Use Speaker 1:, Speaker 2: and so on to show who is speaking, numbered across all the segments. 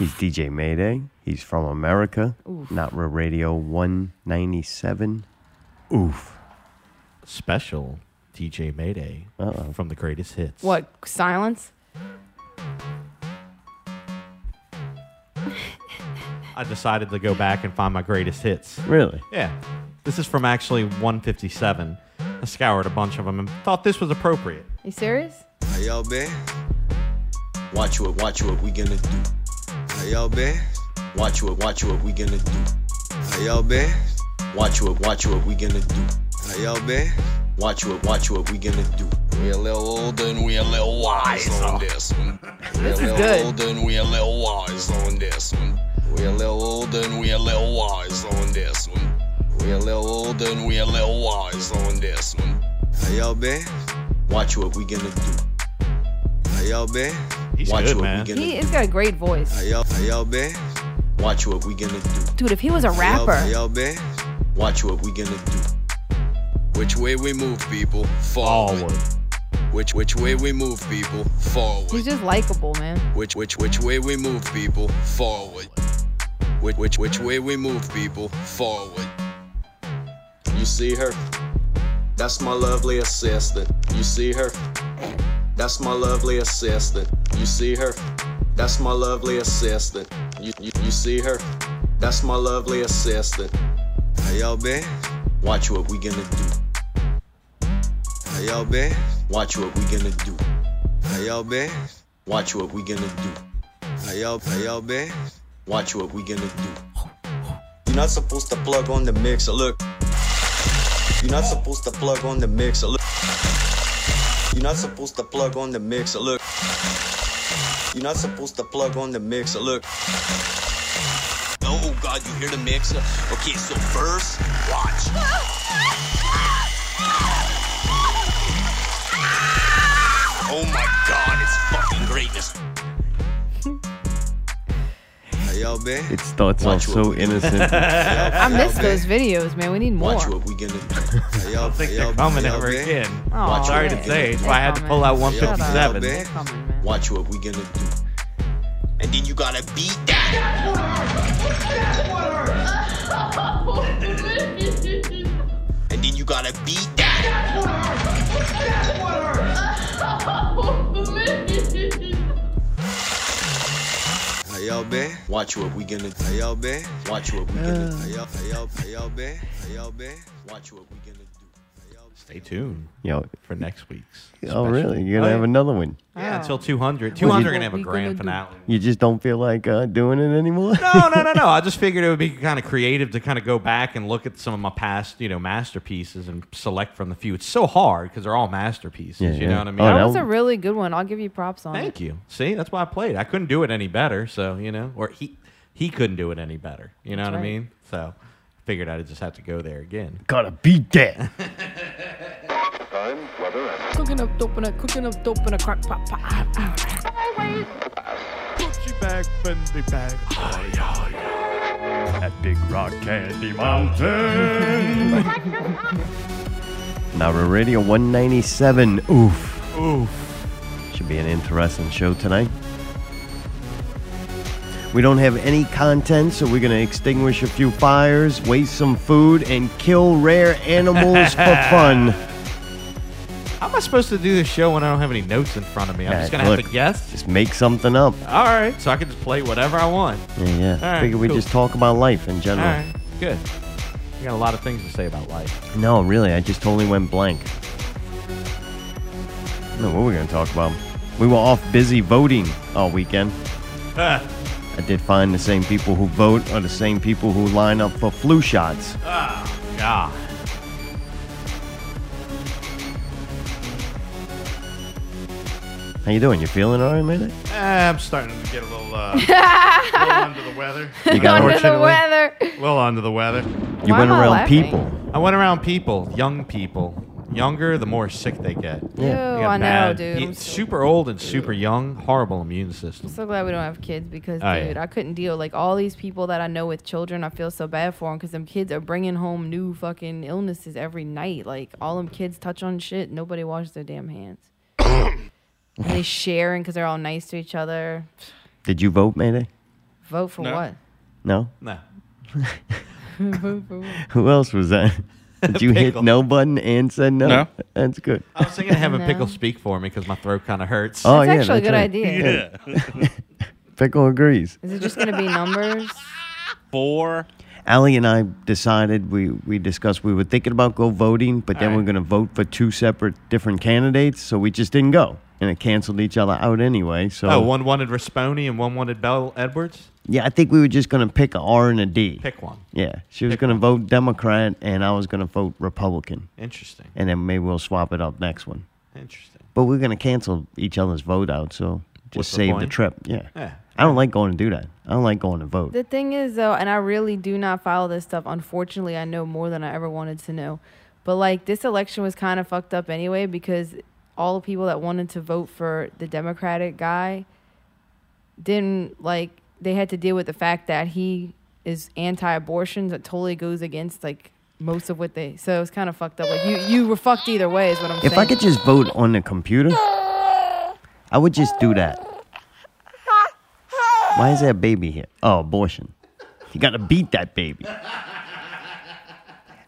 Speaker 1: He's DJ Mayday. He's from America. Not Real Radio 197. Oof.
Speaker 2: Special DJ Mayday
Speaker 1: Uh-huh.
Speaker 2: from the greatest hits.
Speaker 3: What? Silence?
Speaker 2: I decided to go back and find my greatest hits.
Speaker 1: Really?
Speaker 2: Yeah. This is from actually 157. I scoured a bunch of them and thought this was appropriate.
Speaker 3: you serious?
Speaker 4: How y'all been? Watch what, watch what we gonna do. How y'all been? Watch what, watch what we gonna do. How y'all been? Watch what, watch what we gonna do. How y'all been? Watch what, watch what we gonna do. We a little older and we a little wise on this one. We a
Speaker 3: This is
Speaker 4: little
Speaker 3: good.
Speaker 4: older and we a little wise on this one. We a little older and we a little wise on this one. We a little older and we a little wise on this one. How y'all been? Watch what we gonna do. How y'all been?
Speaker 2: He's
Speaker 4: Watch
Speaker 2: good,
Speaker 4: what
Speaker 2: man.
Speaker 4: we gonna
Speaker 3: He
Speaker 4: do.
Speaker 3: has got a great
Speaker 4: How
Speaker 3: voice.
Speaker 4: y'all, how y'all been? Watch what we gonna do.
Speaker 3: Dude, if he was a
Speaker 4: How y'all- How
Speaker 3: rapper,
Speaker 4: y'all been? Watch what we gonna do. Which way we move, people? Forward.
Speaker 2: Forward.
Speaker 4: Which which way we move, people?
Speaker 3: he's
Speaker 4: Forward.
Speaker 3: just likable, man.
Speaker 4: Which which which way we move, people? Forward. Which which which way we move, people? Forward. You see her? That's my lovely assistant. You see her? That's my lovely assistant. You see her? That's my lovely assistant. You, you, you see her? That's my lovely assistant. How y'all been? Watch what we gonna do. How y'all been? Watch what we gonna do. How y'all been? Watch what we gonna do. How y'all, how y'all been? Watch what we gonna do. You're not supposed to plug on the mixer. Look. You're not supposed to plug on the mixer. Look. You're not supposed to plug on the mixer. Look. You're not supposed to plug on the mixer. Look. Oh God, you hear the mixer? Okay, so first, watch. Oh my God, it's fucking greatness. How y'all been?
Speaker 1: It starts off
Speaker 4: Watch what
Speaker 1: so
Speaker 4: we-
Speaker 1: innocent.
Speaker 3: I miss those videos, man. We need more.
Speaker 4: Watch what we gonna do. Hey, y'all,
Speaker 2: I think
Speaker 4: hey,
Speaker 2: they're
Speaker 4: y'all,
Speaker 2: coming
Speaker 4: hey, y'all,
Speaker 2: over
Speaker 4: man.
Speaker 2: again. Oh,
Speaker 3: Aw,
Speaker 4: Watch
Speaker 2: Sorry
Speaker 4: what
Speaker 2: to
Speaker 4: we
Speaker 2: say,
Speaker 4: gonna
Speaker 2: that's
Speaker 4: do.
Speaker 2: why I had to pull out
Speaker 3: Shut up.
Speaker 2: 157.
Speaker 3: They're coming, man.
Speaker 4: Watch what we gonna do. And then you gotta beat that. And then you gotta beat that. How y'all been? Watch what we gonna do. How y'all been? Watch what we gonna do. How y'all, how y'all, how y'all been? How y'all been? Watch what we gonna do. How y'all
Speaker 2: Stay tuned
Speaker 1: Yo,
Speaker 2: for next week's.
Speaker 1: oh,
Speaker 2: special.
Speaker 1: really? You're going to
Speaker 2: Oh,
Speaker 1: have
Speaker 2: yeah.
Speaker 1: another one?
Speaker 2: Yeah,
Speaker 3: Oh.
Speaker 2: until 200.
Speaker 3: What
Speaker 2: 200
Speaker 3: we-
Speaker 2: going to have a
Speaker 3: we
Speaker 2: grand
Speaker 3: gonna
Speaker 2: finale.
Speaker 1: You just don't feel like uh, doing it anymore?
Speaker 2: No, no, no, no. I just figured it would be kind of creative to kind of go back and look at some of my past, you know, masterpieces and select from the few. It's so hard because they're all masterpieces.
Speaker 1: Yeah,
Speaker 2: you
Speaker 1: yeah.
Speaker 2: know what I mean?
Speaker 1: Oh,
Speaker 3: That
Speaker 1: no.
Speaker 3: was a really good one. I'll give you props on
Speaker 2: Thank
Speaker 3: it.
Speaker 2: you. See, that's why I played. I couldn't do it any better. So you know, or he he couldn't do it any better. You know
Speaker 3: That's
Speaker 2: what I
Speaker 3: right.
Speaker 2: mean? So figured I'd just have to go there again.
Speaker 1: Gotta beat that.
Speaker 3: Cooking up dope in a cooking up dope in a crock pot pot.
Speaker 1: At Big Rock Candy Mountain. now we're Radio 197. Oof. Oof. Should be an interesting show tonight. We don't have any content, so we're going to extinguish a few fires, waste some food, and kill rare animals for fun.
Speaker 2: How am I supposed to do this show when I don't have any notes in front of me? I'm
Speaker 1: Yeah,
Speaker 2: just gonna have
Speaker 1: look.
Speaker 2: to guess.
Speaker 1: Just make something up.
Speaker 2: All right, so I can just play whatever I want.
Speaker 1: Yeah, yeah.
Speaker 2: All right,
Speaker 1: Figure we
Speaker 2: cool.
Speaker 1: just talk about life in
Speaker 2: All
Speaker 1: general.
Speaker 2: right, good. I got a lot of things to say about life.
Speaker 1: No, really, I just totally went blank. I don't know what we're going to talk about. We were off busy voting all weekend. I did find the same people who vote are the same people who line up for flu shots.
Speaker 2: Yeah.
Speaker 5: Eh,
Speaker 1: How you doing? You feeling all right, man?
Speaker 5: Eh, I'm starting to get a little, uh, little under the weather.
Speaker 1: You got
Speaker 3: Under the
Speaker 5: Unfortunately.
Speaker 3: weather.
Speaker 5: A little under the weather.
Speaker 1: You
Speaker 3: Why
Speaker 1: went
Speaker 3: am I
Speaker 1: around
Speaker 3: laughing?
Speaker 1: people.
Speaker 2: I went around people, young people. Younger, the more sick they get.
Speaker 3: Ew,
Speaker 2: They
Speaker 3: Oh, I
Speaker 2: got
Speaker 3: know,
Speaker 2: bad-
Speaker 3: dude.
Speaker 2: you-
Speaker 3: I'm so,
Speaker 2: super old and super young, horrible immune system.
Speaker 3: so glad we don't have kids because,
Speaker 2: Oh, yeah.
Speaker 3: dude, I couldn't deal. Like all these people that I know with children, I feel so bad for them because them kids are bringing home new fucking illnesses every night. Like all them kids touch on shit, nobody washes their damn hands. and they sharing because they're all nice to each other.
Speaker 1: Did you vote, Mayday?
Speaker 3: Vote for
Speaker 5: No.
Speaker 3: what?
Speaker 1: No?
Speaker 2: No.
Speaker 3: Vote for what?
Speaker 1: Who else was that? Did you hit
Speaker 2: Pickle.
Speaker 1: no button and said no?
Speaker 5: No.
Speaker 1: That's good.
Speaker 2: I was thinking of having
Speaker 3: No.
Speaker 2: Pickle speak for me because my throat kind of hurts.
Speaker 1: Oh,
Speaker 3: That's
Speaker 1: yeah,
Speaker 3: actually a
Speaker 1: that's
Speaker 3: good
Speaker 1: right.
Speaker 3: idea.
Speaker 5: Yeah.
Speaker 1: Pickle agrees.
Speaker 3: Is it just gonna be numbers?
Speaker 5: Four.
Speaker 1: Allie and I decided we, we discussed we were thinking about go voting, but
Speaker 2: All
Speaker 1: then
Speaker 2: right.
Speaker 1: we're going to vote for two separate different candidates, so we just didn't go, and it canceled each other out anyway. So
Speaker 2: Oh, one wanted Rasponi and one wanted Bell Edwards.
Speaker 1: yeah, I think we were just going to pick a R and a D.
Speaker 2: Pick one.
Speaker 1: yeah, she was going to vote Democrat, and I was going to vote Republican,
Speaker 2: Interesting.
Speaker 1: and then maybe we'll swap it up next one.
Speaker 2: Interesting.
Speaker 1: But we're going to cancel each other's vote out, so just
Speaker 2: What's the
Speaker 1: save the
Speaker 2: point?
Speaker 1: trip. Yeah.
Speaker 2: Yeah.
Speaker 1: I don't like going to do that. I don't like going to vote.
Speaker 3: The thing is, though, and I really do not follow this stuff. Unfortunately, I know more than I ever wanted to know. But like this election was kind of fucked up anyway because all the people that wanted to vote for the Democratic guy didn't like they had to deal with the fact that he is anti-abortion that totally goes against like most of what they so it was kind of fucked up like you you were fucked either way is what i'm saying
Speaker 1: If I could just vote on the computer, I would just do that. Why is that baby here? Oh, abortion. You gotta beat that baby.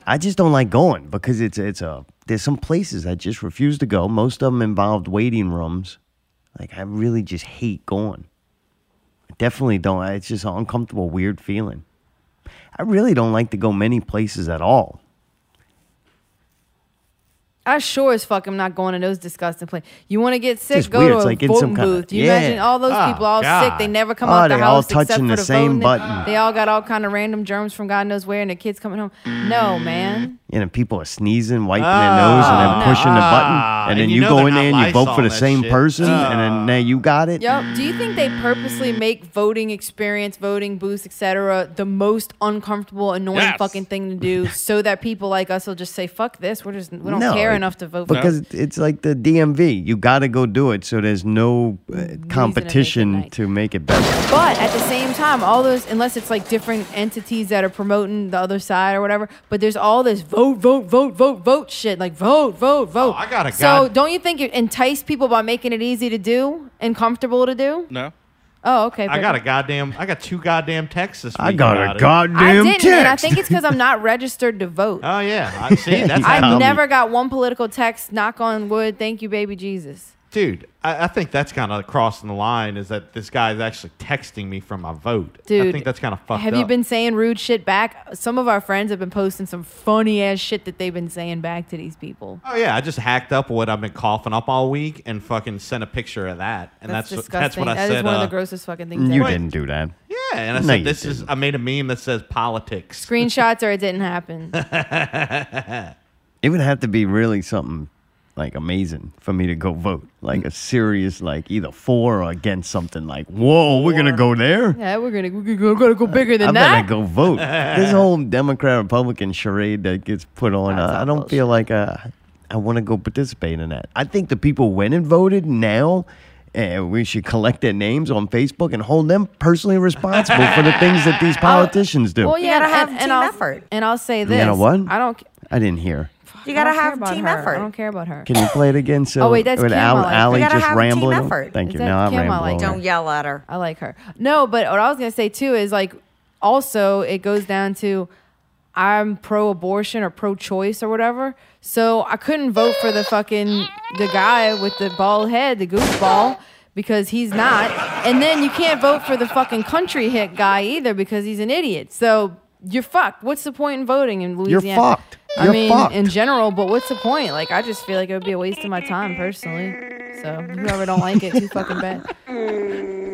Speaker 1: I just don't like going because it's it's a there's some places I just refuse to go. Most of them involved waiting rooms. Like I really just hate going. I definitely don't. It's just an uncomfortable, weird feeling. I really don't like to go many places at all.
Speaker 3: I sure as fuck am not going to those disgusting places. You want to get sick?
Speaker 1: Just
Speaker 3: go
Speaker 1: weird.
Speaker 3: to
Speaker 1: It's
Speaker 3: a
Speaker 1: like in some
Speaker 3: voting
Speaker 1: kinda-
Speaker 3: booth. You
Speaker 1: yeah.
Speaker 3: imagine all those
Speaker 2: Oh,
Speaker 3: people all sick.
Speaker 2: God.
Speaker 3: They never come
Speaker 1: Oh,
Speaker 3: out the
Speaker 1: they all
Speaker 3: house except
Speaker 1: touching
Speaker 3: for
Speaker 1: the
Speaker 3: the
Speaker 1: same
Speaker 3: voting.
Speaker 1: button.
Speaker 3: They all got all kind of random germs from God knows where, and the kids coming home. No, man.
Speaker 1: you know, people are sneezing, wiping their nose, and then
Speaker 3: Ah,
Speaker 1: pushing the button, and,
Speaker 2: and
Speaker 1: then
Speaker 2: you
Speaker 1: you,
Speaker 2: know
Speaker 1: go
Speaker 2: they're
Speaker 1: in there and
Speaker 2: not
Speaker 1: you vote for
Speaker 2: Lysol
Speaker 1: the
Speaker 2: that
Speaker 1: same
Speaker 2: shit. Ah.
Speaker 1: person, and then now you got it.
Speaker 3: Yup. Do you think they purposely make voting experience, voting booths, etc., the most uncomfortable, annoying
Speaker 5: Yes.
Speaker 3: fucking thing to do, so that people like us will just say, "Fuck this. We're just we don't
Speaker 1: No,
Speaker 3: care
Speaker 1: it-
Speaker 3: enough to vote." for
Speaker 1: because it's like the DMV. You got to go do it, so there's no uh, competition
Speaker 3: nice.
Speaker 1: to make it better.
Speaker 3: But at the same time, all those unless it's like different entities that are promoting the other side or whatever, but there's all this vote, vote, vote, vote, vote shit. Like vote, vote, vote.
Speaker 2: Oh, I got a
Speaker 3: So
Speaker 2: god-
Speaker 3: don't you think you entice people by making it easy to do and comfortable to do?
Speaker 5: No.
Speaker 3: Oh, okay.
Speaker 2: I
Speaker 3: but-
Speaker 2: got a goddamn. I got two goddamn texts this
Speaker 1: I
Speaker 2: week
Speaker 1: got
Speaker 2: about
Speaker 1: a
Speaker 2: it.
Speaker 3: I
Speaker 1: goddamn
Speaker 3: didn't,
Speaker 1: text.
Speaker 3: and I think it's because I'm not registered to vote.
Speaker 2: Oh yeah. I see. That's
Speaker 1: I
Speaker 3: I've
Speaker 2: how,
Speaker 1: know.
Speaker 3: never got one political text. Knock on wood. Thank you, baby Jesus.
Speaker 2: dude. I, I think that's kind of crossing the line. Is that this guy is actually texting me from my vote?
Speaker 3: Dude,
Speaker 2: I think that's kind of fucked
Speaker 3: Have
Speaker 2: up.
Speaker 3: you been saying rude shit back? Some of our friends have been posting some funny ass shit that they've been saying back to these people.
Speaker 2: Oh yeah, I just hacked up what I've been coughing up all week and fucking sent a picture of that, and that's what- that's
Speaker 3: disgusting.
Speaker 2: what I
Speaker 3: That is
Speaker 2: said.
Speaker 3: one
Speaker 2: uh,
Speaker 3: of the grossest fucking things.
Speaker 1: you
Speaker 3: ever.
Speaker 1: didn't do that.
Speaker 2: yeah, and I
Speaker 1: No,
Speaker 2: said
Speaker 1: you
Speaker 2: this is.
Speaker 1: didn't.
Speaker 2: I made a meme that says politics.
Speaker 3: Screenshots or it didn't happen.
Speaker 1: It would have to be really something like amazing for me to go vote, like a serious like either for or against something. Like, whoa, we we're gonna go there.
Speaker 3: yeah, we're gonna we're gonna, we're gonna go bigger than
Speaker 1: I
Speaker 3: that.
Speaker 1: better go vote. this whole Democrat Republican charade that gets put on,
Speaker 3: That's
Speaker 1: I, I
Speaker 3: all
Speaker 1: don't feel like uh, I want to go participate in that. I think the people went and voted now, and we should collect their names on Facebook and hold them personally responsible for the things that these politicians do.
Speaker 3: Oh, Well, yeah,
Speaker 6: gotta have
Speaker 3: and,
Speaker 6: team
Speaker 3: and I'll,
Speaker 6: effort.
Speaker 3: And I'll say this.
Speaker 1: know what?
Speaker 3: I don't. ca-
Speaker 1: I didn't hear.
Speaker 6: You
Speaker 3: I
Speaker 6: gotta
Speaker 3: don't care
Speaker 6: have
Speaker 3: about
Speaker 6: team
Speaker 3: her. I
Speaker 6: effort.
Speaker 3: don't care about her.
Speaker 1: Can you play it again? So
Speaker 3: Oh, wait, that's
Speaker 1: with
Speaker 3: Kim,
Speaker 1: Al-
Speaker 3: I like.
Speaker 1: Allie
Speaker 6: We gotta
Speaker 1: just
Speaker 6: have a team
Speaker 1: rambling. on-
Speaker 6: effort.
Speaker 1: Thank you.
Speaker 3: Is that
Speaker 1: Now I'm
Speaker 3: Kim I
Speaker 1: rambling.
Speaker 3: like?
Speaker 1: on.
Speaker 6: Don't yell at her.
Speaker 3: I like her. No, but what I was gonna say too is like, also it goes down to I'm pro-abortion or pro-choice or whatever. So I couldn't vote for the fucking the guy with the bald head, the goofball, because he's not. And then you can't vote for the fucking country hit guy either because he's an idiot. So you're fucked. What's the point in voting in
Speaker 1: You're
Speaker 3: Louisiana?
Speaker 1: fucked.
Speaker 3: I
Speaker 1: You're
Speaker 3: mean,
Speaker 1: fucked.
Speaker 3: in general, but what's the point? Like, I just feel like it would be a waste of my time personally. So whoever don't like it, too fucking bad.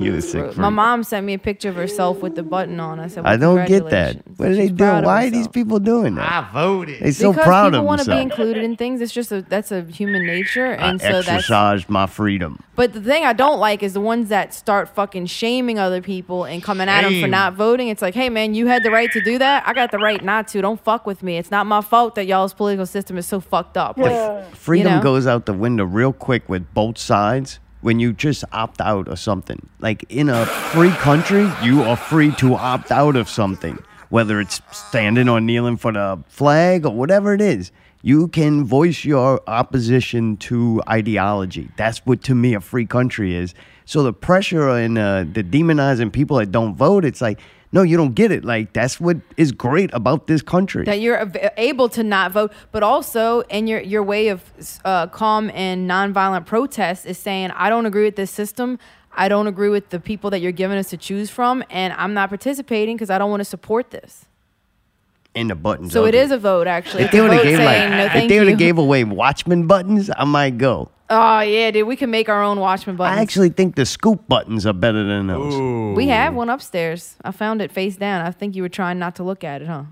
Speaker 1: You're the sick
Speaker 3: My
Speaker 1: freak.
Speaker 3: mom sent me a picture of herself with the button on. I said, well,
Speaker 1: I don't get that.
Speaker 3: congratulations.
Speaker 1: What are they
Speaker 3: She's proud
Speaker 1: doing?
Speaker 3: of
Speaker 1: Why are
Speaker 3: herself.
Speaker 1: these people doing that?
Speaker 2: I voted.
Speaker 1: They're so
Speaker 3: because
Speaker 1: proud
Speaker 3: people
Speaker 1: of
Speaker 3: want to be
Speaker 1: themselves.
Speaker 3: included in things. It's just a that's a human nature,
Speaker 1: I
Speaker 3: and so that's.
Speaker 1: exercised my freedom.
Speaker 3: But the thing I don't like is the ones that start fucking shaming other people and coming at 'em at them for
Speaker 2: Shame.
Speaker 3: not voting. It's like, hey man, you had the right to do that. I got the right not to. Don't fuck with me. It's not my fault that y'all's political system is so fucked up. Like,
Speaker 1: freedom
Speaker 3: You know?
Speaker 1: goes out the window real quick with both sides when you just opt out of something. Like in a free country, you are free to opt out of something, whether it's standing or kneeling for the flag or whatever it is. You can voice your opposition to ideology. That's what to me a free country is. So the pressure and uh, the demonizing people that don't vote, it's like, no, you don't get it. Like that's what is great about this country.
Speaker 3: that you're av- able to not vote, but also in your your way of uh, calm and nonviolent protest is saying, I don't agree with this system. I don't agree with the people that you're giving us to choose from, and I'm not participating because I don't want to support this.
Speaker 1: and the buttons.
Speaker 3: So it
Speaker 1: ugly.
Speaker 3: is a vote, actually.
Speaker 1: If they would have gave like,
Speaker 3: saying, no,
Speaker 1: if
Speaker 3: thank
Speaker 1: they would
Speaker 3: you."
Speaker 1: have gave away Watchmen buttons, I might go.
Speaker 3: oh yeah, dude, we can make our own Watchman buttons.
Speaker 1: I actually think the scoop buttons are better than those.
Speaker 3: we have one upstairs. I found it face down. I think you were trying not to look at it, huh?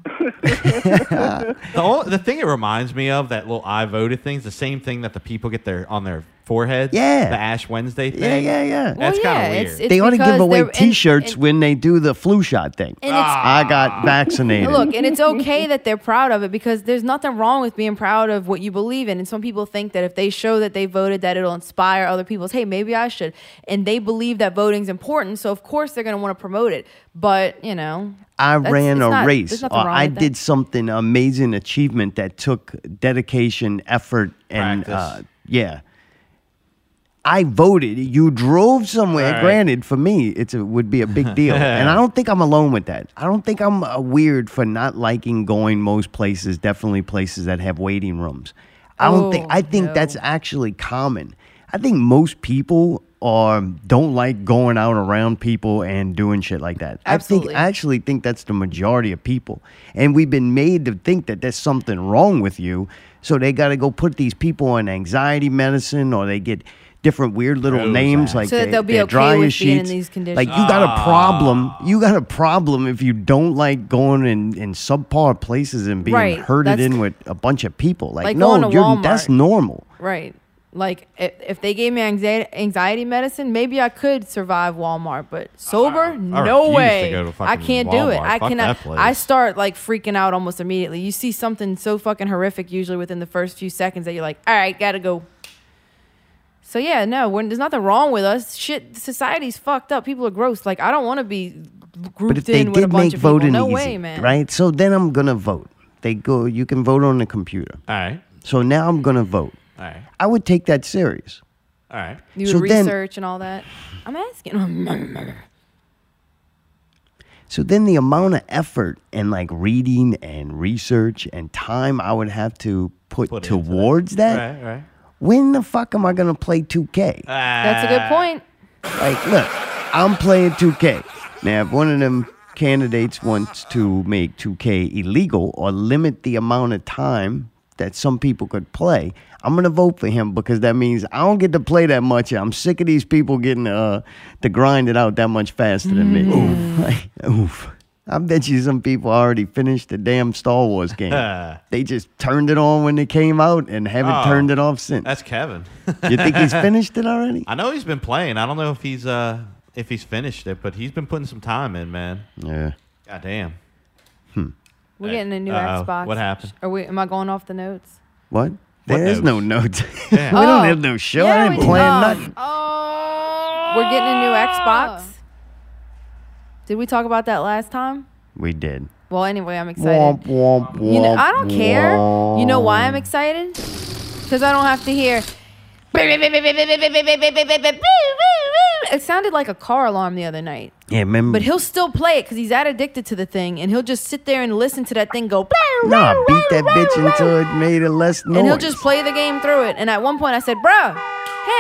Speaker 2: The, ol- the thing it reminds me of that little I voted thing is the same thing that the people get their on their foreheads.
Speaker 1: Yeah.
Speaker 2: the Ash Wednesday thing.
Speaker 1: Yeah, yeah, yeah.
Speaker 2: That's
Speaker 3: Well,
Speaker 2: kind
Speaker 3: Oh, yeah,
Speaker 2: of weird.
Speaker 3: it's- it's
Speaker 1: they ought to
Speaker 3: because
Speaker 1: give away
Speaker 3: they're- and-
Speaker 1: T-shirts
Speaker 3: and-
Speaker 1: when they do the flu shot thing.
Speaker 3: and it's
Speaker 1: I got vaccinated.
Speaker 3: Look, and it's okay that they're proud of it because there's nothing wrong with being proud of what you believe in. And some people think that if they show that they voted, that it'll inspire other people's, hey, maybe I should. And they believe that voting's important, so of course they're going to want to promote it. But you know,
Speaker 1: I
Speaker 3: that's-
Speaker 1: ran
Speaker 3: it's
Speaker 1: a
Speaker 3: not-
Speaker 1: race,
Speaker 3: there's
Speaker 1: or
Speaker 3: nothing wrong
Speaker 1: I
Speaker 3: with that.
Speaker 1: did something amazing achievement that took dedication, effort, and
Speaker 2: Practice.
Speaker 1: uh, yeah. I voted. You drove somewhere.
Speaker 2: Right.
Speaker 1: Granted, for me, it's a, would be a big deal, and I don't think I'm alone with that. I don't think I'm uh, weird for not liking going most places. Definitely places that have waiting rooms. I don't think.
Speaker 3: Oh,
Speaker 1: I think
Speaker 3: no.
Speaker 1: that's actually common. I think most people are don't like going out around people and doing shit like that. I
Speaker 3: Absolutely.
Speaker 1: think I actually think that's the majority of people, and we've been made to think that there's something wrong with you, so they got to go put these people on anxiety medicine, or they get different weird little
Speaker 2: Rose
Speaker 1: names
Speaker 2: ass.
Speaker 1: like
Speaker 3: So that
Speaker 1: they,
Speaker 3: they'll be
Speaker 1: they're
Speaker 3: okay
Speaker 1: dry
Speaker 3: with
Speaker 1: as
Speaker 3: being in
Speaker 1: sheets.
Speaker 3: these conditions.
Speaker 1: Like you got a problem, you got a problem if you don't like going in in subpar places and being
Speaker 3: Right,
Speaker 1: herded
Speaker 3: that's-
Speaker 1: in with a bunch of people. Like,
Speaker 3: Like going
Speaker 1: no,
Speaker 3: to
Speaker 1: you're, that's
Speaker 3: Walmart.
Speaker 1: normal.
Speaker 3: right. Like if, if they gave me anxiety, anxiety medicine, maybe I could survive Walmart, but sober,
Speaker 2: I
Speaker 3: no
Speaker 2: refuse
Speaker 3: way.
Speaker 2: to go to
Speaker 3: I
Speaker 2: fucking
Speaker 3: can't do it.
Speaker 2: Walmart.
Speaker 3: I
Speaker 2: Fuck
Speaker 3: cannot.
Speaker 2: that place.
Speaker 3: I start like freaking out almost immediately. You see something so fucking horrific usually within the first few seconds that you're like, all right, gotta go. So yeah, no, when, there's nothing wrong with us. Shit, society's fucked up. People are gross. Like I don't want to be grouped
Speaker 1: But if they
Speaker 3: in with a
Speaker 1: did
Speaker 3: bunch
Speaker 1: make
Speaker 3: of people.
Speaker 1: voting
Speaker 3: no
Speaker 1: easy,
Speaker 3: way, man.
Speaker 1: right? So then I'm gonna vote. They go. You can vote on the computer.
Speaker 2: all right,
Speaker 1: So now I'm gonna vote.
Speaker 2: all right,
Speaker 1: I would take that serious.
Speaker 2: all right.
Speaker 3: You
Speaker 1: So
Speaker 3: would
Speaker 1: then-
Speaker 3: research and all that. I'm asking.
Speaker 1: So then the amount of effort and like reading and research and time I would have to put,
Speaker 2: Put into that.
Speaker 1: towards
Speaker 2: All
Speaker 1: that,
Speaker 2: right, all right.
Speaker 1: when the fuck am I gonna play 2K?
Speaker 3: That's a
Speaker 2: Uh,
Speaker 3: good point.
Speaker 1: Like, look, I'm playing 2K. Now, if one of them candidates wants to make 2K illegal or limit the amount of time that some people could play, I'm gonna vote for him because that means I don't get to play that much. I'm sick of these people getting uh, to grind it out that much faster than me.
Speaker 2: Mm.
Speaker 1: Oof. Like, oof. I bet you some people already finished the damn Star Wars game.
Speaker 2: Uh,
Speaker 1: they just turned it on when it came out and haven't
Speaker 2: Oh.
Speaker 1: turned it off since.
Speaker 2: That's Kevin.
Speaker 1: you think he's finished it already?
Speaker 2: I know he's been playing. I don't know if he's uh if he's finished it, but he's been putting some time in, man.
Speaker 1: Yeah.
Speaker 2: God damn.
Speaker 3: We're getting a new
Speaker 2: uh, Uh-oh.
Speaker 3: Xbox.
Speaker 2: What happened?
Speaker 3: Are we? Am I going off the notes?
Speaker 1: What? There is no notes. we
Speaker 2: Damn.
Speaker 1: don't
Speaker 3: Oh.
Speaker 1: have no show.
Speaker 3: Yeah,
Speaker 1: I
Speaker 3: we
Speaker 1: ain't
Speaker 3: do.
Speaker 1: playing
Speaker 3: Oh.
Speaker 1: nothing.
Speaker 6: Oh.
Speaker 3: We're getting a new Xbox. Did we talk about that last time?
Speaker 1: We did.
Speaker 3: Well, anyway, I'm excited.
Speaker 1: Womp, womp, womp,
Speaker 3: You know, I don't care. You know why I'm
Speaker 1: womp.
Speaker 3: excited? Because I don't have to hear. It sounded like a car alarm the other night.
Speaker 1: Yeah, remember?
Speaker 3: But he'll still play it because he's that addicted to the thing, and he'll just sit there and listen to that thing go.
Speaker 1: nah, beat that bitch until it made a less noise.
Speaker 3: and he'll just play the game through it. And at one point, I said, "Bruh,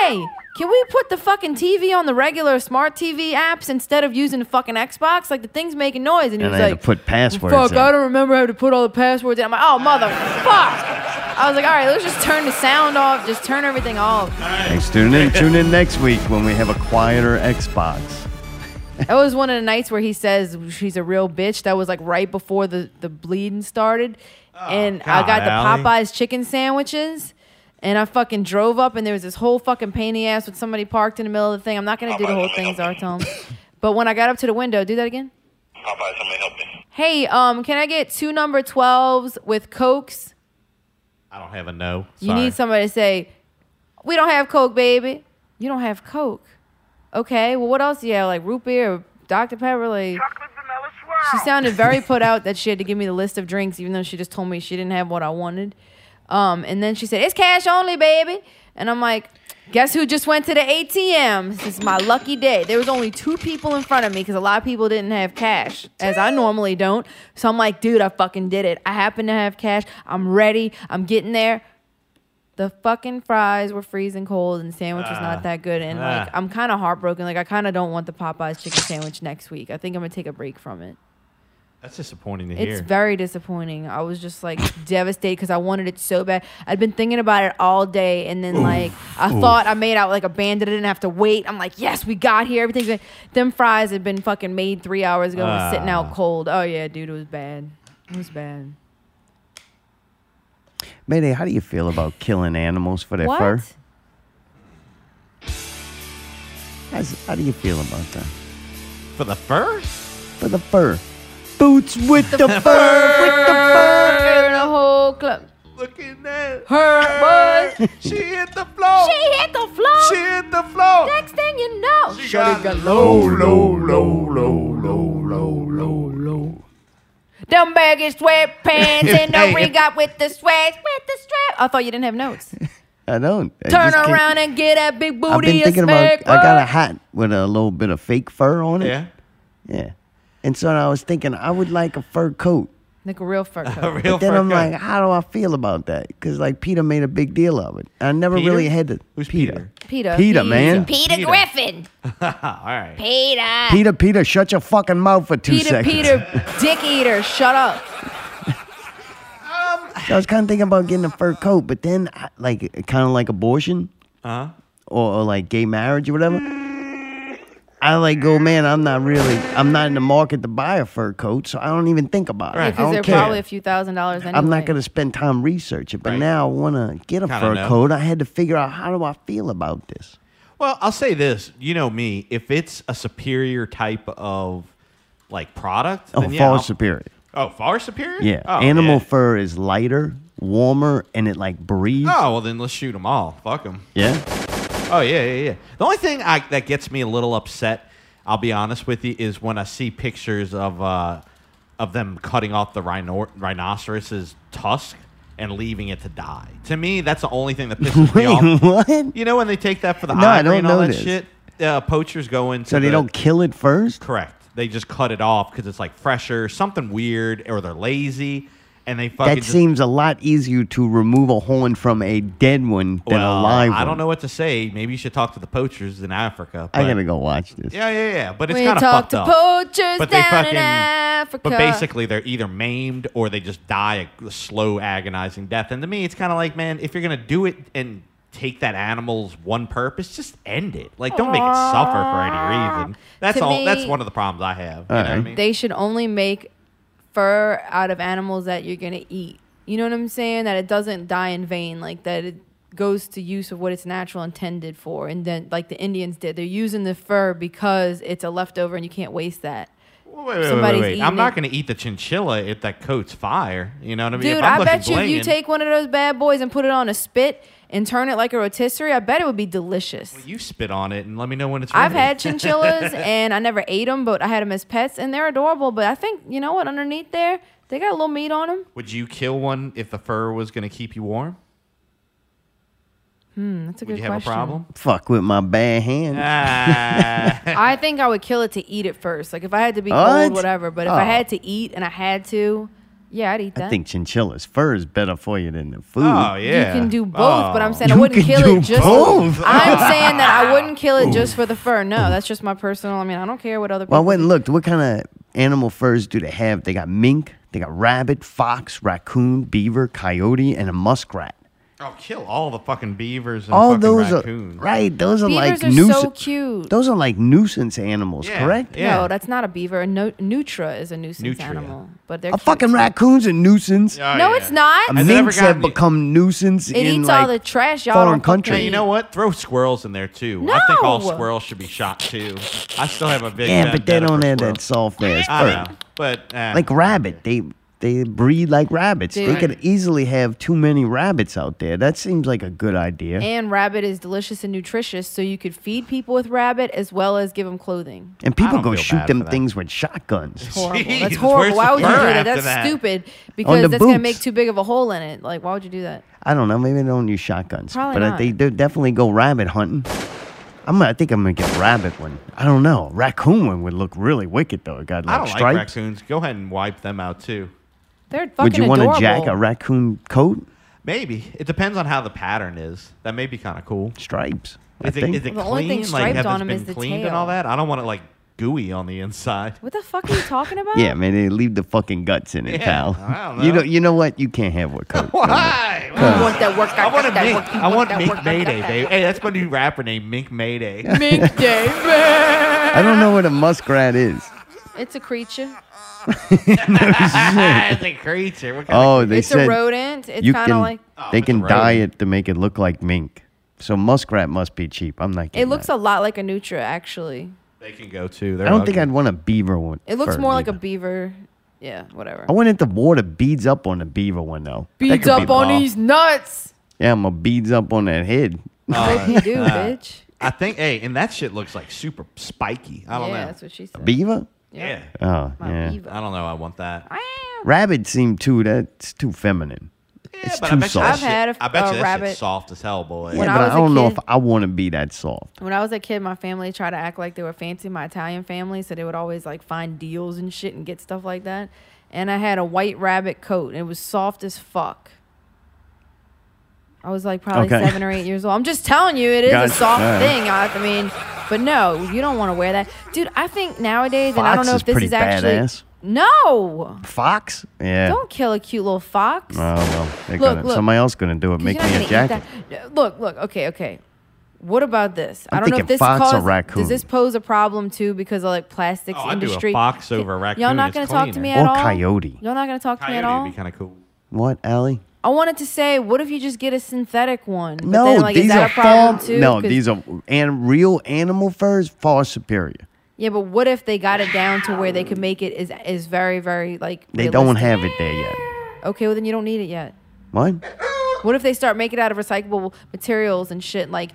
Speaker 3: hey, can we put the fucking TV on the regular smart TV apps instead of using the fucking Xbox? Like the thing's making noise." And he
Speaker 1: And I
Speaker 3: was
Speaker 1: had
Speaker 3: like,
Speaker 1: to put passwords.
Speaker 3: "Fuck,
Speaker 1: in.
Speaker 3: I don't remember how to put all the passwords." in. I'm like, "Oh motherfuck!" I was like, "All right, let's just turn the sound off. Just turn everything off."
Speaker 1: Thanks, tune in. Tune in next week when we have a quieter Xbox.
Speaker 3: That was one of the nights where he says she's a real bitch. That was like right before the, the bleeding started. and I
Speaker 2: Oh, God,
Speaker 3: got the
Speaker 2: Allie.
Speaker 3: Popeyes chicken sandwiches. And I fucking drove up and there was this whole fucking pain in the ass with somebody parked in the middle of the thing. I'm not gonna do the whole thing, Zartom. But when I got up to the window, do that again.
Speaker 7: Popeye, somebody help me.
Speaker 3: Hey, um, can I get two number twelves with Cokes?
Speaker 2: I don't have a no.
Speaker 3: You need
Speaker 2: Sorry.
Speaker 3: somebody to say, "We don't have Coke, baby. You don't have Coke." Okay. Well, what else do you have? Like root beer, or Dr Pepper, like. She sounded very put out that she had to give me the list of drinks, even though she just told me she didn't have what I wanted. Um, and then she said, "It's cash only, baby." And I'm like, guess who just went to the ATM? This is my lucky day. There was only two people in front of me because a lot of people didn't have cash, as I normally don't. So I'm like, dude, I fucking did it. I happen to have cash. I'm ready. I'm getting there. The fucking fries were freezing cold and the sandwich was
Speaker 2: Ah.
Speaker 3: not that good. And like,
Speaker 2: Ah.
Speaker 3: I'm kind of heartbroken. Like, I kind of don't want the Popeyes chicken sandwich next week. I think I'm going to take a break from it.
Speaker 2: That's disappointing to hear.
Speaker 3: It's very disappointing. I was just like devastated because I wanted it so bad. I'd been thinking about it all day, and then like I thought I made out like a bandit. I didn't have to wait. I'm like, yes, we got here. Everything's good. Them fries had been fucking made three hours ago and was sitting out cold. Oh yeah, dude, it was bad. It was bad.
Speaker 1: Mayday, how do you feel about killing animals for their
Speaker 3: what?
Speaker 1: fur? How's, how do you feel about that?
Speaker 2: For the fur?
Speaker 1: For the fur. Boots with the, fur. With the fur.
Speaker 3: Fur the whole club.
Speaker 2: Look at that.
Speaker 3: Her was
Speaker 2: She hit the floor.
Speaker 3: she hit the floor.
Speaker 2: hit the floor.
Speaker 3: Next thing you know, she
Speaker 2: low, low, low.
Speaker 3: Them baggy sweatpants and the
Speaker 2: Hey,
Speaker 3: ring
Speaker 2: if-
Speaker 3: up with the sweat, with the strap. I thought you didn't have notes.
Speaker 1: I don't. I
Speaker 3: Turn
Speaker 1: just can't-
Speaker 3: around and get that big booty.
Speaker 1: I've been thinking
Speaker 3: a
Speaker 1: about.
Speaker 3: smack,
Speaker 1: I got a
Speaker 3: boy.
Speaker 1: hat with a little bit of fake fur on it.
Speaker 2: Yeah.
Speaker 1: Yeah. And so I was thinking I would like a fur coat.
Speaker 3: like a real fur
Speaker 2: A
Speaker 3: coat.
Speaker 2: real
Speaker 1: Then
Speaker 2: fur
Speaker 1: I'm
Speaker 2: coat.
Speaker 1: like, how do I feel about that? Because like Peter made a big deal of it. I never
Speaker 2: Peter?
Speaker 1: really had to.
Speaker 2: Who's Peter?
Speaker 3: Peter.
Speaker 1: Peter,
Speaker 3: he's-
Speaker 1: man.
Speaker 6: Peter,
Speaker 2: Peter.
Speaker 6: Griffin.
Speaker 2: all right.
Speaker 6: Peter.
Speaker 1: Peter, Peter, shut your fucking mouth for two
Speaker 3: Ah. Peter,
Speaker 1: seconds.
Speaker 3: Peter, dick eater. Shut up.
Speaker 1: So I was kind of thinking about getting a fur coat, but then I- like kind of like abortion
Speaker 2: Uh-huh.
Speaker 1: or, or like gay marriage or whatever. I like go, man. I'm not really. I'm not in the market to buy a fur coat, so I don't even think about it.
Speaker 2: Right.
Speaker 1: I
Speaker 3: Because
Speaker 1: don't
Speaker 3: they're
Speaker 1: care.
Speaker 3: probably a few thousand dollars anyway.
Speaker 1: I'm not going to spend time researching, but
Speaker 2: Right.
Speaker 1: now I want to get a
Speaker 2: Kinda
Speaker 1: fur
Speaker 2: know.
Speaker 1: coat. I had to figure out how do I feel about this.
Speaker 2: Well, I'll say this. You know me. If it's a superior type of like product,
Speaker 1: Oh,
Speaker 2: then yeah,
Speaker 1: far
Speaker 2: I'll-
Speaker 1: superior.
Speaker 2: Oh, far superior.
Speaker 1: Yeah,
Speaker 2: Oh,
Speaker 1: animal
Speaker 2: yeah.
Speaker 1: fur is lighter, warmer, and it like breathes.
Speaker 2: Oh well, then let's shoot them all. Fuck them.
Speaker 1: Yeah,
Speaker 2: Oh yeah, yeah, yeah. The only thing I, that gets me a little upset, I'll be honest with you, is when I see pictures of uh, of them cutting off the rhino- rhinoceros's tusk and leaving it to die. To me, that's the only thing that pisses me off.
Speaker 1: what?
Speaker 2: You know when they take that for the
Speaker 1: No, I
Speaker 2: ivory
Speaker 1: don't
Speaker 2: and all
Speaker 1: know
Speaker 2: that
Speaker 1: this.
Speaker 2: shit. Uh, poachers go into
Speaker 1: So they
Speaker 2: the-
Speaker 1: don't kill it first.
Speaker 2: correct. They just cut it off because it's like fresher, something weird, or they're lazy, and they fucking
Speaker 1: That
Speaker 2: just-
Speaker 1: seems a lot easier to remove a horn from a dead one than
Speaker 2: Well,
Speaker 1: a live one.
Speaker 2: I don't know what to say. Maybe you should talk to the poachers in Africa.
Speaker 1: I
Speaker 2: but-
Speaker 1: gotta go watch this.
Speaker 2: Yeah, yeah, yeah. But it's
Speaker 3: We
Speaker 2: kind of
Speaker 3: talk
Speaker 2: fucked
Speaker 3: to
Speaker 2: up.
Speaker 3: poachers
Speaker 2: but they
Speaker 3: down
Speaker 2: fucking,
Speaker 3: in Africa.
Speaker 2: But basically, they're either maimed or they just die a slow, agonizing death. And to me, it's kind of like, man, if you're gonna do it and take that animal's one purpose, just end it. Like, don't make it suffer for any reason. That's
Speaker 3: To
Speaker 2: all. that's
Speaker 3: me-
Speaker 2: one of the problems I have. You know what I
Speaker 1: Alright.
Speaker 2: mean?
Speaker 3: they should only make fur out of animals that you're gonna eat. You know what I'm saying? That it doesn't die in vain, like that it goes to use of what it's natural intended for. And then, like the Indians did, they're using the fur because it's a leftover and you can't waste that.
Speaker 2: Wait, wait, wait, wait,
Speaker 3: somebody's
Speaker 2: wait. I'm
Speaker 3: eating
Speaker 2: not
Speaker 3: it.
Speaker 2: gonna eat the chinchilla if that coat's fire. You know what I mean?
Speaker 3: Dude,
Speaker 2: if I'm
Speaker 3: I
Speaker 2: looking
Speaker 3: bet you if you
Speaker 2: blingin'-
Speaker 3: take one of those bad boys and put it on a spit and turn it like a rotisserie, I bet it would be delicious.
Speaker 2: you spit on it and let me know when it's.
Speaker 3: I've
Speaker 2: ready.
Speaker 3: had chinchillas and I never ate them, but I had them as pets and they're adorable. But I think, you know what, underneath there, they got a little meat on them.
Speaker 2: Would you kill one if the fur was gonna keep you warm?
Speaker 3: That's a
Speaker 2: Would
Speaker 3: good
Speaker 2: you have
Speaker 3: question.
Speaker 2: a problem?
Speaker 1: Fuck with my bare hand.
Speaker 2: Ah.
Speaker 3: I think I would kill it to eat it first. Like if I had to be
Speaker 1: What?
Speaker 3: cold, whatever. But if I
Speaker 1: Oh.
Speaker 3: had to eat and I had to, yeah, I'd eat that.
Speaker 1: I think chinchilla's fur is better for you than the food.
Speaker 2: Oh yeah.
Speaker 3: You can do both, but I'm
Speaker 2: Oh.
Speaker 3: saying I
Speaker 1: You
Speaker 3: wouldn't
Speaker 1: can
Speaker 3: kill
Speaker 1: do
Speaker 3: it just.
Speaker 1: both.
Speaker 3: I'm saying that I wouldn't kill it just for the fur. No, that's just my personal. I mean, I don't care what other.
Speaker 1: Well, I
Speaker 3: people
Speaker 1: went and looked. What kind of animal furs do they have? They got mink, they got rabbit, fox, raccoon, beaver, coyote, and a muskrat.
Speaker 2: Oh, kill all the fucking beavers and
Speaker 1: All
Speaker 2: fucking
Speaker 1: those
Speaker 2: raccoons.
Speaker 1: are right. Those are
Speaker 3: Beavers
Speaker 1: like
Speaker 3: are
Speaker 1: nuisance.
Speaker 3: so cute.
Speaker 1: Those are like nuisance animals,
Speaker 2: Yeah,
Speaker 1: correct?
Speaker 2: yeah.
Speaker 3: No, that's not a beaver. No, Nutra is a nuisance
Speaker 2: Nutria.
Speaker 3: animal, but they're
Speaker 1: A
Speaker 3: cute.
Speaker 1: fucking raccoon's a nuisance.
Speaker 2: Oh,
Speaker 3: No,
Speaker 2: yeah.
Speaker 3: it's not.
Speaker 1: A
Speaker 2: Has it ever
Speaker 1: Minks have
Speaker 2: gotten you-
Speaker 1: become nuisance
Speaker 3: It
Speaker 1: in
Speaker 3: eats
Speaker 1: like
Speaker 3: all the trash y'all
Speaker 1: foreign
Speaker 3: don't fucking
Speaker 1: countries.
Speaker 2: Hey, you know what? Throw squirrels in there too. I think all
Speaker 3: No!
Speaker 2: squirrels should be shot too. I still have a big
Speaker 1: Yeah,
Speaker 2: vendetta
Speaker 1: but they don't
Speaker 2: for
Speaker 1: have that
Speaker 2: squirrels.
Speaker 1: soft ass
Speaker 2: I know,
Speaker 1: fur.
Speaker 2: but uh,
Speaker 1: Like rabbit, they they breed like rabbits. They
Speaker 3: Dude.
Speaker 1: could easily have too many rabbits out there. That seems like a good idea. And,
Speaker 3: And rabbit is delicious and nutritious, so you could feed people with rabbit as well as give them clothing.
Speaker 1: people
Speaker 2: don't
Speaker 1: go
Speaker 2: feel
Speaker 1: shoot
Speaker 2: bad
Speaker 1: them
Speaker 2: for that.
Speaker 1: things with shotguns.
Speaker 3: Horrible.
Speaker 2: Jeez,
Speaker 3: That's horrible.
Speaker 2: where's
Speaker 3: Why
Speaker 2: the
Speaker 3: would you do
Speaker 2: fur
Speaker 3: that?
Speaker 2: after
Speaker 3: That's
Speaker 2: that?
Speaker 3: stupid because
Speaker 1: the
Speaker 3: that's gonna
Speaker 1: boots.
Speaker 3: make too big of a hole in it. Like, why would you do that?
Speaker 1: I don't know. Maybe they don't use shotguns,
Speaker 3: Probably
Speaker 1: but I-
Speaker 3: not.
Speaker 1: they they definitely go rabbit hunting. I'm. I think I'm gonna get a rabbit one. I don't know. Raccoon one would look really wicked though. It got like
Speaker 2: I don't like
Speaker 1: stripes.
Speaker 2: raccoons. Go ahead and wipe them out too.
Speaker 3: They're fucking
Speaker 1: would you
Speaker 3: adorable.
Speaker 1: want to jack a raccoon coat?
Speaker 2: Maybe it depends on how the pattern is. That may be kind of cool.
Speaker 1: Stripes. I
Speaker 2: Is it,
Speaker 1: think.
Speaker 2: is it
Speaker 3: The only thing
Speaker 2: clean? Like,
Speaker 3: striped
Speaker 2: have
Speaker 3: on
Speaker 2: this
Speaker 3: 'em is
Speaker 2: been
Speaker 3: the
Speaker 2: cleaned and all that? I don't want it like gooey on the inside.
Speaker 3: What the fuck are you talking about?
Speaker 1: yeah, man. They leave the fucking guts in it,
Speaker 2: Yeah,
Speaker 1: pal.
Speaker 2: I don't
Speaker 1: You
Speaker 2: know.
Speaker 1: know. You know what? You can't have what coat.
Speaker 2: Why?
Speaker 3: You want that work?
Speaker 2: I want to
Speaker 3: that
Speaker 2: Mink.
Speaker 3: work- you
Speaker 2: I want
Speaker 3: that
Speaker 2: Mink
Speaker 3: work-
Speaker 2: Mayday, babe. Hey, that's my new rapper name, Mink Mayday.
Speaker 3: Mink day.
Speaker 1: I don't know what a muskrat is.
Speaker 3: It's a creature.
Speaker 2: it's a creature. What kind
Speaker 1: Oh, they
Speaker 3: it's
Speaker 1: said
Speaker 3: a rodent. It's
Speaker 1: you
Speaker 3: kind
Speaker 1: can.
Speaker 3: of like
Speaker 1: they
Speaker 2: Oh, it's a
Speaker 1: can
Speaker 2: rodent.
Speaker 1: dye it to make it look like mink. So muskrat must be cheap. I'm not.
Speaker 3: it
Speaker 1: getting
Speaker 3: looks
Speaker 1: that.
Speaker 3: a lot like a nutria actually.
Speaker 2: they can go to. They're
Speaker 1: I don't think
Speaker 2: ugly.
Speaker 1: I'd want a beaver one.
Speaker 3: It looks
Speaker 1: fur
Speaker 3: more like a
Speaker 1: either.
Speaker 3: beaver. Yeah, whatever.
Speaker 1: I went into water beads up on the beaver one though. That
Speaker 3: Beads
Speaker 1: could be
Speaker 3: up on
Speaker 1: bomb.
Speaker 3: these nuts.
Speaker 1: Yeah, I'm gonna beads up on that head.
Speaker 3: What you do,
Speaker 1: Uh,
Speaker 3: bitch?
Speaker 2: I think. Hey, and that shit looks like super spiky. I don't
Speaker 3: yeah,
Speaker 2: know.
Speaker 3: that's what she said.
Speaker 1: Beaver?
Speaker 2: yeah.
Speaker 1: Oh
Speaker 3: My
Speaker 1: yeah.
Speaker 3: beaver.
Speaker 2: I don't know. I want that.
Speaker 1: Rabbit seemed too. That's too feminine.
Speaker 2: Yeah,
Speaker 1: It's
Speaker 2: but
Speaker 1: too
Speaker 2: I bet you that
Speaker 1: soft.
Speaker 3: I've had
Speaker 2: shit-
Speaker 3: a-
Speaker 2: I bet
Speaker 3: a
Speaker 2: you that
Speaker 3: rabbit-
Speaker 2: shit's soft as hell, boy.
Speaker 1: Yeah,
Speaker 3: When I
Speaker 1: but I,
Speaker 3: was a
Speaker 1: don't know
Speaker 3: kid-
Speaker 1: if I want to be that soft.
Speaker 3: When I was a kid, my family tried to act like they were fancy, my Italian family, so they would always like find deals and shit and get stuff like that. And I had a white rabbit coat, and it was soft as fuck. I was like probably
Speaker 1: Okay.
Speaker 3: seven or eight years old. I'm just telling you, it is
Speaker 1: Gotcha.
Speaker 3: a soft
Speaker 1: All right.
Speaker 3: thing. I, I mean, but no, you don't want to wear that, dude. I think nowadays, and I don't
Speaker 1: Fox
Speaker 3: know
Speaker 1: is
Speaker 3: if this
Speaker 1: pretty
Speaker 3: is actually
Speaker 1: badass.
Speaker 3: no.
Speaker 1: Fox? Yeah.
Speaker 3: Don't kill a cute little fox.
Speaker 1: Oh well, they're
Speaker 3: Look,
Speaker 1: gonna,
Speaker 3: look.
Speaker 1: somebody else gonna do it.
Speaker 3: 'Cause
Speaker 1: Make
Speaker 3: you're not
Speaker 1: me
Speaker 3: gonna
Speaker 1: a
Speaker 3: eat
Speaker 1: jacket.
Speaker 3: that. Look, look, okay, okay. What about this?
Speaker 1: I'm
Speaker 3: I do not know
Speaker 1: thinking
Speaker 3: if this
Speaker 1: fox or
Speaker 3: cause-
Speaker 1: raccoon.
Speaker 3: does this pose a problem too because of like plastics
Speaker 2: Oh, I'd do a
Speaker 3: industry.
Speaker 2: fox over a
Speaker 3: Y'all
Speaker 2: raccoon,
Speaker 3: not
Speaker 2: it's
Speaker 3: gonna talk to
Speaker 2: cleaner.
Speaker 3: me
Speaker 1: Or
Speaker 3: at all.
Speaker 1: coyote.
Speaker 3: Y'all not gonna talk to me at
Speaker 2: Coyote
Speaker 3: all.
Speaker 2: would be kind of cool.
Speaker 1: What, Allie?
Speaker 3: I wanted to say, what if you just get a synthetic one? But
Speaker 1: No,
Speaker 3: then, like,
Speaker 1: these
Speaker 3: is that
Speaker 1: are
Speaker 3: a problem
Speaker 1: far.
Speaker 3: too?
Speaker 1: No,
Speaker 3: 'Cause-
Speaker 1: these are and real animal furs far superior.
Speaker 3: Yeah, but what if they got it down to where they could make it is is very very like
Speaker 1: They don't
Speaker 3: realistic?
Speaker 1: have it there yet.
Speaker 3: Okay, well then you don't need it yet.
Speaker 1: What?
Speaker 3: What if they start making it out of recyclable materials and shit like?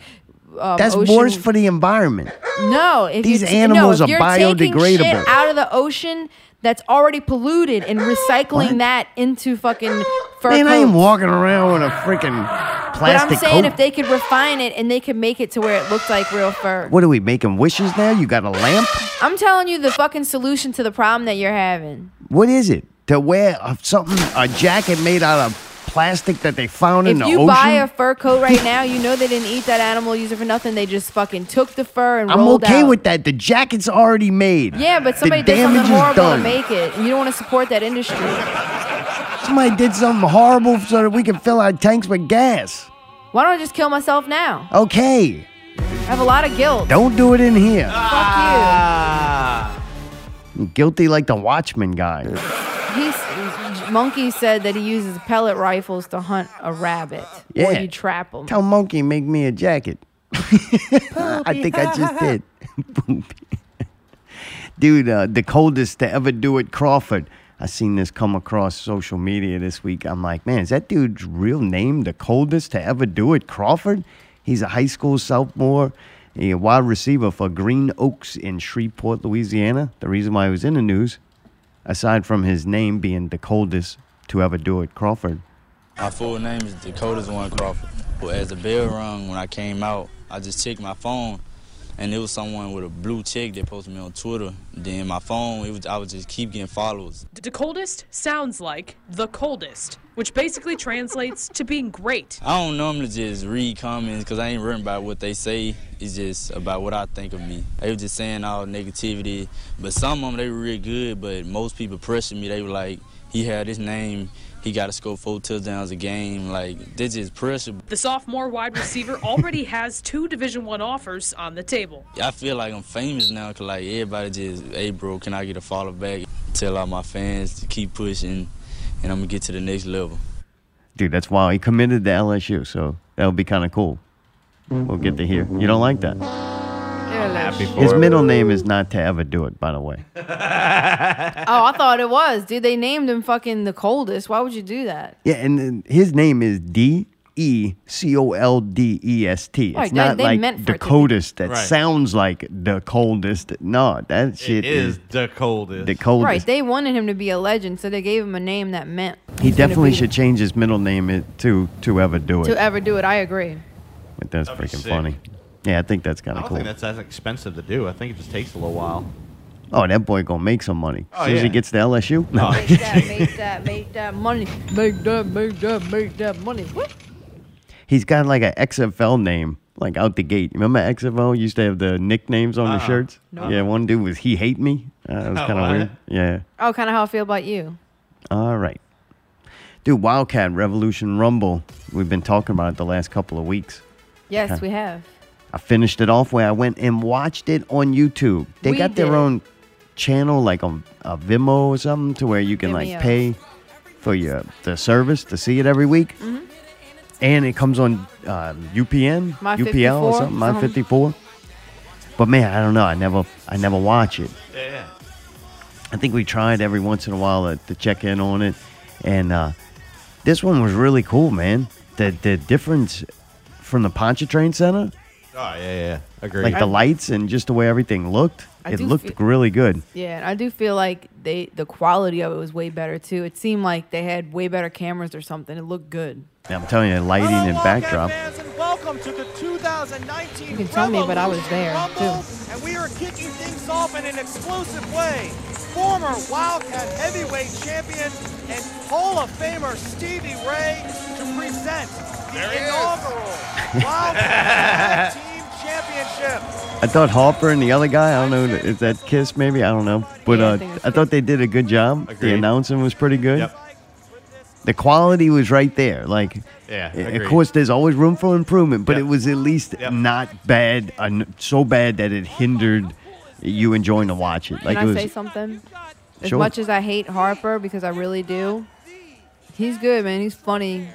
Speaker 3: Um,
Speaker 1: That's
Speaker 3: ocean-
Speaker 1: worse for the environment.
Speaker 3: No, if
Speaker 1: These
Speaker 3: you t-
Speaker 1: animals
Speaker 3: no, if
Speaker 1: are
Speaker 3: you're taking
Speaker 1: biodegradable.
Speaker 3: Shit out of the ocean that's already polluted and recycling that into fucking fur
Speaker 1: Man, I ain't
Speaker 3: coats.
Speaker 1: walking around with a freaking
Speaker 3: But I'm
Speaker 1: plastic
Speaker 3: saying
Speaker 1: coat.
Speaker 3: if they could refine it and they could make it to where it looks like real fur.
Speaker 1: what are we making wishes now? You got a lamp?
Speaker 3: I'm telling you the fucking solution to the problem that you're having.
Speaker 1: What is it? To wear a, something a jacket made out of plastic that they found in
Speaker 3: If
Speaker 1: the
Speaker 3: you
Speaker 1: ocean?
Speaker 3: buy a fur coat right now, you know they didn't eat that animal, use it for nothing. They just fucking took the fur and
Speaker 1: I'm
Speaker 3: rolled
Speaker 1: okay
Speaker 3: out.
Speaker 1: with that. The jacket's already made.
Speaker 3: Yeah, but somebody
Speaker 1: the
Speaker 3: did something
Speaker 1: damage is
Speaker 3: horrible
Speaker 1: done.
Speaker 3: to make it. And you don't want to support that industry.
Speaker 1: Somebody did something horrible so that we can fill our tanks with gas.
Speaker 3: Why don't I just kill myself now?
Speaker 1: Okay,
Speaker 3: I have a lot of guilt.
Speaker 1: don't do it in here.
Speaker 3: Fuck you.
Speaker 2: Ah,
Speaker 1: Guilty like the Watchman guy.
Speaker 3: He's, Monkey said that he uses pellet rifles to hunt a rabbit.
Speaker 1: Yeah.
Speaker 3: Or you trap them.
Speaker 1: Tell Monkey make me a jacket. I think I just did. Poopy. Dude, uh, the coldest to ever do it, Crawford. I seen this come across social media this week. I'm like, man, is that dude's real name the coldest to ever do it, Crawford? He's a high school sophomore, a wide receiver for Green Oaks in Shreveport, Louisiana. The reason why he was in the news, aside from his name being the coldest to ever do it, Crawford,
Speaker 6: My full name is Dakota's One Crawford. But as the bell rung when I came out, I just checked my phone, and it was someone with a blue check that posted me on Twitter. Then my phone, it was I was just keep getting followers.
Speaker 7: The coldest sounds like the coldest, which basically translates to being great.
Speaker 6: I don't normally just read comments because I ain't worried about what they say. It's just about what I think of me. They were just saying all negativity, but some of them they were real good. But most people pressured me. They were like, he had his name. He got to score four touchdowns a game. Like, they just pressure.
Speaker 7: The sophomore wide receiver already has two Division 1 offers on the table.
Speaker 6: I feel like I'm famous now because like everybody just, hey bro, can I get a follow back? Tell all my fans to keep pushing, and I'm gonna get to the next level.
Speaker 1: Dude, that's wild. He committed to LSU, so that would be kind of cool. We'll get to hear. You don't like that?
Speaker 3: Dude,
Speaker 2: happy for
Speaker 1: His
Speaker 2: him.
Speaker 1: middle name is not to ever do it, by the way.
Speaker 3: Oh, I thought it was, dude. They named him fucking the coldest. Why would you do that?
Speaker 1: Yeah, and then his name is D E C O L D E S T. It's
Speaker 3: Right, they-
Speaker 1: not
Speaker 3: they meant for it to
Speaker 1: like the
Speaker 3: be-
Speaker 1: coldest. That
Speaker 2: Right.
Speaker 1: sounds like the coldest. No, that
Speaker 2: It
Speaker 1: shit
Speaker 2: is
Speaker 1: is
Speaker 2: the coldest.
Speaker 1: the coldest.
Speaker 3: Right. They wanted him to be a legend, so they gave him a name that meant
Speaker 1: He
Speaker 3: he's gonna
Speaker 1: definitely
Speaker 3: be-
Speaker 1: should change his middle name it to to ever do it.
Speaker 3: to ever do it. I agree.
Speaker 1: But that's
Speaker 2: That'd be
Speaker 1: freaking
Speaker 2: sick.
Speaker 1: funny. Yeah, I think that's kind
Speaker 2: I
Speaker 1: of
Speaker 2: don't
Speaker 1: cool.
Speaker 2: think that's as expensive to do. I think it just takes a little while.
Speaker 1: Oh, that boy gonna make some money. As
Speaker 2: Oh,
Speaker 1: soon as he
Speaker 2: yeah.
Speaker 1: gets to LSU. No.
Speaker 2: Oh.
Speaker 3: Make that, make that, make that money. Make that, make that, make that money. What?
Speaker 1: He's got like an XFL name, like out the gate. Remember XFL used to have the nicknames on the
Speaker 2: Uh-uh.
Speaker 1: shirts?
Speaker 3: No.
Speaker 1: Yeah, one dude was He Hate Me. Uh, that was
Speaker 2: Oh,
Speaker 1: kind of
Speaker 2: what?
Speaker 1: weird. Yeah.
Speaker 3: Oh, kind of how I feel about you.
Speaker 1: All right. Dude, Wildcat Revolution Rumble. We've been talking about it the last couple of weeks.
Speaker 3: Yes,
Speaker 1: Okay.
Speaker 3: we have.
Speaker 1: I finished it off where I went and watched it on YouTube. They
Speaker 3: We
Speaker 1: got their
Speaker 3: did.
Speaker 1: own channel, like on a Vimeo or something, to where you can
Speaker 3: Vimeo.
Speaker 1: like pay for your the service to see it every week.
Speaker 3: Mm-hmm.
Speaker 1: And it comes on um, UPN,
Speaker 3: My Uh-huh.
Speaker 1: UPL or
Speaker 3: 54,
Speaker 1: something, my
Speaker 3: something.
Speaker 1: 54. But man, I don't know. I never, I never watch it.
Speaker 2: Yeah.
Speaker 1: I think we tried every once in a while to, to check in on it, and uh, this one was really cool, man. The the difference from the Pontchartrain Center,
Speaker 2: Oh yeah, yeah. Agreed.
Speaker 1: like the lights and just the way everything looked,
Speaker 3: I
Speaker 1: it
Speaker 3: do
Speaker 1: looked
Speaker 3: feel-
Speaker 1: really good.
Speaker 3: Yeah, and I do feel like they the quality of it was way better too. It seemed like they had way better cameras or something. It looked good.
Speaker 1: And I'm telling you, lighting and backdrop.
Speaker 8: welcome to the 2019
Speaker 3: You can tell me, but I was there,
Speaker 8: Rumble,
Speaker 3: too.
Speaker 8: and we are kicking things off in an exclusive way. Former Wildcat heavyweight champion and Hall of Famer Stevie Ray to present the
Speaker 5: There he is.
Speaker 8: inaugural Wildcat Tag Team Championship.
Speaker 1: I thought Harper and the other guy, I don't know, is that Kiss maybe? I don't know. But
Speaker 3: Yeah, I
Speaker 1: uh,
Speaker 3: think it's
Speaker 1: I thought they did a good job.
Speaker 2: Agreed.
Speaker 1: The announcing was pretty good.
Speaker 2: Yep.
Speaker 1: The quality was right there. Like, eh,
Speaker 2: Yeah,
Speaker 1: of
Speaker 2: agreed.
Speaker 1: course, there's always room for improvement, but
Speaker 2: Yep.
Speaker 1: it was at least
Speaker 2: Yep.
Speaker 1: not bad, en- so bad that it hindered you enjoying to watch it.
Speaker 3: Can
Speaker 1: Like
Speaker 3: I
Speaker 1: it was,
Speaker 3: say something? As
Speaker 1: Sure.
Speaker 3: much as I hate Harper because I really do, he's good, man. He's funny.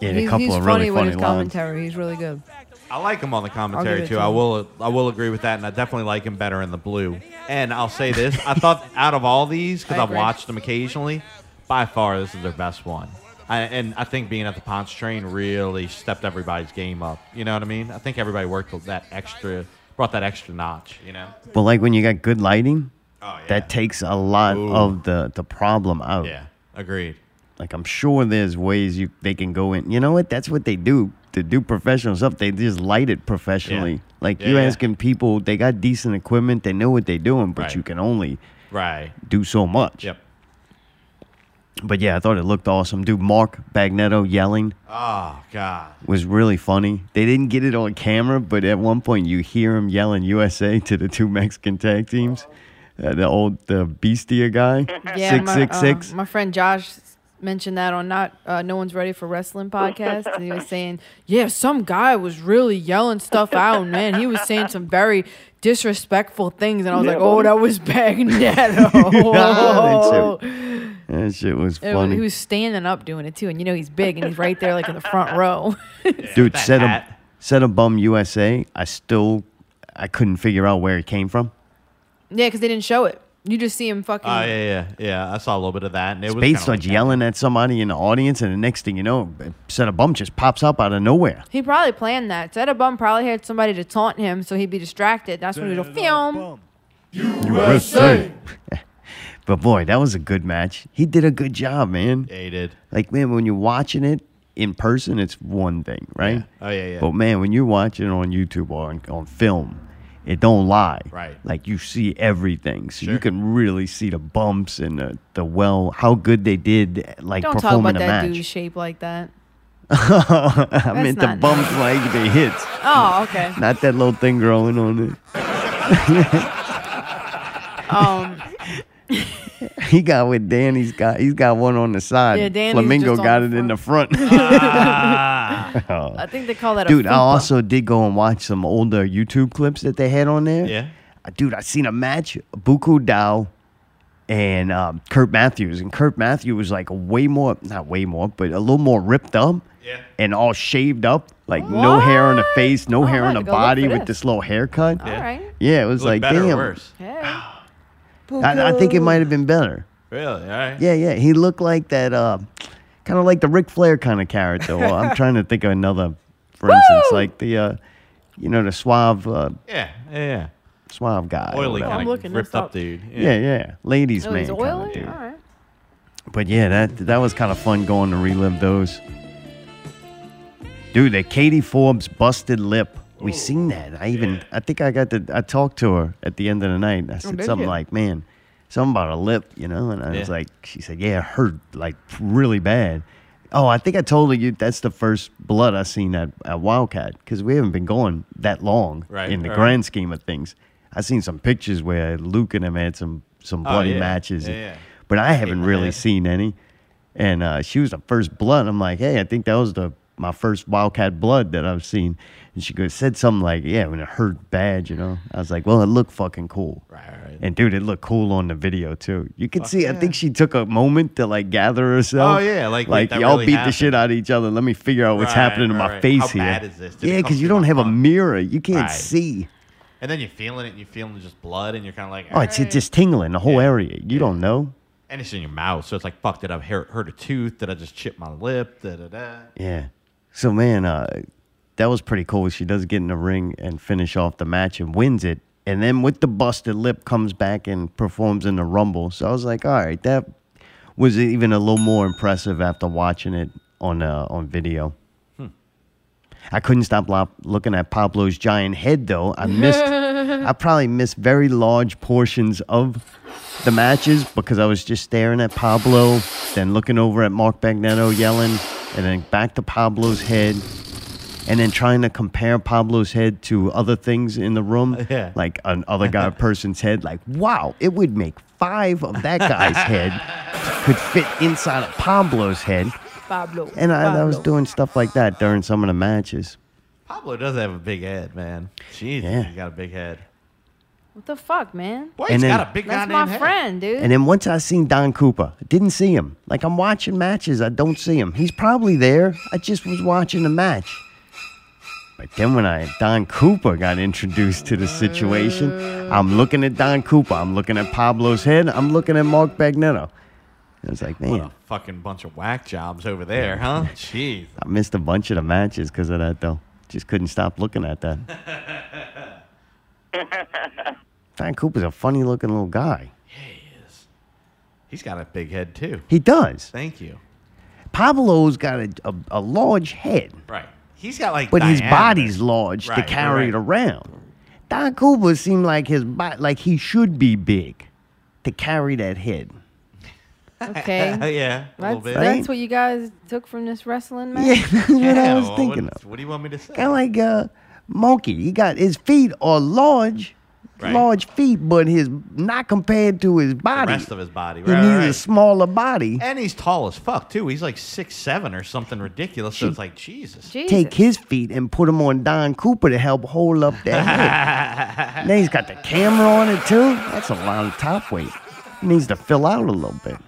Speaker 1: yeah,
Speaker 3: he's
Speaker 1: a couple
Speaker 3: he's
Speaker 1: of
Speaker 3: funny
Speaker 1: really
Speaker 3: with
Speaker 1: funny
Speaker 3: his
Speaker 1: lines.
Speaker 3: commentary. He's really good.
Speaker 2: I like him on the
Speaker 3: give
Speaker 2: commentary
Speaker 3: it
Speaker 2: too.
Speaker 3: to
Speaker 2: I
Speaker 3: him.
Speaker 2: will I will agree with that, and I definitely like him better in the blue. And I'll say this: I thought out of all these, because
Speaker 3: I
Speaker 2: I've
Speaker 3: agree.
Speaker 2: watched them occasionally, by far this is their best one. I, and I think being at the Ponce Train really stepped everybody's game up. You know what I mean? I think everybody worked with that extra, brought that extra notch. You know?
Speaker 1: But like when you got good lighting,
Speaker 2: Oh yeah.
Speaker 1: that takes a lot
Speaker 2: Ooh.
Speaker 1: of the, the problem out.
Speaker 2: yeah. Agreed.
Speaker 1: Like I'm sure there's ways you they can go in. You know what? That's what they do. To do professional stuff, they just light it professionally.
Speaker 2: Yeah.
Speaker 1: Like
Speaker 2: Yeah,
Speaker 1: you
Speaker 2: yeah.
Speaker 1: asking people, they got decent equipment, they know what they're doing, but
Speaker 2: Right.
Speaker 1: you can only
Speaker 2: Right.
Speaker 1: do so much.
Speaker 2: Yep.
Speaker 1: But yeah, I thought it looked awesome. Dude, Mark Bagnetto yelling
Speaker 2: Oh God.
Speaker 1: was really funny. They didn't get it on camera, but at one point you hear him yelling USA to the two Mexican tag teams. Uh, the old the Beastia guy,
Speaker 3: Yeah,
Speaker 1: six
Speaker 3: my,
Speaker 1: six
Speaker 3: uh,
Speaker 1: six.
Speaker 3: my friend Josh mentioned that on not uh, no one's ready for wrestling podcast, and he was saying, yeah, some guy was really yelling stuff out, man. He was saying some very disrespectful things, and I was like, oh, that was Bagnetto.
Speaker 1: That shit was
Speaker 3: It was-
Speaker 1: funny.
Speaker 3: He was standing up doing it too, and you know he's big and he's right there like in the front row.
Speaker 1: Dude,
Speaker 2: that
Speaker 1: set a
Speaker 2: hat.
Speaker 1: set a bum USA. I still I couldn't figure out where it came from.
Speaker 3: yeah, because they didn't show it. You just see him fucking.
Speaker 2: Oh yeah, yeah, yeah. I saw a little bit of that, and it was
Speaker 1: Spade
Speaker 2: kinda
Speaker 1: starts
Speaker 2: like that.
Speaker 1: yelling at somebody in the audience, and the next thing you know, set a bum just pops up out of nowhere.
Speaker 3: He probably planned that. Zeta Bum probably had somebody to taunt him, so he'd be distracted. That's when he'd go film.
Speaker 1: But boy, that was a good match. He did a good job, man.
Speaker 2: Yeah, he did.
Speaker 1: Like man, when you're watching it in person, it's one thing, right?
Speaker 2: Oh yeah, yeah.
Speaker 1: But man, when you're watching it on YouTube or on, on film, it don't lie.
Speaker 2: Right.
Speaker 1: Like you see everything, so you
Speaker 2: Sure.
Speaker 1: can really see the bumps and the, the well how good they did like
Speaker 3: Don't talk
Speaker 1: performing
Speaker 3: about
Speaker 1: a
Speaker 3: that
Speaker 1: match.
Speaker 3: dude's shape like that.
Speaker 1: I meant the
Speaker 3: not
Speaker 1: bumps like the hits,
Speaker 3: Oh, okay.
Speaker 1: not that little thing growing on
Speaker 3: Um,
Speaker 1: it. He got with Danny's got he's got one on the side.
Speaker 3: Yeah, Danny's
Speaker 1: Flamingo
Speaker 3: just on
Speaker 1: got
Speaker 3: the
Speaker 1: it in the front.
Speaker 3: I think they call that a
Speaker 1: Dude, I
Speaker 3: fupa.
Speaker 1: also did go and watch some older YouTube clips that they had on there.
Speaker 2: Yeah.
Speaker 1: Uh, Dude, I seen a match, Buku Dao and um, Kurt Matthews. And Kurt Matthews was like way more, not way more, but a little more ripped up
Speaker 5: Yeah.
Speaker 1: and all shaved up. Like no hair on the
Speaker 3: What?
Speaker 1: face, no
Speaker 3: Oh,
Speaker 1: hair
Speaker 3: I
Speaker 1: on
Speaker 3: had
Speaker 1: the
Speaker 3: to go look
Speaker 1: body
Speaker 3: for
Speaker 1: with
Speaker 3: this.
Speaker 1: this little haircut.
Speaker 3: All right.
Speaker 1: Yeah, it was like,
Speaker 2: better
Speaker 1: damn.
Speaker 2: or worse?
Speaker 3: Hey.
Speaker 1: I, I think it might have been better.
Speaker 2: Really? All right.
Speaker 1: Yeah, yeah. He looked like that, uh, kind of like the Ric Flair kind of character. Well, I'm trying to think of another, for instance, like the, uh, you know, the suave, uh,
Speaker 2: Yeah. Yeah. yeah.
Speaker 1: suave guy. or
Speaker 2: Oily
Speaker 1: whatever.
Speaker 3: I'm
Speaker 2: kind
Speaker 3: looking
Speaker 2: of
Speaker 3: this
Speaker 2: ripped up
Speaker 3: up.
Speaker 2: dude.
Speaker 1: Yeah, yeah. Ladies'
Speaker 3: Oh,
Speaker 1: man.
Speaker 3: he's
Speaker 1: kinda
Speaker 3: oily.
Speaker 1: dude.
Speaker 3: All right.
Speaker 1: But yeah, that that was kind of fun going to relive those. Dude, that Katie Forbes busted lip.
Speaker 2: Oh.
Speaker 1: We seen that. I even I think I got to I talked to her at the end of the night.
Speaker 2: Oh,
Speaker 1: and I said
Speaker 3: did
Speaker 1: something
Speaker 3: you?
Speaker 1: like, "Man, something about her lip," you know. And I was
Speaker 2: Yeah.
Speaker 1: like, "She said, yeah, it hurt like really bad." Oh, I think I told her you that's the first blood I seen at, at Wildcat because we haven't been going that long
Speaker 2: Right,
Speaker 1: in the
Speaker 2: right.
Speaker 1: grand scheme of things. I seen some pictures where Luke and them had some some bloody
Speaker 2: Oh, yeah.
Speaker 1: matches,
Speaker 2: Yeah, yeah.
Speaker 1: but I haven't
Speaker 2: Yeah.
Speaker 1: really seen any. And uh, she was the first blood. I'm like, hey, I think that was the my first Wildcat blood that I've seen. And she goes, said something like, yeah, when it hurt bad, you know. I was like, well, it looked fucking cool.
Speaker 2: Right, right.
Speaker 1: And dude, it looked cool on the video too. You could see. I think she took a moment to like gather herself.
Speaker 2: Oh, yeah, like,
Speaker 1: like
Speaker 2: that
Speaker 1: y'all all
Speaker 2: really
Speaker 1: beat
Speaker 2: happened.
Speaker 1: the shit out of each other. Let me figure out what's
Speaker 2: Right,
Speaker 1: happening to
Speaker 2: right,
Speaker 1: my
Speaker 2: right.
Speaker 1: face
Speaker 2: How
Speaker 1: here.
Speaker 2: bad is this? Did it
Speaker 1: yeah,
Speaker 2: come
Speaker 1: because you
Speaker 2: through
Speaker 1: don't
Speaker 2: my
Speaker 1: have a
Speaker 2: thumb?
Speaker 1: mirror. You can't
Speaker 2: Right.
Speaker 1: see.
Speaker 2: And then you're feeling it, and you're feeling just blood, and you're kind of like,
Speaker 1: Oh, it's it's just tingling the whole area. You don't know.
Speaker 2: and it's in your mouth, so it's like, fuck, did I hurt, hurt a tooth? Did I just chip my lip? Da da da.
Speaker 1: Yeah. So man, uh, that was pretty cool. She does get in the ring and finish off the match and wins it. And then with the busted lip comes back and performs in the rumble. So I was like, all right, that was even a little more impressive after watching it on uh, on video. I couldn't stop lo- looking at Pablo's giant head though. I missed I probably missed very large portions of the matches because I was just staring at Pablo, then looking over at Mark Bagneto yelling, and then back to Pablo's head, and then trying to compare Pablo's head to other things in the room,
Speaker 2: Yeah.
Speaker 1: like an other guy person's head. Like, wow, it would make five of that guy's head could fit inside of Pablo's head.
Speaker 3: Pablo.
Speaker 1: And I, I was
Speaker 3: Pablo.
Speaker 1: doing stuff like that during some of the matches.
Speaker 2: Pablo does have a big head, man. Jesus,
Speaker 1: Yeah.
Speaker 2: he's got a big head.
Speaker 3: What the fuck, man?
Speaker 2: Boy,
Speaker 1: And
Speaker 2: he's
Speaker 1: then-
Speaker 2: got a big
Speaker 3: That's
Speaker 2: goddamn
Speaker 3: my
Speaker 2: head.
Speaker 3: friend, dude.
Speaker 1: And then once I seen Don Cooper, I didn't see him. Like I'm watching matches, I don't see him. He's probably there. I just was watching the match. But then when I Don Cooper got introduced to the situation, I'm looking at Don Cooper, I'm looking at Pablo's head, I'm looking at Mark Bagneto. I was like,
Speaker 2: What
Speaker 1: man,
Speaker 2: a fucking bunch of whack jobs over there, huh? Jeez.
Speaker 1: I missed a bunch of the matches because of that though. Just couldn't stop looking at that. Don Cooper's a funny looking little guy.
Speaker 2: He's got a big head too.
Speaker 1: He does.
Speaker 2: Thank you.
Speaker 1: Pablo's got a, a, a large head.
Speaker 2: Right. He's got like.
Speaker 1: but his
Speaker 2: diameter.
Speaker 1: body's large
Speaker 2: Right,
Speaker 1: to
Speaker 2: right,
Speaker 1: carry it
Speaker 2: right.
Speaker 1: around. Don Cooper seemed like his body, like he should be big to carry that head.
Speaker 2: Uh,
Speaker 3: okay.
Speaker 2: Oh, yeah, a little
Speaker 3: That's,
Speaker 2: bit.
Speaker 1: Right?
Speaker 3: that's what you guys took from this wrestling match.
Speaker 1: Yeah, that's what
Speaker 2: Yeah,
Speaker 1: I was
Speaker 2: well,
Speaker 1: thinking
Speaker 2: what,
Speaker 1: of.
Speaker 2: What do you want me to say?
Speaker 1: Kind of like uh, monkey. He got his feet are large,
Speaker 2: Right.
Speaker 1: large feet, but his not compared to his
Speaker 2: the
Speaker 1: body.
Speaker 2: rest of his body.
Speaker 1: he
Speaker 2: Right,
Speaker 1: needs
Speaker 2: right.
Speaker 1: a smaller body.
Speaker 2: and he's tall as fuck too. He's like six seven or something ridiculous. So it's like Jesus.
Speaker 3: Jesus.
Speaker 1: Take his feet and put them on Don Cooper to help hold up that head. then he's got the camera on it too. That's a lot of top weight. He needs to fill out a little bit.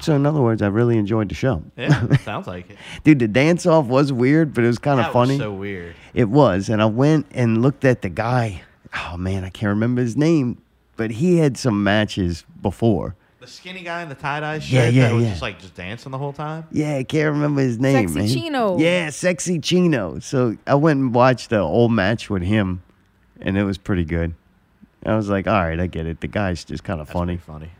Speaker 1: so in other words, I really enjoyed the show.
Speaker 2: Yeah, sounds like it.
Speaker 1: Dude, the dance off was weird, but it was kind
Speaker 2: That
Speaker 1: of
Speaker 2: was
Speaker 1: funny.
Speaker 2: so weird.
Speaker 1: It was. And I went and looked at the guy. Oh man, I can't remember his name, but he had some matches before.
Speaker 2: The skinny guy in the tie dye shirt.
Speaker 1: Yeah, yeah,
Speaker 2: that was
Speaker 1: yeah.
Speaker 2: Just like just dancing the whole time.
Speaker 1: Yeah, I can't remember his name.
Speaker 3: Sexy
Speaker 1: man.
Speaker 3: Chino.
Speaker 1: Yeah, Sexy Chino. So I went and watched the old match with him, and it was pretty good. I was like, all right, I get it. The guy's just kind of
Speaker 2: That's
Speaker 1: funny.
Speaker 2: pretty funny.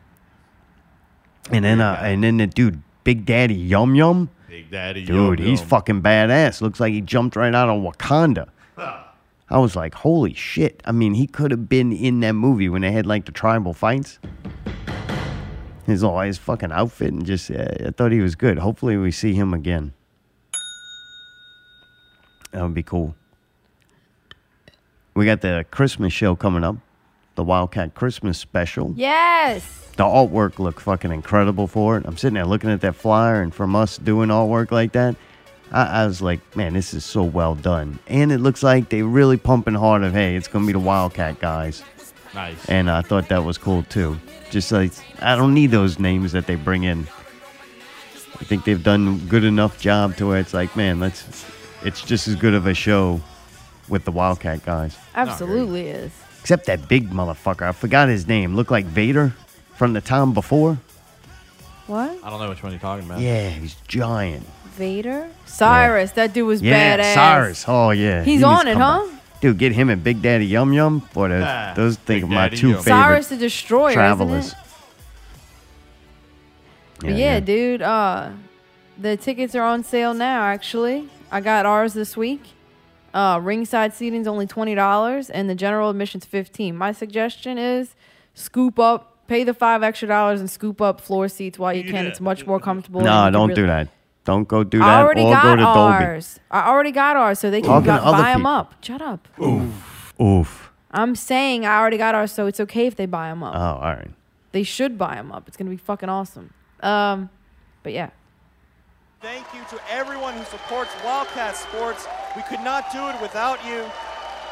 Speaker 1: And then, uh, and then the dude, Big Daddy Yum Yum,
Speaker 2: Big Daddy.
Speaker 1: dude, he's fucking badass. Looks like he jumped right out of Wakanda. I was like, holy shit. I mean, he could have been in that movie when they had like the tribal fights. His, all his fucking outfit and just, uh, I thought he was good. Hopefully, we see him again. That would be cool. We got the Christmas show coming up, the Wildcat Christmas special.
Speaker 3: Yes.
Speaker 1: The artwork looked fucking incredible for it. I'm sitting there looking at that flyer, and from us doing artwork like that, I, I was like, man, this is so well done. And it looks like they really pumping hard of, hey, it's gonna be the Wildcat guys.
Speaker 2: Nice.
Speaker 1: and I thought that was cool too. Just like I don't need those names that they bring in. I think they've done good enough job to where it's like, man, let's. It's just as good of a show with the Wildcat guys,
Speaker 3: Absolutely is.
Speaker 1: except that big motherfucker. I forgot his name. Looked like Vader from the time before.
Speaker 3: What?
Speaker 2: I don't know which one you're talking about.
Speaker 1: Yeah, he's giant.
Speaker 3: Vader? Cyrus. That dude was
Speaker 1: Yeah,
Speaker 3: badass.
Speaker 1: Cyrus. Oh yeah,
Speaker 3: He's
Speaker 1: He needs
Speaker 3: on it,
Speaker 1: to come
Speaker 3: huh?
Speaker 1: back. Dude, get him and Big Daddy Yum Yum. Boy, those,
Speaker 2: Ah,
Speaker 1: those think
Speaker 2: Big
Speaker 1: of my
Speaker 2: Daddy
Speaker 1: two
Speaker 2: Yum.
Speaker 1: favorite
Speaker 3: Cyrus the Destroyer. isn't
Speaker 1: travelers.
Speaker 3: it? But yeah, dude. Uh, the tickets are on sale now. Actually, I got ours this week. Uh, ringside seating's only twenty dollars, and the general admission's fifteen. My suggestion is scoop up, pay the five extra dollars, and scoop up floor seats while you can. It's much more comfortable. and
Speaker 1: No,
Speaker 3: you can
Speaker 1: don't
Speaker 3: really-
Speaker 1: do that. Don't go do
Speaker 3: I
Speaker 1: that.
Speaker 3: already
Speaker 1: or go
Speaker 3: got
Speaker 1: to
Speaker 3: ours. I already got ours, so they can
Speaker 1: Talking to
Speaker 3: go,
Speaker 1: other
Speaker 3: buy them
Speaker 1: people.
Speaker 3: up. Shut up.
Speaker 1: Dolby. Oof.
Speaker 3: I'm saying I already got ours, so it's okay if they buy them up.
Speaker 1: Oh, all right.
Speaker 3: they should buy them up. It's gonna be fucking awesome. Um, but yeah.
Speaker 8: Thank you to everyone who supports Wildcat Sports. We could not do it without you.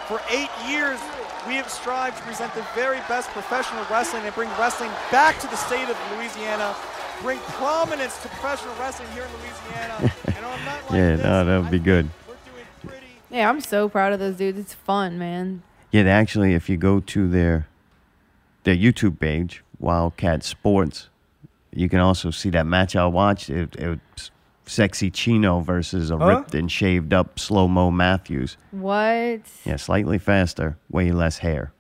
Speaker 8: For eight years, we have strived to present the very best professional wrestling and bring wrestling back to the state of Louisiana, bring prominence to professional wrestling here in Louisiana. and on a night like
Speaker 1: Yeah,
Speaker 8: this,
Speaker 1: no, that would
Speaker 8: I
Speaker 1: be
Speaker 8: think
Speaker 1: good.
Speaker 8: We're doing pretty
Speaker 3: Yeah, I'm so proud of those dudes. It's fun, man.
Speaker 1: Yeah, they actually, if you go to their their YouTube page, Wildcat Sports, you can also see that match I watched. It, it was sexy Chino versus a ripped and shaved up slow mo Matthews.
Speaker 3: What?
Speaker 1: Yeah, slightly faster, way less hair.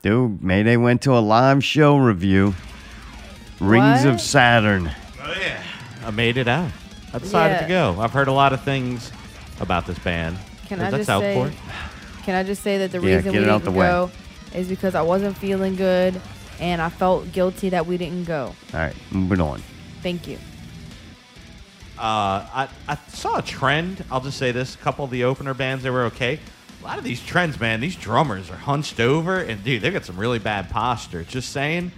Speaker 1: Dude, Mayday went to a live show review. Rings
Speaker 3: What?
Speaker 1: of Saturn.
Speaker 2: I made it out. I decided to
Speaker 3: Yeah.
Speaker 2: go. I've heard a lot of things about this band.
Speaker 3: Can
Speaker 2: Is
Speaker 3: I
Speaker 2: that
Speaker 3: just
Speaker 2: Southport?
Speaker 3: say? Can I just say that the
Speaker 1: Yeah,
Speaker 3: reason we
Speaker 1: get it out
Speaker 3: didn't
Speaker 1: the way.
Speaker 3: go is because I wasn't feeling good, and I felt guilty that we didn't go.
Speaker 1: All right, moving on.
Speaker 3: Thank you.
Speaker 2: Uh, I, I saw a trend. I'll just say this: a couple of the opener bands they were okay. A lot of these trends, man. These drummers are hunched over, and dude, they got some really bad posture. Just saying,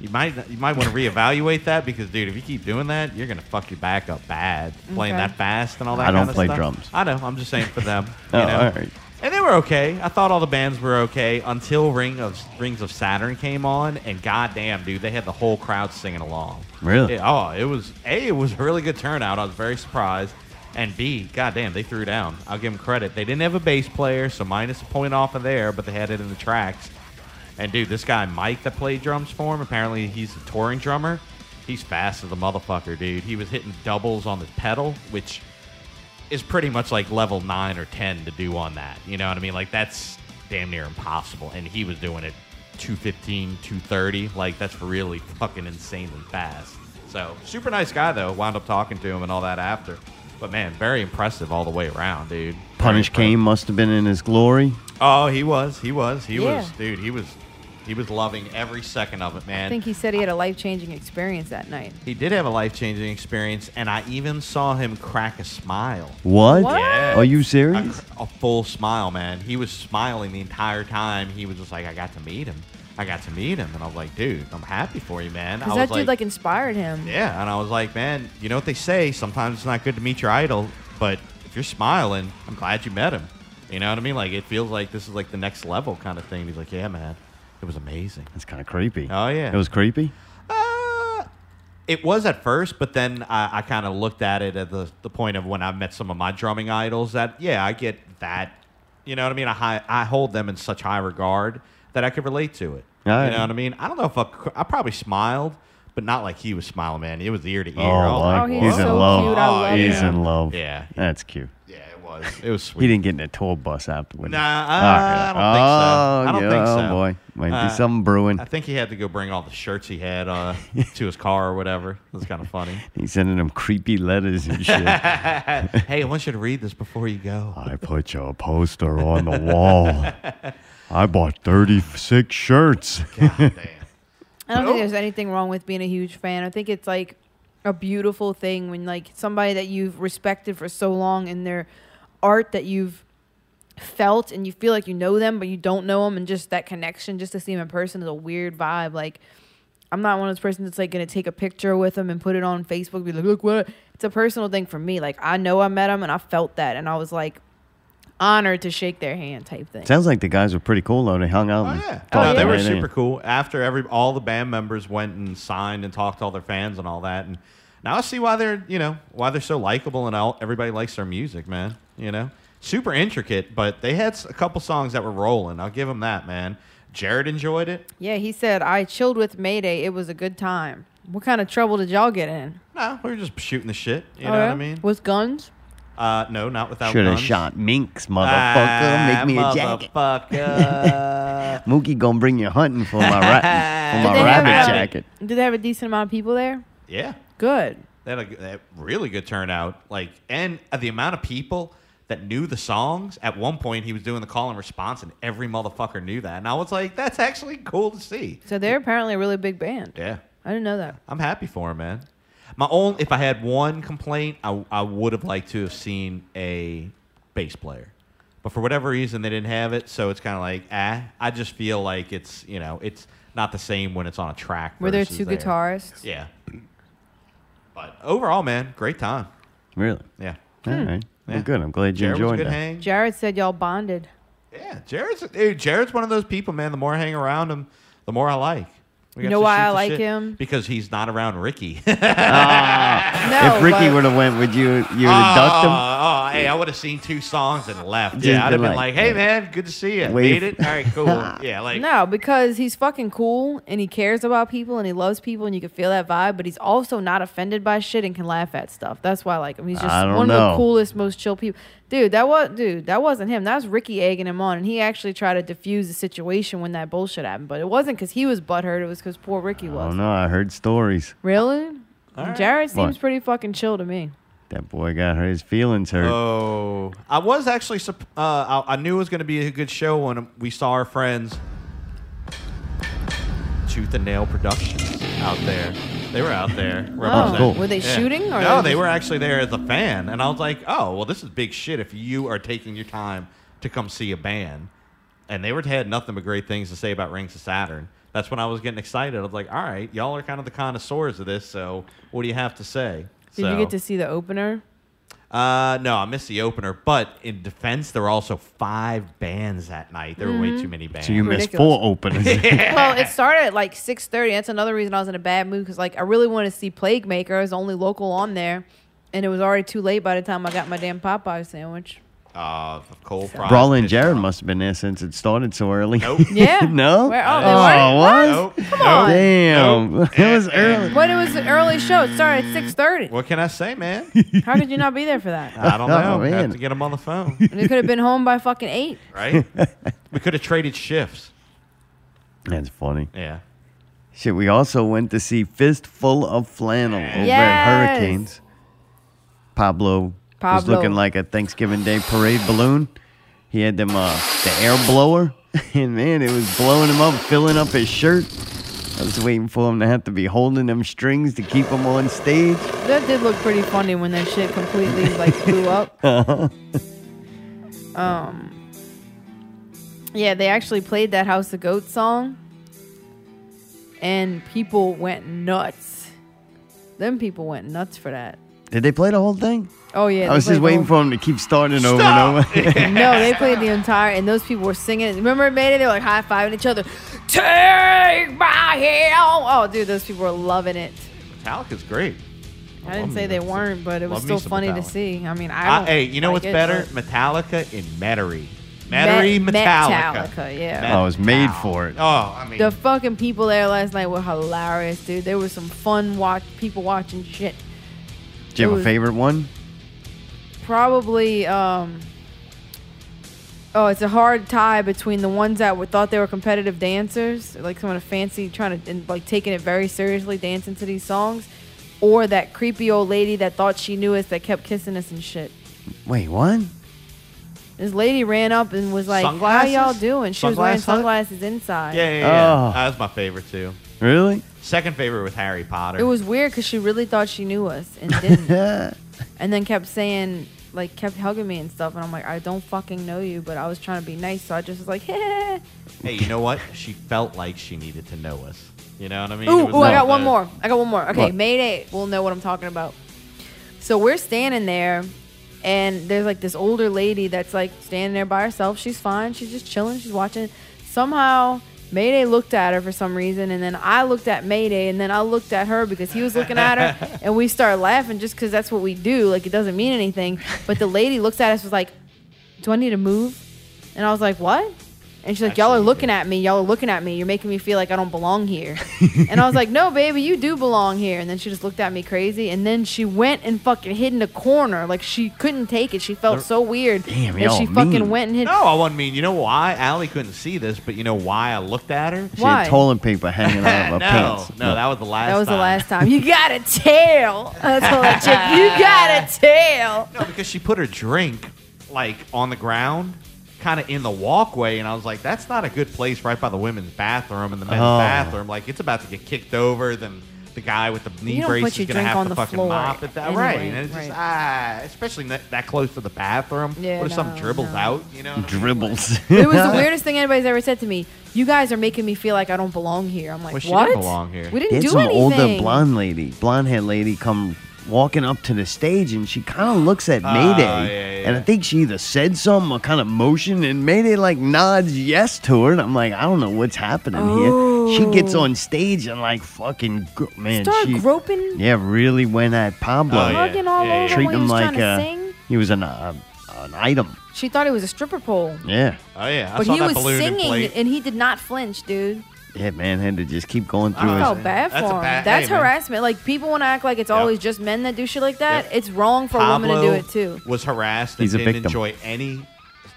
Speaker 2: you might you might want to reevaluate that because, dude, if you keep doing that, you're gonna fuck your back up bad. Playing
Speaker 3: Okay.
Speaker 2: that fast and all that.
Speaker 1: I don't
Speaker 2: kinda
Speaker 1: play
Speaker 2: stuff.
Speaker 1: drums.
Speaker 2: I know. I'm just saying for them.
Speaker 1: Oh,
Speaker 2: you know?
Speaker 1: all right.
Speaker 2: And they were okay. I thought all the bands were okay until Ring of Rings of Saturn came on, and goddamn, dude, they had the whole crowd singing along.
Speaker 1: Really?
Speaker 2: Yeah, oh, it was a. It was a really good turnout. I was very surprised. And B, goddamn, they threw down. I'll give them credit. They didn't have a bass player, so minus a point off of there, but they had it in the tracks. And dude, this guy Mike that played drums for him, apparently he's a touring drummer. He's fast as a motherfucker, dude. He was hitting doubles on the pedal, which is pretty much like level nine or ten to do on that. You know what I mean? Like that's damn near impossible. And he was doing it 215, 230. Like that's really fucking insanely fast. So super nice guy though. Wound up talking to him and all that after. But man, very impressive all the way around, dude.
Speaker 1: Punish
Speaker 2: Very
Speaker 1: Kane must have been in his glory.
Speaker 2: impressive. Oh, he was. He was. He
Speaker 3: Yeah.
Speaker 2: was. Dude, he was. He was loving every second of it, man.
Speaker 3: I think he said he had a life changing experience that night.
Speaker 2: he did have a life changing experience, and I even saw him crack a smile.
Speaker 1: What?
Speaker 3: What? Yeah.
Speaker 1: Are you
Speaker 2: a,
Speaker 1: serious?
Speaker 2: a full smile, man. He was smiling the entire time. He was just like, I got to meet him. I got to meet him. And I was like, dude, I'm happy for you, man. I
Speaker 3: Because
Speaker 2: was
Speaker 3: that dude like inspired him.
Speaker 2: yeah. And I was like, man, you know what they say? Sometimes it's not good to meet your idol, but if you're smiling, I'm glad you met him. You know what I mean? Like, it feels like this is like the next level kind of thing. He's like, yeah, man, it was amazing.
Speaker 1: That's kind of creepy.
Speaker 2: Oh, yeah.
Speaker 1: It was creepy?
Speaker 2: Uh, it was at first, but then I, I kind of looked at it at the, the point of when I met some of my drumming idols that, yeah, I get that. You know what I mean? I, hi- I hold them in such high regard that I could relate to it. You
Speaker 1: All right.
Speaker 2: know what I mean? I don't know if I, cr- I probably smiled, but not like he was smiling, man. It was ear to ear.
Speaker 1: Oh,
Speaker 2: I'm
Speaker 1: wow.
Speaker 3: Oh,
Speaker 2: like,
Speaker 3: he
Speaker 1: he's
Speaker 3: was
Speaker 1: in
Speaker 3: so
Speaker 1: love.
Speaker 3: cute. I
Speaker 2: Oh,
Speaker 3: love
Speaker 1: He's
Speaker 3: him.
Speaker 1: in love.
Speaker 2: Yeah.
Speaker 1: That's cute.
Speaker 2: yeah, it was. It was sweet.
Speaker 1: He didn't get in a tour bus afterwards.
Speaker 2: Nah,
Speaker 1: All
Speaker 2: I- I don't think so. I don't
Speaker 1: yeah,
Speaker 2: think so.
Speaker 1: Oh, boy. Might
Speaker 2: Uh,
Speaker 1: be something brewing.
Speaker 2: I think he had to go bring all the shirts he had uh, to his car or whatever. It was kind of funny.
Speaker 1: He's sending him creepy letters and shit.
Speaker 2: hey, I want you to read this before you go.
Speaker 1: I put your poster on the wall. I bought 36 shirts.
Speaker 3: I don't think there's anything wrong with being a huge fan. I think it's like a beautiful thing when like somebody that you've respected for so long and their art that you've felt and you feel like you know them but you don't know them and just that connection just to see them in person is a weird vibe. Like I'm not one of those persons that's like gonna take a picture with them and put it on Facebook and be like, look what. I-" It's a personal thing for me. Like I know I met them and I felt that and I was like, honored to shake their hand type thing.
Speaker 1: Sounds like the guys were pretty cool though. They hung out.
Speaker 2: Oh
Speaker 1: and
Speaker 2: yeah,
Speaker 1: talked
Speaker 2: no, they
Speaker 1: and
Speaker 2: were
Speaker 1: everything.
Speaker 2: super cool. After every, all the band members went and signed and talked to all their fans and all that, and now I see why they're, you know, why they're so likable and all, everybody likes their music, man. You know, super intricate, but they had s- a couple songs that were rolling. I'll give them that, man. Jared enjoyed it.
Speaker 3: Yeah, he said, I chilled with Mayday. It was a good time. What kind of trouble did y'all get in?
Speaker 2: No, we were just shooting the shit. You
Speaker 3: Oh,
Speaker 2: know what
Speaker 3: yeah?
Speaker 2: I mean?
Speaker 3: With guns?
Speaker 2: Uh, no, not without
Speaker 1: Should have
Speaker 2: guns.
Speaker 1: shot Minx, motherfucker.
Speaker 2: Ah,
Speaker 1: Make me a jacket.
Speaker 2: Motherfucker.
Speaker 1: Mookie gonna bring you hunting for my, ra- for
Speaker 3: Did
Speaker 1: my
Speaker 3: they have,
Speaker 1: rabbit
Speaker 3: uh,
Speaker 1: jacket.
Speaker 3: Did they have a decent amount of people there?
Speaker 2: yeah.
Speaker 3: Good.
Speaker 2: They had a, they had a really good turnout. Like, and uh, the amount of people that knew the songs. At one point, he was doing the call and response, and every motherfucker knew that. And I was like, that's actually cool to see.
Speaker 3: So they're apparently a really big band.
Speaker 2: Yeah,
Speaker 3: I didn't know that.
Speaker 2: I'm happy for him, man. My own. If I had one complaint, I I would have liked to have seen a bass player, but for whatever reason they didn't have it. So it's kind of like ah. I just feel like it's you know it's not the same when it's on a track.
Speaker 3: Were there
Speaker 2: versus
Speaker 3: two guitarists?
Speaker 2: Yeah. But overall, man, great time.
Speaker 1: Really?
Speaker 2: Yeah.
Speaker 1: All right. Well,
Speaker 2: Hmm. Yeah.
Speaker 1: good. I'm glad you
Speaker 2: Jared was a
Speaker 1: enjoyed
Speaker 2: good
Speaker 1: that.
Speaker 2: hang.
Speaker 3: Jared said y'all bonded.
Speaker 2: Yeah, Jared's dude, Jared's one of those people, man. The more I hang around him, the more I like. We
Speaker 3: You
Speaker 2: got
Speaker 3: know
Speaker 2: to
Speaker 3: why
Speaker 2: shoot
Speaker 3: I
Speaker 2: the
Speaker 3: like him?
Speaker 2: Because he's not around Ricky.
Speaker 3: No,
Speaker 1: if Ricky
Speaker 3: but-
Speaker 1: would have went, would you you would have ducked
Speaker 2: Oh, oh, hey, I would have seen two songs and left.
Speaker 1: Just
Speaker 2: yeah, I'd have
Speaker 1: been
Speaker 2: been like,
Speaker 1: like,
Speaker 2: hey, man, good to see you.
Speaker 1: Wave.
Speaker 2: Made it? All right, cool. yeah, like,
Speaker 3: No, because he's fucking cool and he cares about people and he loves people and you can feel that vibe, but he's also not offended by shit and can laugh at stuff. That's why I like him. He's just
Speaker 1: I don't
Speaker 3: one of
Speaker 1: know.
Speaker 3: the coolest, most chill people. Dude, that was dude, that wasn't him. That was Ricky egging him on and he actually tried to diffuse the situation when that bullshit happened. But it wasn't because he was butthurt, it was because poor Ricky
Speaker 1: him? Oh
Speaker 3: was.
Speaker 1: no, I heard stories.
Speaker 3: Really? Jared seems
Speaker 1: What?
Speaker 3: pretty fucking chill to me.
Speaker 1: That boy got his feelings hurt.
Speaker 2: oh. I was actually, sup- uh, I, I knew it was going to be a good show when we saw our friends, Tooth and Nail Productions, out there. They were out there.
Speaker 3: Oh,
Speaker 2: representing.
Speaker 1: cool.
Speaker 3: were they
Speaker 2: Yeah.
Speaker 3: shooting or
Speaker 2: no? They
Speaker 3: just-
Speaker 2: were actually there as a fan, and I was like, "Oh, well, this is big shit." If you are taking your time to come see a band, and they were had nothing but great things to say about Rings of Saturn. That's when I was getting excited. I was like, "All right, y'all are kind of the connoisseurs of this, so what do you have to say?"
Speaker 3: Did you get to see the opener?
Speaker 2: Uh, no, I missed the opener, but in defense, there were also five bands that night. There were
Speaker 3: Mm-hmm.
Speaker 2: way too many bands.
Speaker 1: so you missed
Speaker 3: ridiculous.
Speaker 1: four openings.
Speaker 3: well, it started at like six thirty. That's another reason I was in a bad mood because like I really wanted to see Plague Maker. It was the only local on there, and it was already too late by the time I got my damn Popeye sandwich.
Speaker 2: uh, Cole Frost.
Speaker 1: Brawl and
Speaker 2: did-
Speaker 1: Jared must have been there since it started so early.
Speaker 2: Nope.
Speaker 3: Yeah.
Speaker 1: no.
Speaker 3: Where- oh, they weren't?
Speaker 1: oh, what?
Speaker 2: Nope.
Speaker 3: Come on.
Speaker 1: Damn. it was early.
Speaker 3: But it was an early show. It started at six thirty.
Speaker 2: What can I say, man?
Speaker 3: How could you not be there for that?
Speaker 2: I don't
Speaker 1: Oh,
Speaker 2: know. I
Speaker 1: man.
Speaker 2: have to get him on the phone.
Speaker 3: And you could have been home by fucking eight.
Speaker 2: right? we could have traded shifts.
Speaker 1: That's funny.
Speaker 2: Yeah.
Speaker 1: Shit, we also went to see Fistful of Flannel over
Speaker 3: Yes.
Speaker 1: at Hurricanes. Pablo, was
Speaker 3: Pablo.
Speaker 1: looking like a Thanksgiving Day parade balloon. He had them uh, the air blower, and man, it was blowing him up, filling up his shirt. I was waiting for him to have to be holding them strings to keep him on stage.
Speaker 3: That did look pretty funny when that shit completely like blew up.
Speaker 1: Uh-huh.
Speaker 3: Um. Yeah, they actually played that House of Goats song, and people went nuts. Them people went nuts for that.
Speaker 1: Did they play the whole thing?
Speaker 3: Oh yeah,
Speaker 1: I
Speaker 3: they
Speaker 1: was
Speaker 3: played
Speaker 1: just
Speaker 3: the
Speaker 1: waiting
Speaker 3: whole-
Speaker 1: for him to keep starting over and over.
Speaker 3: no, they played the entire, and those people were singing. it. Remember, it made it. They were like high fiving each other. Take my hell! Oh, dude, those people were loving it.
Speaker 2: Metallica's great.
Speaker 3: I didn't
Speaker 2: love
Speaker 3: say
Speaker 2: me
Speaker 3: they
Speaker 2: some-
Speaker 3: weren't, but it was
Speaker 2: love me
Speaker 3: still
Speaker 2: some
Speaker 3: funny to
Speaker 2: Metallica.
Speaker 3: see. I mean, I
Speaker 2: I,
Speaker 3: don't
Speaker 2: hey, you know
Speaker 3: like
Speaker 2: what's
Speaker 3: it,
Speaker 2: better?
Speaker 3: but-
Speaker 2: Metallica in Metairie.
Speaker 3: Me-
Speaker 2: Metairie Metallica.
Speaker 3: Metallica, yeah.
Speaker 1: I was made for it.
Speaker 2: Oh, I mean,
Speaker 3: The fucking people there last night were hilarious, dude. There was some fun watch people watching shit.
Speaker 1: Do
Speaker 3: it
Speaker 1: you have a
Speaker 3: was-
Speaker 1: favorite one?
Speaker 3: Probably um Oh, it's a hard tie between the ones that were, thought they were competitive dancers, like someone fancy trying to and like taking it very seriously, dancing to these songs, or that creepy old lady that thought she knew us that kept kissing us and shit.
Speaker 1: Wait, what?
Speaker 3: This lady ran up and was like,
Speaker 2: Sunglasses?
Speaker 3: "How y'all doing?" She was wearing
Speaker 2: Sunglass hut?
Speaker 3: sunglasses inside.
Speaker 2: yeah, yeah, yeah.
Speaker 1: Oh.
Speaker 2: That was my favorite, too.
Speaker 1: Really?
Speaker 2: Second favorite with Harry Potter.
Speaker 3: It was weird because she really thought she knew us and didn't.
Speaker 1: Yeah.
Speaker 3: and then kept saying like kept hugging me and stuff and i'm like i don't fucking know you but i was trying to be nice so i just was like hey
Speaker 2: hey, you know what? She felt like she needed to know us. You know what I mean? It
Speaker 3: ooh,
Speaker 2: was
Speaker 3: ooh i
Speaker 2: one
Speaker 3: got
Speaker 2: of
Speaker 3: one
Speaker 2: those-
Speaker 3: more i got one more okay
Speaker 1: What?
Speaker 3: mayday will know what i'm talking about so we're standing there and there's like this older lady that's like standing there by herself. She's fine. She's just chilling. She's watching. Somehow Mayday looked at her for some reason, and then I looked at Mayday, and then I looked at her because he was looking at her, and we started laughing just because that's what we do. Like it doesn't mean anything, but the lady looks at us was like, "Do I need to move?" And I was like, "What?" And she's like, "Y'all are looking at me. Y'all are looking at me. You're making me feel like I don't belong here." and I was like, "No, baby, you do belong here." And then she just looked at me crazy, and then she went and fucking hid in a corner. Like she couldn't take it. She felt so weird.
Speaker 1: Damn,
Speaker 3: that
Speaker 1: y'all
Speaker 3: she fucking
Speaker 1: mean.
Speaker 3: went and hid.
Speaker 2: No, I wouldn't mean. You know why? Allie couldn't see this, but you know why I looked at her?
Speaker 1: She had
Speaker 3: Why?
Speaker 1: toilet paper hanging out
Speaker 2: no,
Speaker 1: of her pants.
Speaker 2: no, that was the last.
Speaker 3: That was the
Speaker 2: time.
Speaker 3: last time. You got a tail. That's all that chick. You got a tail.
Speaker 2: No, because she put her drink like on the ground, kind of in the walkway, and I was like, "That's not a good place, right by the women's bathroom and the men's
Speaker 1: Oh.
Speaker 2: bathroom. Like, it's about to get kicked over." Then the guy with the knee
Speaker 3: don't
Speaker 2: brace
Speaker 3: put
Speaker 2: is
Speaker 3: your
Speaker 2: gonna
Speaker 3: drink
Speaker 2: have
Speaker 3: on
Speaker 2: to
Speaker 3: the
Speaker 2: fucking
Speaker 3: floor
Speaker 2: mop it that
Speaker 3: anyway,
Speaker 2: right. And it's just
Speaker 3: right.
Speaker 2: ah, especially that, that close to the bathroom.
Speaker 3: Yeah,
Speaker 2: what if something
Speaker 3: no,
Speaker 2: dribbles
Speaker 3: no.
Speaker 2: out? You know, what I mean?
Speaker 1: Dribbles.
Speaker 3: It was the weirdest thing anybody's ever said to me. You guys are making me feel like I don't belong here. I'm like,
Speaker 2: Well, she
Speaker 3: what?
Speaker 2: didn't belong here.
Speaker 3: We didn't
Speaker 1: There's
Speaker 3: do
Speaker 1: some
Speaker 3: anything.
Speaker 1: older blonde lady, blonde haired lady, come walking up to the stage, and she kind of looks at Mayday,
Speaker 2: Ah, yeah,
Speaker 1: and I think she either said something or kind of motioned, and Mayday like nods yes to her, and I'm like, I don't know what's happening here. She gets
Speaker 3: Oh.
Speaker 1: on stage and like fucking gro- man,
Speaker 3: Start
Speaker 1: she
Speaker 3: groping,
Speaker 1: yeah really went at Pablo,
Speaker 2: Oh, yeah.
Speaker 3: hugging all
Speaker 2: Yeah, yeah,
Speaker 3: over
Speaker 1: treating
Speaker 3: when he
Speaker 1: him
Speaker 3: was
Speaker 1: like
Speaker 3: trying to
Speaker 1: uh,
Speaker 3: sing.
Speaker 1: he was an uh, an item.
Speaker 3: She thought it was a stripper pole,
Speaker 1: Yeah,
Speaker 2: Oh yeah, I
Speaker 3: but
Speaker 2: saw
Speaker 3: he
Speaker 2: that
Speaker 3: was
Speaker 2: balloon
Speaker 3: singing
Speaker 2: inflate.
Speaker 3: and he did not flinch, dude.
Speaker 1: yeah, man had to just keep going through.
Speaker 3: I
Speaker 1: his,
Speaker 3: felt bad for
Speaker 2: That's a
Speaker 3: him.
Speaker 2: bad-
Speaker 3: That's
Speaker 2: hey, man.
Speaker 3: harassment. Like people want to act like it's
Speaker 2: Yep.
Speaker 3: always just men that do shit like that.
Speaker 2: Yep.
Speaker 3: It's wrong for a woman to do it too.
Speaker 2: Was harassed and
Speaker 1: He's a
Speaker 2: didn't
Speaker 1: victim.
Speaker 2: enjoy any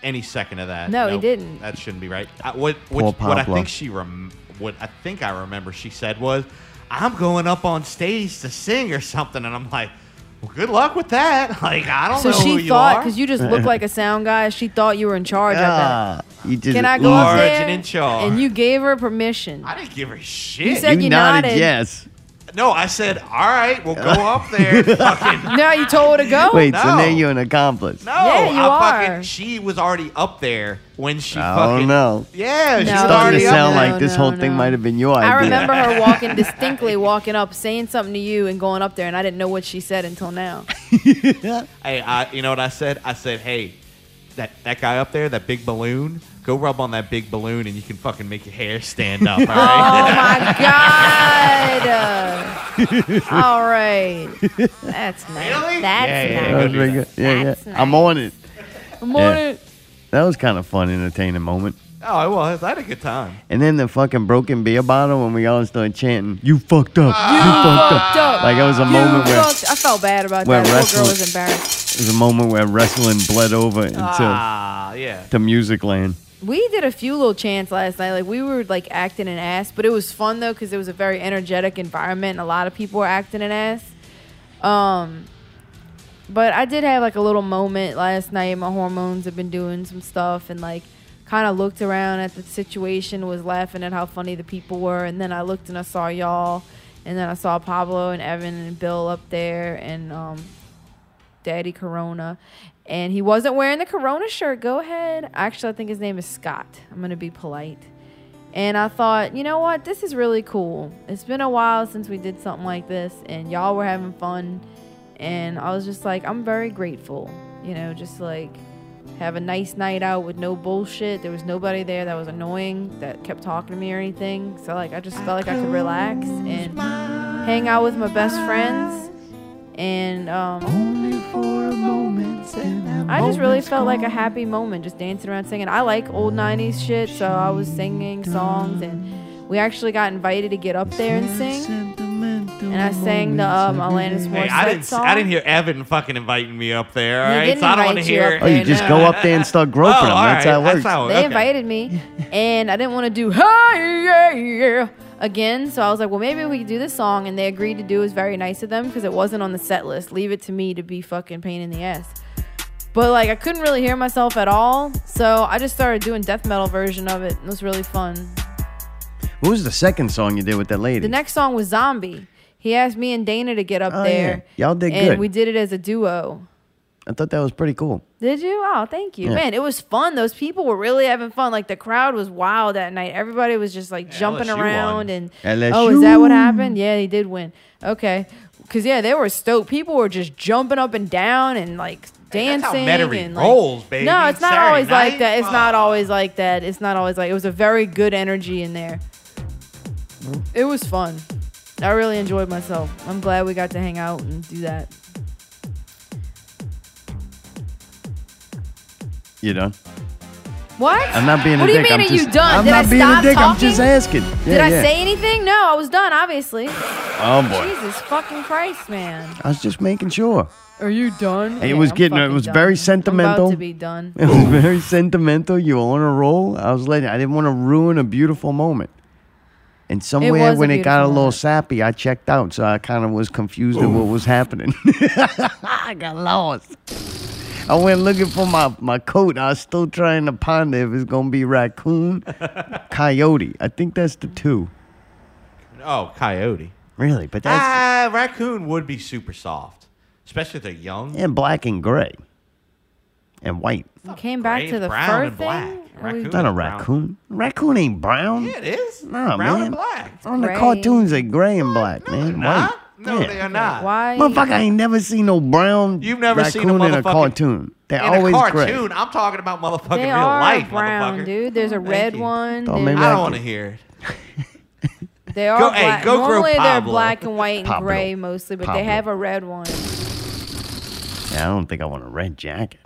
Speaker 2: any second of that.
Speaker 3: No, he didn't.
Speaker 2: That shouldn't be right. I, what
Speaker 1: Poor
Speaker 2: which, what I
Speaker 1: Pablo.
Speaker 2: think she rem- what I think I remember she said was, "I'm going up on stage to sing or something," and I'm like, "Well, good luck with that." Like I don't
Speaker 3: So
Speaker 2: know who
Speaker 3: she
Speaker 2: you
Speaker 3: thought
Speaker 2: are.
Speaker 3: because you just look like a sound guy, she thought you were in charge. I bet.
Speaker 1: Ah, you just
Speaker 3: Can I go
Speaker 2: Large
Speaker 3: up there?
Speaker 2: and in charge.
Speaker 3: And you gave her permission.
Speaker 2: I didn't give her shit.
Speaker 3: You said
Speaker 1: You
Speaker 3: you
Speaker 1: nodded,
Speaker 3: nodded.
Speaker 1: yes.
Speaker 2: no, I said, "All right, we'll go up there." Fucking no,
Speaker 3: Now you told her to go.
Speaker 1: Wait, so
Speaker 2: Oh, no.
Speaker 1: now you're an accomplice.
Speaker 3: Yeah, you
Speaker 2: I
Speaker 3: are.
Speaker 2: fucking. She was already up there when she
Speaker 1: I
Speaker 2: fucking.
Speaker 1: don't know.
Speaker 2: Yeah, she
Speaker 3: No,
Speaker 2: was
Speaker 3: It's
Speaker 1: starting
Speaker 2: already
Speaker 1: to
Speaker 3: no,
Speaker 2: up
Speaker 1: sound
Speaker 2: there.
Speaker 1: like this
Speaker 3: no,
Speaker 1: whole
Speaker 3: no.
Speaker 1: thing might have been your idea.
Speaker 3: I remember her walking distinctly, walking up, saying something to you, and going up there, and I didn't know what she said until now.
Speaker 2: Hey, I, you know what I said? I said, hey, that, that guy up there, that big balloon, go rub on that big balloon and you can fucking make your hair stand up, all
Speaker 3: Oh
Speaker 2: right?
Speaker 3: my god! All right, that's nice.
Speaker 2: Really?
Speaker 3: Oh, That's
Speaker 2: Yeah, yeah,
Speaker 1: That
Speaker 3: nice.
Speaker 1: was pretty good. Yeah,
Speaker 3: That's
Speaker 1: yeah. I'm on it.
Speaker 3: Morning.
Speaker 1: That was kind of fun, entertaining moment.
Speaker 2: oh, it was. I had a good time.
Speaker 1: And then the fucking broken beer bottle when we all started chanting, "You fucked up,
Speaker 2: Ah.
Speaker 1: you fucked up."
Speaker 3: Fucked up.
Speaker 1: Like it was a
Speaker 3: You
Speaker 1: moment where it
Speaker 3: fucked- I felt bad about
Speaker 1: where
Speaker 3: that. The little
Speaker 1: wrestling-
Speaker 3: girl was embarrassed.
Speaker 1: was a moment where wrestling bled over into
Speaker 2: Ah, yeah.
Speaker 1: to music land.
Speaker 3: We did a few little chants last night. Like we were like acting an ass, but it was fun though because it was a very energetic environment and a lot of people were acting an ass. Um, but I did have like a little moment last night. My hormones have been doing some stuff and like kind of looked around at the situation, was laughing at how funny the people were, and then I looked and I saw y'all, and then I saw Pablo and Evan and Bill up there and um, Daddy Corona. And he wasn't wearing the Corona shirt. Go ahead. Actually, I think his name is Scott. I'm going to be polite. And I thought, you know what? This is really cool. It's been a while since we did something like this, and y'all were having fun. And I was just like, I'm very grateful. You know, just like have a nice night out with no bullshit. There was nobody there that was annoying, that kept talking to me or anything. So, like, I just felt like I could relax and hang out with my best friends. And, um,. I just really felt like a happy moment just dancing around singing. I like old 90s shit, so I was singing songs and we actually got invited to get up there and sing. And I sang the um, Alanis
Speaker 2: Hey, I
Speaker 3: Morissette
Speaker 2: didn't,
Speaker 3: song.
Speaker 2: I didn't hear Evan fucking inviting me up there, all
Speaker 3: He
Speaker 2: right?
Speaker 3: didn't
Speaker 2: so I don't want to
Speaker 3: invite you
Speaker 2: hear.
Speaker 3: up
Speaker 1: Oh, you just go up there and start groping
Speaker 2: Oh,
Speaker 1: them.
Speaker 2: all
Speaker 1: That's
Speaker 2: right,
Speaker 1: how it works.
Speaker 2: That's how it-
Speaker 3: They
Speaker 2: Oh, okay.
Speaker 3: invited me, and I didn't want to do hey yeah, yeah again. So I was like, well, maybe we could do this song, and they agreed to do. It was very nice of them because it wasn't on the set list. Leave it to me to be fucking pain in the ass. But like, I couldn't really hear myself at all, so I just started doing death metal version of it. It was really fun.
Speaker 1: what was the second song you did with that lady?
Speaker 3: The next song was Zombie. He asked me and Dana to get up
Speaker 1: Oh, yeah.
Speaker 3: there.
Speaker 1: Y'all did
Speaker 3: and
Speaker 1: good.
Speaker 3: we did it as a duo.
Speaker 1: I thought that was pretty cool.
Speaker 3: Did you? Oh, thank you.
Speaker 1: Yeah.
Speaker 3: Man, it was fun. Those people were really having fun. Like the crowd was wild that night. Everybody was just like jumping
Speaker 2: LSU
Speaker 3: around
Speaker 2: won.
Speaker 3: and
Speaker 1: LSU.
Speaker 3: Oh, is that what happened? Yeah, they did win. Okay. Cuz yeah, they were stoked. People were just jumping up and down and like
Speaker 2: that's how
Speaker 3: dancing
Speaker 2: Metairie
Speaker 3: and
Speaker 2: rolls,
Speaker 3: like,
Speaker 2: baby.
Speaker 3: No, it's not
Speaker 2: Saturday
Speaker 3: always like
Speaker 2: night?
Speaker 3: that. It's not always like that. It's not always like it was a very good energy in there. It was fun. I really enjoyed myself. I'm glad we got to hang out and do that.
Speaker 1: You done?
Speaker 3: What?
Speaker 1: I'm not being
Speaker 3: What
Speaker 1: a
Speaker 3: do you
Speaker 1: dick.
Speaker 3: mean
Speaker 1: I'm
Speaker 3: are
Speaker 1: just,
Speaker 3: you done?
Speaker 1: I'm
Speaker 3: Did
Speaker 1: not
Speaker 3: I
Speaker 1: being
Speaker 3: stop
Speaker 1: a dick. I'm
Speaker 3: talking?
Speaker 1: just asking.
Speaker 3: Did
Speaker 1: Yeah,
Speaker 3: I
Speaker 1: yeah.
Speaker 3: say anything? No, I was done, obviously.
Speaker 1: Oh boy,
Speaker 3: Jesus fucking Christ, man.
Speaker 1: I was just making sure.
Speaker 3: Are you done?
Speaker 1: It was getting- it
Speaker 3: fucking
Speaker 1: was very
Speaker 3: I'm
Speaker 1: sentimental.
Speaker 3: about to be done.
Speaker 1: It was very sentimental. You were on a roll. I was letting. I didn't want to ruin a beautiful moment. And somewhere
Speaker 3: was a
Speaker 1: when it got a
Speaker 3: beautiful
Speaker 1: little
Speaker 3: moment.
Speaker 1: sappy, I checked out, so I kind of was confused at what was happening. I got lost. I went looking for my, my coat. I was still trying to ponder if it's gonna be raccoon, coyote. I think that's the two.
Speaker 2: Oh, coyote.
Speaker 1: Really, but that's
Speaker 2: Ah, raccoon would be super soft, especially if they're young.
Speaker 1: and black and gray, and white.
Speaker 3: We came back to the
Speaker 2: brown
Speaker 3: fur
Speaker 2: and black.
Speaker 3: thing.
Speaker 2: Raccoon.
Speaker 3: We-
Speaker 1: Not a
Speaker 2: Brown.
Speaker 1: raccoon. Raccoon ain't brown.
Speaker 2: Yeah, it is.
Speaker 1: Nah,
Speaker 2: Brown
Speaker 1: man.
Speaker 2: and black.
Speaker 1: On the
Speaker 3: Gray.
Speaker 1: cartoons, they gray and black, man.
Speaker 2: Nah?
Speaker 1: White.
Speaker 2: No,
Speaker 1: Yeah.
Speaker 2: they are not.
Speaker 3: Why?
Speaker 1: Motherfucker, I ain't never seen no brown
Speaker 2: You've never
Speaker 1: raccoon
Speaker 2: seen a
Speaker 1: in a
Speaker 2: motherfucking-
Speaker 1: cartoon. They
Speaker 2: In
Speaker 1: always
Speaker 2: a
Speaker 1: gray.
Speaker 2: cartoon, I'm talking about motherfucking
Speaker 3: They
Speaker 2: real
Speaker 3: are
Speaker 2: life,
Speaker 3: brown,
Speaker 2: motherfucker.
Speaker 3: dude. There's a
Speaker 2: Thank
Speaker 3: red
Speaker 2: you.
Speaker 3: one.
Speaker 1: Thought
Speaker 3: There's-
Speaker 1: maybe
Speaker 2: I don't
Speaker 1: Thank
Speaker 2: want to
Speaker 1: you.
Speaker 2: hear it.
Speaker 3: They are
Speaker 2: Go- hey,
Speaker 3: black.
Speaker 2: go grow
Speaker 3: Normally they're
Speaker 2: Pablo.
Speaker 3: black and white and
Speaker 1: Pablo.
Speaker 3: gray mostly, but they
Speaker 1: Pablo.
Speaker 3: have a red one.
Speaker 1: Yeah, I don't think I want a red jacket.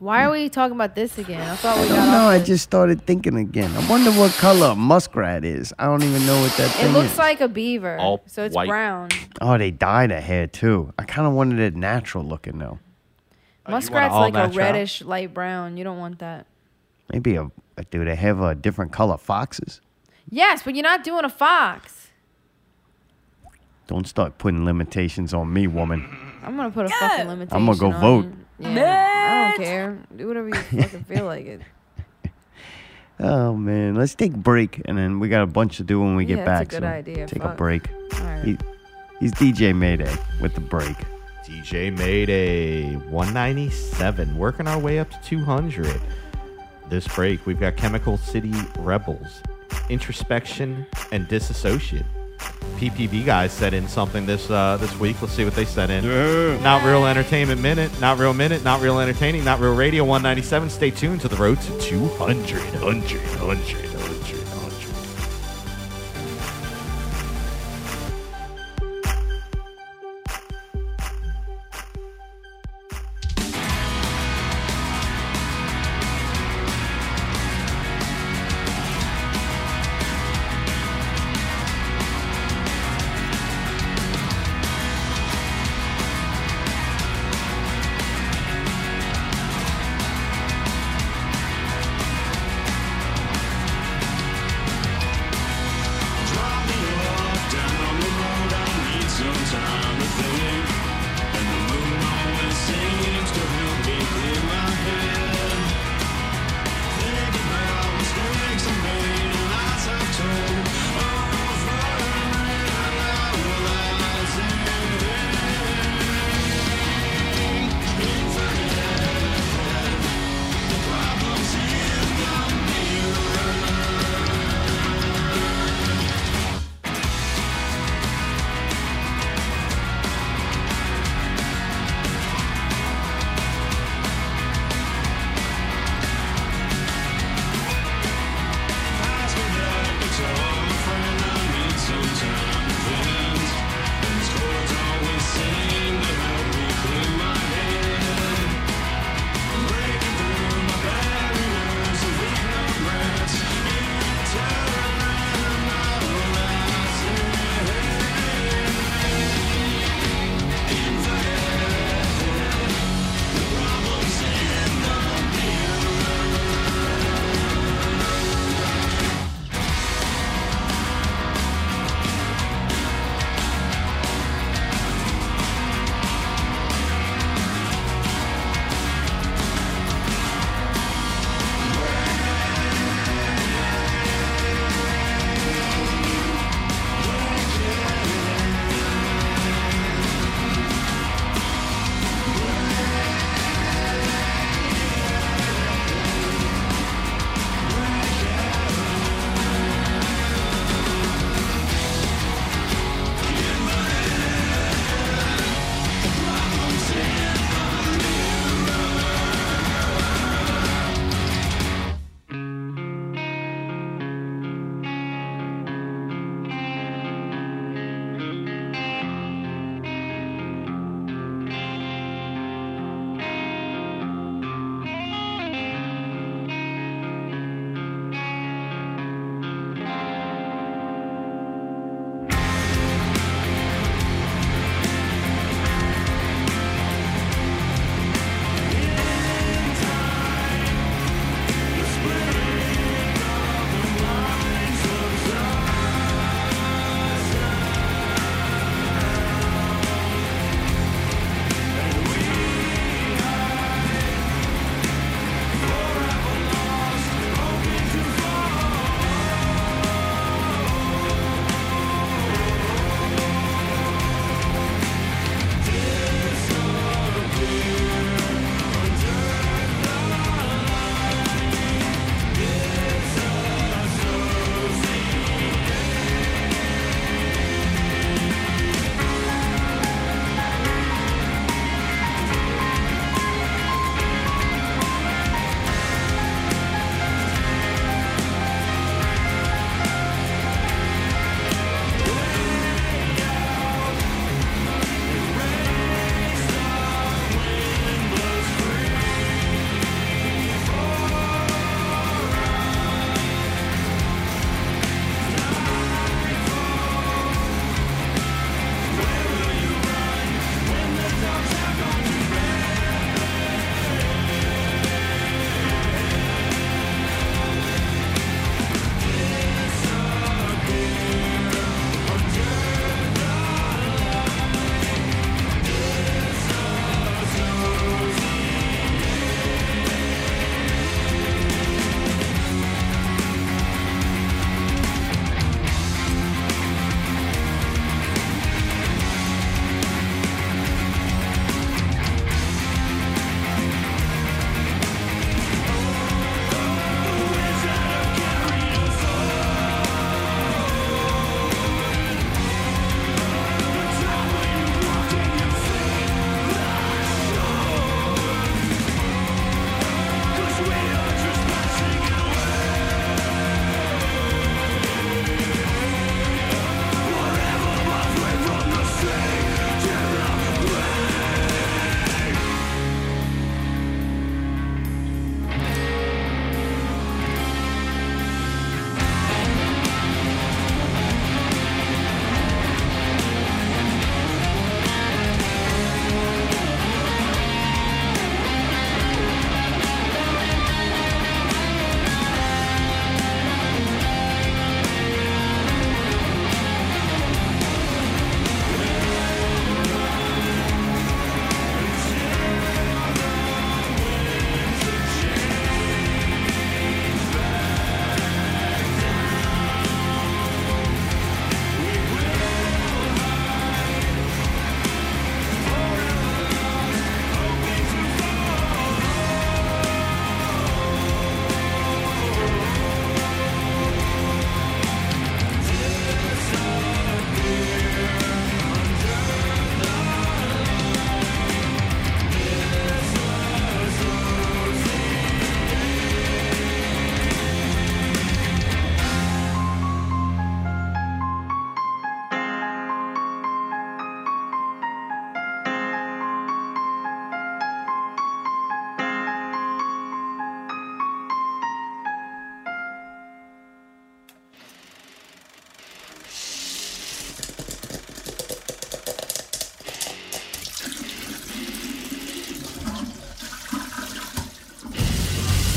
Speaker 3: Why are we talking about this again? I thought we got
Speaker 1: No, no,
Speaker 3: off
Speaker 1: I
Speaker 3: this.
Speaker 1: just started thinking again. I wonder what color a muskrat is. I don't even know what that
Speaker 3: It
Speaker 1: thing
Speaker 3: looks
Speaker 1: is.
Speaker 3: like a beaver,
Speaker 5: All
Speaker 3: so it's
Speaker 5: white.
Speaker 3: brown.
Speaker 1: oh, they dyed a hair too. I kind of wanted it natural looking though.
Speaker 3: Muskrat's
Speaker 2: all
Speaker 3: like a
Speaker 2: natural?
Speaker 3: reddish light brown. You don't want that.
Speaker 1: Maybe a do they have a different color foxes?
Speaker 3: Yes, but you're not doing a fox.
Speaker 1: Don't start putting limitations on me, woman.
Speaker 3: I'm gonna put a fucking limitation.
Speaker 1: I'ma go
Speaker 3: on
Speaker 1: vote.
Speaker 3: you. Yeah, I don't care. Do whatever you fucking feel like it.
Speaker 1: Oh man, let's take a break and then we got a bunch to do when we
Speaker 3: Yeah,
Speaker 1: get
Speaker 3: that's a
Speaker 1: back.
Speaker 3: good
Speaker 1: so
Speaker 3: idea.
Speaker 1: Take a
Speaker 3: Fuck.
Speaker 1: break.
Speaker 3: right.
Speaker 1: He- he's DJ Mayday with the break.
Speaker 2: DJ Mayday, 197, working our way up to 200. This break, we've got Chemical City Rebels, Introspection, and Disassociate. PPV guys set in something this uh, this week. Let's see what they set in. Not Real Entertainment Minute, Not Real Minute, Not Real Entertaining, Not Real Radio 197. Stay tuned to the road to 200. 100, 100, 100, 100.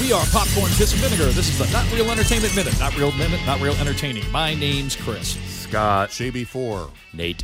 Speaker 9: We are Popcorn Piss and Vinegar. This is the Not Real Entertainment Minute. Not Real Minute, Not Real Entertaining. My name's Chris.
Speaker 10: Scott.
Speaker 11: JB4.
Speaker 9: Nate.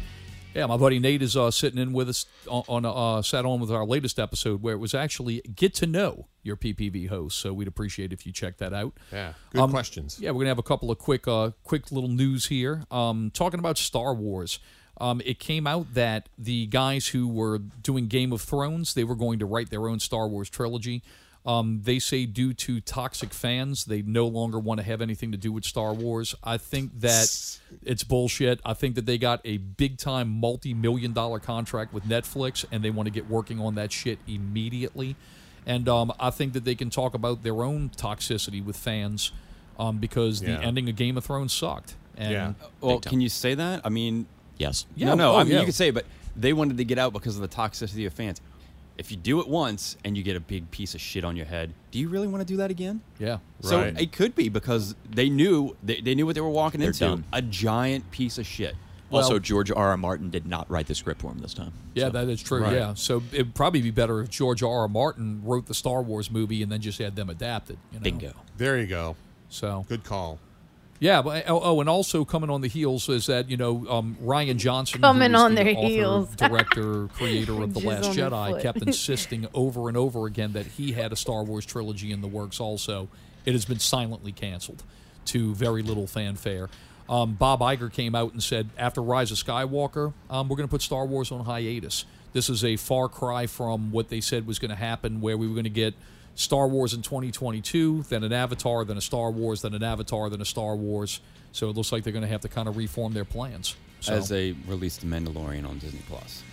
Speaker 9: Yeah, my buddy Nate is uh, sitting in with us on, on uh, sat on with our latest episode where it was actually get to know your PPV host. So we'd appreciate if you check that out. Um,
Speaker 11: Yeah, good questions.
Speaker 9: Yeah, we're gonna have a couple of quick, uh, quick little news here. Um, talking about Star Wars, um, it came out that the guys who were doing Game of Thrones, they were going to write their own Star Wars trilogy. Um, they say due to toxic fans, they no longer want to have anything to do with Star Wars. I think that it's bullshit. I think that they got a big time multi million dollar contract with Netflix and they want to get working on that shit immediately. And um, I think that they can talk about their own toxicity with fans um, because
Speaker 11: Yeah.
Speaker 9: the ending of Game of Thrones sucked. And
Speaker 11: Yeah.
Speaker 12: Well,
Speaker 9: Big time.
Speaker 12: can you say that? I mean,
Speaker 10: Yes.
Speaker 9: Yeah,
Speaker 12: no, no.
Speaker 9: oh,
Speaker 12: I mean,
Speaker 9: yeah.
Speaker 12: you could say, it, but they wanted to get out because of the toxicity of fans. If you do it once and you get a big piece of shit on your head, do you really want to do that again?
Speaker 9: Yeah.
Speaker 12: So
Speaker 11: Right.
Speaker 12: it could be because they knew they, they knew what they were walking
Speaker 10: They're
Speaker 12: into
Speaker 10: done.
Speaker 12: a giant piece of shit.
Speaker 10: also,
Speaker 9: Well-
Speaker 10: George R. R. Martin did not write the script for him this time.
Speaker 9: Yeah,
Speaker 10: So-
Speaker 9: that is true.
Speaker 11: Right.
Speaker 9: Yeah, so it'd probably be better if George R. R. Martin wrote the Star Wars movie and then just had them adapt it. You know?
Speaker 10: Bingo.
Speaker 11: There you go.
Speaker 9: So
Speaker 11: Good call.
Speaker 9: yeah, but oh, oh, and also coming on the heels is that you know um, Ryan Johnson, who
Speaker 3: Coming
Speaker 9: is
Speaker 3: on
Speaker 9: the
Speaker 3: their
Speaker 9: author,
Speaker 3: heels.
Speaker 9: director, creator of the
Speaker 3: Jizz
Speaker 9: Last
Speaker 3: on their
Speaker 9: Jedi,
Speaker 3: foot.
Speaker 9: kept insisting over and over again that he had a Star Wars trilogy in the works. Also, it has been silently canceled to very little fanfare. Um, Bob Iger came out and said, after Rise of Skywalker, um, we're going to put Star Wars on hiatus. This is a far cry from what they said was going to happen, where we were going to get Star Wars in 2022, then an Avatar, then a Star Wars, then an Avatar, then a Star Wars. So it looks like they're going to have to kind of reform their plans. So
Speaker 12: As they released The Mandalorian on Disney Plus,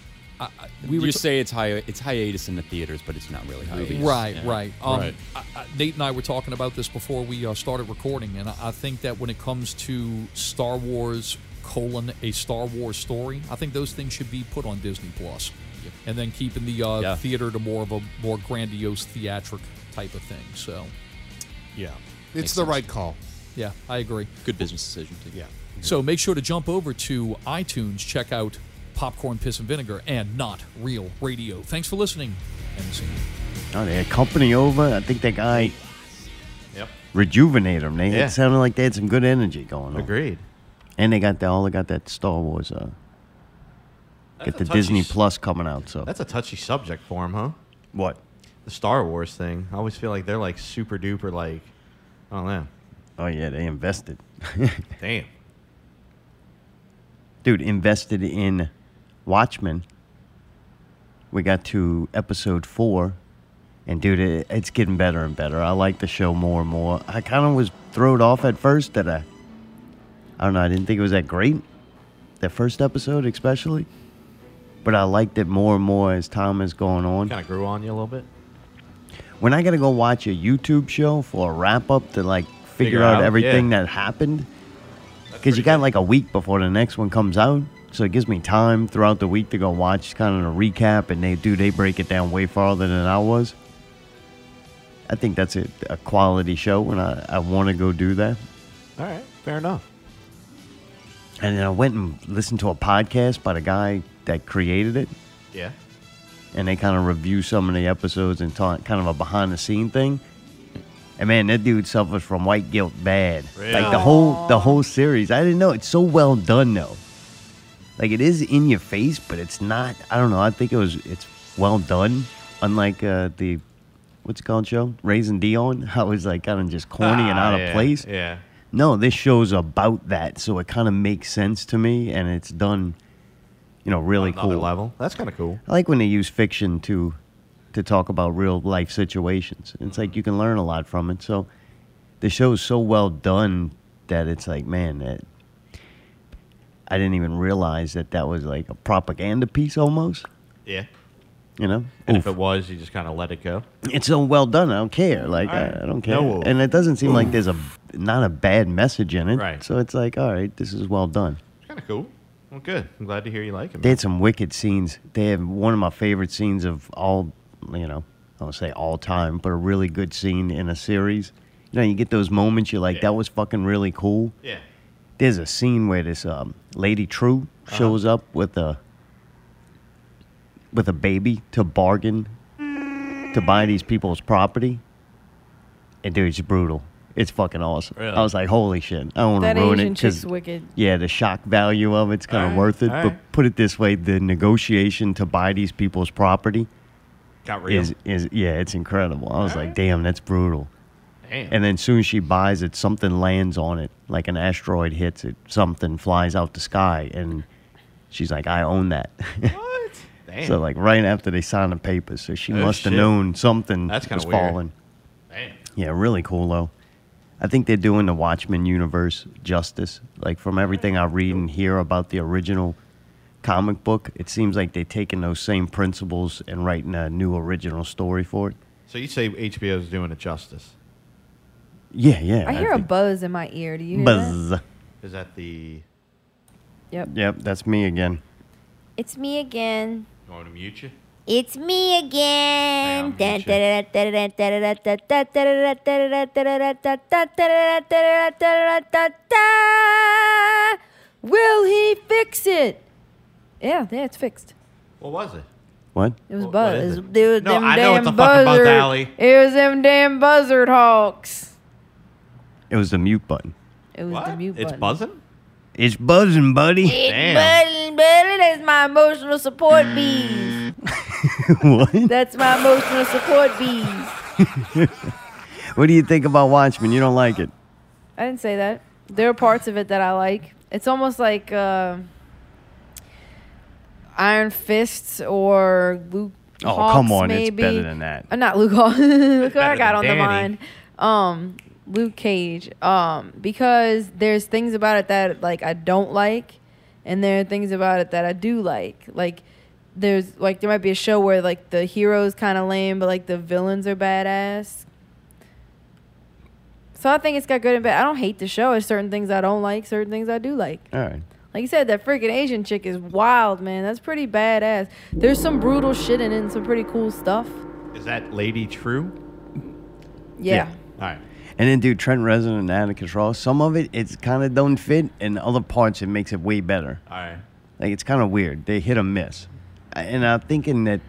Speaker 9: I- I-
Speaker 12: we
Speaker 9: were
Speaker 12: you
Speaker 9: t-
Speaker 12: say it's hi- it's hiatus in the theaters, but it's not really hiatus.
Speaker 9: Right, right. Um,
Speaker 11: Right.
Speaker 9: I, I, Nate and I were talking about this before we uh, started recording, and I, I think that when it comes to Star Wars colon a Star Wars story, I think those things should be put on Disney Plus, and then keeping the uh,
Speaker 12: Yeah.
Speaker 9: theater to more of a more grandiose theatric type of thing. So,
Speaker 11: Yeah. It's the right call.
Speaker 9: yeah, I agree.
Speaker 10: Good business decision, too.
Speaker 11: Yeah.
Speaker 9: So make sure to jump over to iTunes, check out Popcorn Piss and Vinegar, and Not Real Radio. Thanks for listening, and see you.
Speaker 1: Oh, they had company over. I think that guy
Speaker 2: Yep.
Speaker 1: rejuvenated them. They
Speaker 2: Yeah.
Speaker 1: had, sounded like they had some good energy going on.
Speaker 2: Agreed.
Speaker 1: And they got that all. They got that Star Wars. Uh,
Speaker 2: That's
Speaker 1: get
Speaker 2: a
Speaker 1: the
Speaker 2: touchy
Speaker 1: Disney
Speaker 2: s-
Speaker 1: Plus coming out. So
Speaker 2: That's a touchy subject for him, huh?
Speaker 1: what?
Speaker 2: The Star Wars thing. I always feel like they're like super duper like, oh man,
Speaker 1: Oh yeah, they invested.
Speaker 2: damn.
Speaker 1: Dude, invested in Watchmen. We got to episode four, and dude, it, it's getting better and better. I like the show more and more. I kind of was thrown off at first that I, I don't know, I didn't think it was that great, that first episode especially. But I liked it more and more as time is going on.
Speaker 2: Kind of grew on you a little bit.
Speaker 1: when I gotta go watch a YouTube show for a wrap up to like figure,
Speaker 2: Figure
Speaker 1: out,
Speaker 2: out,
Speaker 1: everything
Speaker 2: yeah.
Speaker 1: that happened, because you got like a week before the next one comes out, so it gives me time throughout the week to go watch kind of a recap, and they do they break it down way farther than I was. I think that's a, a quality show, and I, I want to go do that.
Speaker 2: All right, fair enough.
Speaker 1: And then I went and listened to a podcast by the guy that created it,
Speaker 2: Yeah.
Speaker 1: and they kind of review some of the episodes and talk kind of a behind the scene thing. And man, that dude suffers from white guilt bad. Like the whole the whole series. I didn't know it's so well done though. Like it is in your face, but it's not. I don't know. I think it was it's well done. Unlike uh, the what's it called show Raising Dion, how it was like kind of just corny and
Speaker 2: Ah,
Speaker 1: out
Speaker 2: yeah,
Speaker 1: of place.
Speaker 2: Yeah.
Speaker 1: No, this show's about that, so it kind of makes sense to me, and it's done, you know, really
Speaker 2: Another
Speaker 1: cool.
Speaker 2: level. That's kind of cool.
Speaker 1: I like when they use fiction to to talk about real life situations. It's like you can learn a lot from it. So the show is so well done that it's like, man, that I didn't even realize that that was like a propaganda piece almost.
Speaker 2: Yeah.
Speaker 1: You know,
Speaker 2: And
Speaker 1: Oof.
Speaker 2: if it was, you just kind of let it go.
Speaker 1: it's so well done. I don't care. Like
Speaker 2: All right.
Speaker 1: I, I don't care.
Speaker 2: No.
Speaker 1: and it doesn't seem like there's a not a bad message in it.
Speaker 2: Right.
Speaker 1: So it's like, all right, this is well done.
Speaker 2: Kind of cool. Well, good. I'm glad to hear you like it.
Speaker 1: They
Speaker 2: man.
Speaker 1: had some wicked scenes. They had one of my favorite scenes of all, you know, I don't say all time, but a really good scene in a series. You know, you get those moments you're like,
Speaker 2: Yeah.
Speaker 1: that was fucking really cool.
Speaker 2: Yeah.
Speaker 1: There's a scene where this um, lady True
Speaker 3: Uh-huh.
Speaker 1: shows up with a with a baby to bargain to buy these people's property, And dude, it's brutal. It's fucking awesome.
Speaker 3: Really?
Speaker 1: I was like, holy shit. I don't want
Speaker 3: That
Speaker 1: to ruin
Speaker 3: Asian
Speaker 1: it
Speaker 3: chick's wicked.
Speaker 1: yeah, the shock value of it's kind of
Speaker 3: Alright,
Speaker 1: worth it.
Speaker 3: alright.
Speaker 1: But put it this way, the negotiation to buy these people's property
Speaker 2: Got real.
Speaker 1: is is yeah, it's incredible. I was like, damn, that's brutal.
Speaker 2: Damn.
Speaker 1: And then soon as she buys it, something lands on it, like an asteroid hits it, something flies out the sky, and she's like, I own that.
Speaker 2: What? Damn.
Speaker 1: So like right after they signed the papers, so she
Speaker 2: Oh,
Speaker 1: must have
Speaker 2: shit.
Speaker 1: known something
Speaker 2: That's kinda
Speaker 1: was
Speaker 2: weird.
Speaker 1: falling.
Speaker 2: Damn.
Speaker 1: Yeah, really cool though. I think they're doing the Watchmen universe justice. Like from everything I read and hear about the original comic book, it seems like they're taking those same principles and writing a new original story for it.
Speaker 2: So you say HBO is doing it justice?
Speaker 1: Yeah, yeah.
Speaker 3: I hear a
Speaker 1: think-
Speaker 3: buzz in my ear. Do you hear that?
Speaker 1: buzz.
Speaker 2: Is that the?
Speaker 3: Yep.
Speaker 1: Yep, that's me again.
Speaker 13: It's me again.
Speaker 2: You want me to mute you?
Speaker 13: It's me again.
Speaker 2: Yeah, I'll meet
Speaker 3: Will he fix it? Yeah, yeah, it's fixed.
Speaker 2: What was it?
Speaker 1: What?
Speaker 3: It was
Speaker 2: what
Speaker 3: buzz.
Speaker 2: is
Speaker 3: It
Speaker 2: it?
Speaker 3: was, it was
Speaker 2: No,
Speaker 3: them
Speaker 2: I know what
Speaker 3: damn
Speaker 2: the fuck about
Speaker 3: buzzard.
Speaker 2: Dally.
Speaker 3: It was them damn buzzard hawks.
Speaker 1: It was the mute button.
Speaker 3: It was the mute
Speaker 2: It's
Speaker 3: button.
Speaker 2: buzzing.
Speaker 1: It's buzzing, buddy.
Speaker 3: It's buzzing, buddy. That's my emotional support bees.
Speaker 1: what?
Speaker 3: That's my emotional support bees.
Speaker 1: what do you think about Watchmen? You don't like it?
Speaker 3: I didn't say that. There are parts of it that I like. It's almost like uh, Iron Fists or Luke.
Speaker 1: Oh,
Speaker 3: Hawks,
Speaker 1: come on, it's
Speaker 3: maybe.
Speaker 1: better than that.
Speaker 3: Uh, not Luke Hawks. Look what I
Speaker 1: better
Speaker 3: got on
Speaker 1: than
Speaker 3: the mind.
Speaker 1: Danny.
Speaker 3: Um, Luke Cage. Um, because there's things about it that like I don't like, and there are things about it that I do like. Like there's like there might be a show where like the heroes kind of lame, but like the villains are badass. So I think it's got good and bad. I don't hate the show. There's certain things I don't like, certain things I do like.
Speaker 1: All right.
Speaker 3: Like you said, that freaking Asian chick is wild, man. That's pretty badass. There's some brutal shit in it and some pretty cool stuff.
Speaker 2: Is that Lady True?
Speaker 3: Yeah.
Speaker 2: All right.
Speaker 1: And then, dude, Trent Reznor and Atticus Ross. Some of it, it's kind of don't fit, and other parts, it makes it way better.
Speaker 2: All right.
Speaker 1: Like it's kind of weird. They hit or miss, I- and I'm thinking that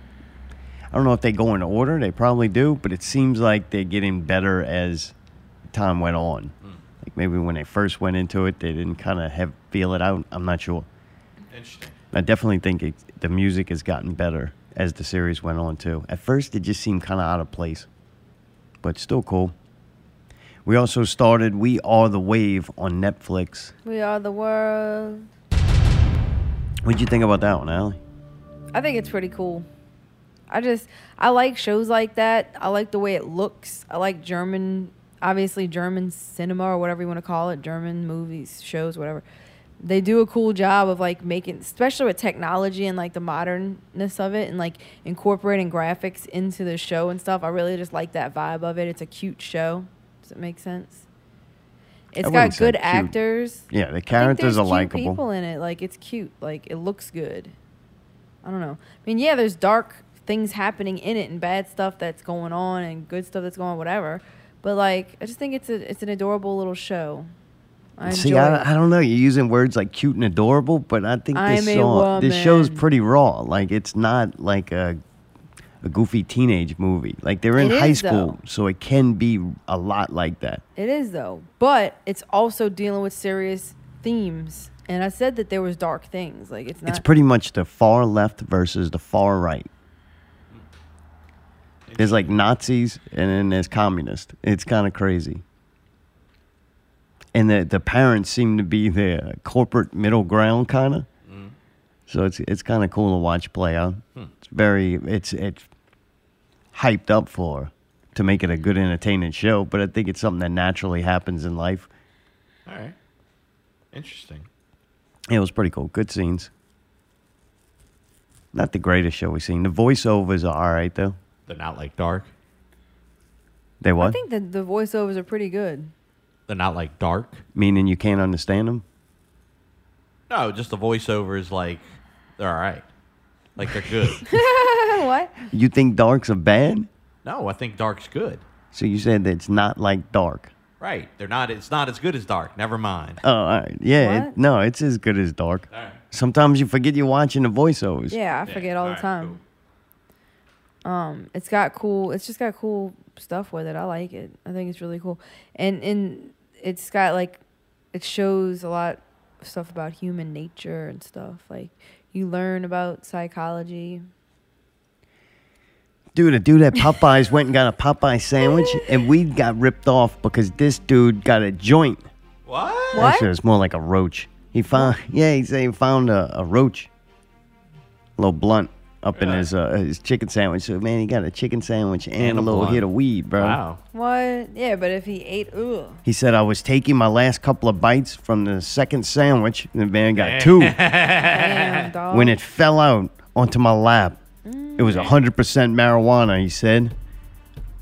Speaker 1: I don't know if they go in order. They probably do, but it seems like they're getting better as time went on. Like maybe when they first went into it, they didn't kind of have feel it out. I'm not sure.
Speaker 2: Interesting.
Speaker 1: I definitely think it, the music has gotten better as the series went on too. At first, it just seemed kind of out of place, but still cool. We also started "We Are the Wave" on Netflix.
Speaker 3: We are the world.
Speaker 1: What'd you think about that one, Allie?
Speaker 3: I think it's pretty cool. I just I like shows like that. I like the way it looks. I like German, obviously German cinema or whatever you want to call it, German movies, shows, whatever. They do a cool job of like making, especially with technology and like the modernness of it, and like incorporating graphics into the show and stuff. I really just like that vibe of it. It's a cute show. Does it make sense? It's
Speaker 1: I wouldn't
Speaker 3: got
Speaker 1: say
Speaker 3: good
Speaker 1: cute.
Speaker 3: actors.
Speaker 1: Yeah, the
Speaker 3: I think
Speaker 1: characters
Speaker 3: there's
Speaker 1: are
Speaker 3: cute
Speaker 1: likable.
Speaker 3: People in it, like it's cute. Like it looks good. I don't know. I mean, yeah, there's dark things happening in it and bad stuff that's going on and good stuff that's going on, whatever. But like, I just think it's a it's an adorable little show. I
Speaker 1: See,
Speaker 3: enjoy it.
Speaker 1: I, I don't know. You're using words like cute and adorable, but I think this
Speaker 3: I'm a
Speaker 1: song, this show's
Speaker 3: woman.
Speaker 1: pretty raw. Like it's not like a a goofy teenage movie. Like they're in
Speaker 3: It
Speaker 1: high
Speaker 3: is,
Speaker 1: school, so it can be a lot like that.
Speaker 3: It is though, but it's also dealing with serious themes. And I said that there was dark things. Like it's not.
Speaker 1: It's pretty much the far left versus the far right. There's like Nazis and then there's communists. It's kind of crazy. And the the parents seem to be the corporate middle ground kind of. So it's it's kind of cool to watch play out.
Speaker 2: Hmm.
Speaker 1: It's very it's it's hyped up for to make it a good entertaining show, but I think it's something that naturally happens in life.
Speaker 2: All right. Interesting.
Speaker 1: It was pretty cool. Good scenes. Not the greatest show we've seen. The voiceovers are all right though.
Speaker 2: They're not like dark.
Speaker 1: They
Speaker 3: I
Speaker 1: what?
Speaker 3: think that the voiceovers are pretty good.
Speaker 2: They're not like dark.
Speaker 1: Meaning you can't understand them.
Speaker 2: No, just the voiceovers. Like they're all right. Like they're good.
Speaker 3: what?
Speaker 1: You think darks are bad?
Speaker 2: no, I think dark's good.
Speaker 1: So you said that it's not like dark.
Speaker 2: Right. They're not. It's not as good as dark. Never mind.
Speaker 1: Oh, all right. Yeah. It,
Speaker 2: What?
Speaker 1: no, it's as good as dark.
Speaker 2: All right.
Speaker 1: Sometimes you forget you're watching the voiceovers.
Speaker 3: Yeah, I forget all the time. Um, it's got cool. It's just got cool stuff with it. I like it. I think it's really cool, and and it's got like, it shows a lot of stuff about human nature and stuff. Like you learn about psychology.
Speaker 1: Dude, a dude at Popeyes went and got a Popeye sandwich, and we got ripped off because this dude got a joint.
Speaker 2: What?
Speaker 1: Actually, it's more like a roach. He found, yeah, he said he found a, a roach, a little blunt up in his uh, his chicken sandwich. So man, he got a chicken sandwich and,
Speaker 2: And
Speaker 1: a
Speaker 2: a
Speaker 1: little
Speaker 2: blunt.
Speaker 1: hit of weed, bro.
Speaker 2: Wow.
Speaker 3: What? Yeah, but if he ate, ugh.
Speaker 1: He said I was taking my last couple of bites from the second sandwich, and the man got two.
Speaker 3: Damn, dog.
Speaker 1: when it fell out onto my lap. It
Speaker 2: Mm.
Speaker 1: was 100% marijuana, he said.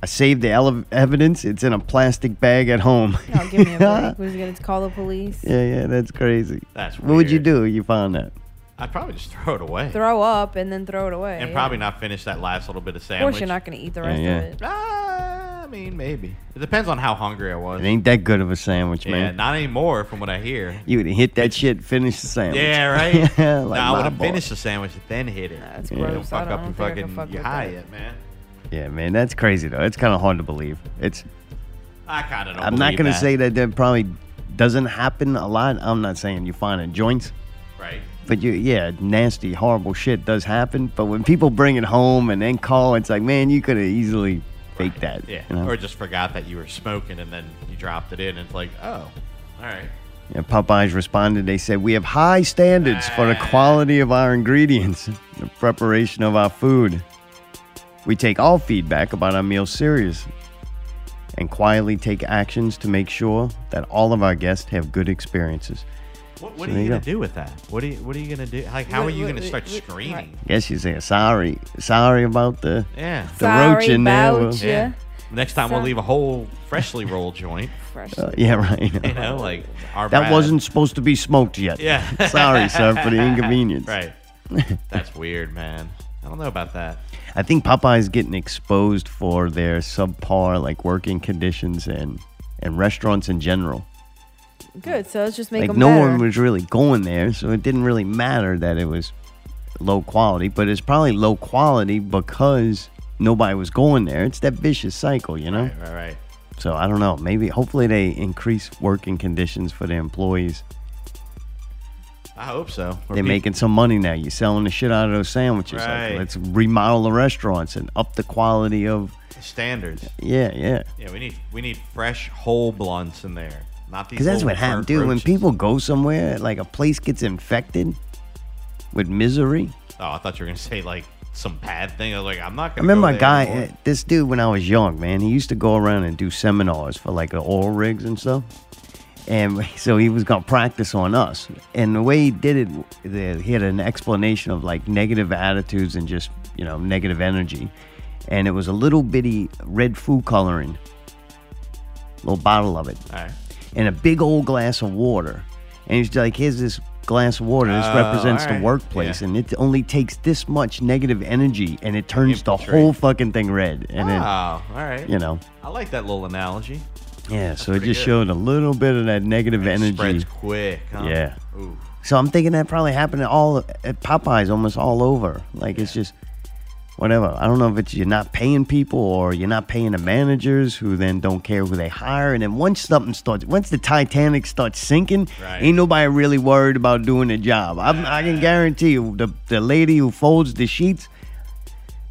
Speaker 1: I saved the ele- evidence. It's in a plastic bag at home.
Speaker 3: No,
Speaker 2: Oh,
Speaker 3: give me a break. Was he gonna call the police?
Speaker 1: yeah, yeah, that's crazy.
Speaker 2: That's
Speaker 1: What would you
Speaker 2: weird.
Speaker 1: do if you found that?
Speaker 2: I'd probably just throw it away.
Speaker 3: Throw up and then throw it away.
Speaker 2: and
Speaker 3: yeah.
Speaker 2: probably not finish that last little bit of
Speaker 3: Of
Speaker 2: sandwich. Ah,
Speaker 3: course, you're not gonna eat the
Speaker 1: Yeah,
Speaker 3: rest
Speaker 1: yeah.
Speaker 3: of it.
Speaker 2: I mean, maybe. It depends on how hungry I was.
Speaker 1: It ain't that good of a sandwich,
Speaker 2: yeah,
Speaker 1: man.
Speaker 2: not anymore from what I hear.
Speaker 1: You would have hit that shit, finished the sandwich.
Speaker 2: Yeah, right?
Speaker 1: yeah,
Speaker 2: no,
Speaker 1: like
Speaker 2: I would
Speaker 1: my
Speaker 2: have
Speaker 1: boy.
Speaker 2: finished the sandwich and then hit it. That's
Speaker 1: gross.
Speaker 2: Don't
Speaker 1: I
Speaker 2: fuck
Speaker 1: don't
Speaker 2: up and
Speaker 1: think I can
Speaker 2: fucking
Speaker 1: fuck
Speaker 2: you
Speaker 1: with
Speaker 2: high
Speaker 1: that.
Speaker 2: it, man.
Speaker 1: Yeah, man, that's crazy, though. It's kind of hard to believe. It's.
Speaker 2: I kind of don't
Speaker 1: I'm not
Speaker 2: believe
Speaker 1: gonna
Speaker 2: that.
Speaker 1: say that that probably doesn't happen a lot. I'm not saying you find in joints.
Speaker 2: Right.
Speaker 1: But you, yeah, nasty, horrible shit does happen. But when people bring it home and then call, it's like, man, you could have easily faked that.
Speaker 2: Yeah.
Speaker 1: you know?
Speaker 2: Or just forgot that you were smoking and then you dropped it in and it's like, oh, all right.
Speaker 1: Yeah, Popeyes responded. They said, We have high standards for the quality of our ingredients, and the preparation of our food. We take all feedback about our meals serious and quietly take actions to make sure that all of our guests have good experiences.
Speaker 2: What, what
Speaker 1: So
Speaker 2: are
Speaker 1: there
Speaker 2: you
Speaker 1: you
Speaker 2: gonna
Speaker 1: go.
Speaker 2: do with that? What are you What are you gonna do? Like, how
Speaker 3: What-
Speaker 2: are you
Speaker 3: what-
Speaker 2: gonna start
Speaker 3: what- what-
Speaker 2: screaming?
Speaker 1: Guess you say sorry, sorry about the
Speaker 2: Yeah.
Speaker 1: the roach in there. Well,
Speaker 2: Yeah. Next time we'll leave a whole freshly rolled joint.
Speaker 1: Uh, yeah, right.
Speaker 2: You know, like our
Speaker 1: that
Speaker 2: bad.
Speaker 1: wasn't supposed to be smoked yet.
Speaker 2: Yeah.
Speaker 1: sorry, sir, for the inconvenience.
Speaker 2: Right. That's weird, man. I don't know about that.
Speaker 1: I think Popeye's getting exposed for their subpar like working conditions and and restaurants in general.
Speaker 3: Good. So let's just make
Speaker 1: like
Speaker 3: them
Speaker 1: no
Speaker 3: better.
Speaker 1: one was really going there, so it didn't really matter that it was low quality, but it's probably low quality because nobody was going there. It's that vicious cycle, you know?
Speaker 2: Right, right.
Speaker 1: So I don't know. Maybe hopefully they increase working conditions for their employees.
Speaker 2: I hope so. Or
Speaker 1: They're
Speaker 2: peop-
Speaker 1: making some money now. You're selling the shit out of those sandwiches. Like,
Speaker 2: Right.
Speaker 1: let's remodel the restaurants and up the quality of
Speaker 2: standards.
Speaker 1: Yeah, yeah.
Speaker 2: Yeah, we need we need fresh whole blunts in there, not these.
Speaker 1: Because that's
Speaker 2: little
Speaker 1: what happened,
Speaker 2: burnt
Speaker 1: dude. When
Speaker 2: roaches.
Speaker 1: people go somewhere, like a place gets infected with misery.
Speaker 2: oh, I thought you were gonna say like some bad thing. I was like, I'm not
Speaker 1: I
Speaker 2: gonna.
Speaker 1: remember
Speaker 2: go
Speaker 1: a
Speaker 2: there
Speaker 1: guy,
Speaker 2: anymore.
Speaker 1: uh, this dude, when I was young, man, he used to go around and do seminars for like the oil rigs and stuff. And so he was going to practice on us. And the way he did it, the, he had an explanation of like negative attitudes and just, you know, negative energy. And it was a little bitty red food coloring, little bottle of it. And a big old glass of water. And he's like, here's this glass of water. This
Speaker 2: Oh,
Speaker 1: represents
Speaker 2: all right.
Speaker 1: the workplace.
Speaker 2: Yeah.
Speaker 1: And it only takes this much negative energy and it turns the
Speaker 2: Infiltrate.
Speaker 1: whole fucking thing red. And then,
Speaker 2: oh, all right.
Speaker 1: you know,
Speaker 2: I like that little analogy.
Speaker 1: yeah, so it
Speaker 2: pretty
Speaker 1: just
Speaker 2: good.
Speaker 1: showed a little bit of that negative energy.
Speaker 2: Spreads quick. Huh?
Speaker 1: Yeah.
Speaker 2: Ooh.
Speaker 1: So I'm thinking that probably happened at all at Popeyes almost all over. Like it's just whatever. I don't know if it's you're not paying people or you're not paying the managers who then don't care who they hire. And then once something starts, once the Titanic starts sinking,
Speaker 2: Right.
Speaker 1: ain't nobody really worried about doing the job. I'm, I can guarantee you, the the lady who folds the sheets.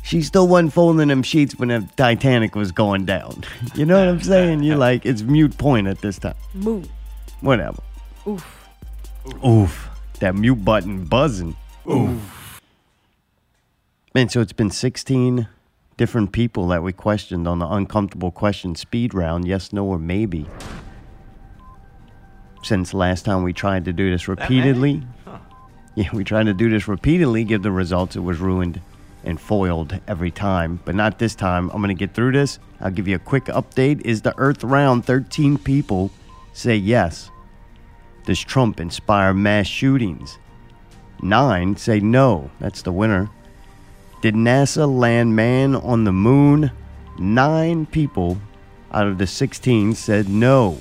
Speaker 1: She still wasn't folding them sheets when the Titanic was going down. You know what I'm saying? You're like, it's mute point at this time.
Speaker 3: Moo.
Speaker 1: Whatever.
Speaker 3: Oof.
Speaker 1: Oof. That mute button buzzing. Oof. Man, so it's been 16 different people that we questioned on the uncomfortable question speed round yes, no, or maybe. Since last time we tried to do this
Speaker 14: many?
Speaker 1: repeatedly. Yeah, we tried to do this repeatedly, give the results. It was ruined and foiled every time, but not this time. I'm going to get through this. I'll give you a quick update. Is the Earth round? 13 people say yes. Does Trump inspire mass shootings? Nine say no. That's the winner. Did NASA land man on the moon? Nine people out of the 16 said no.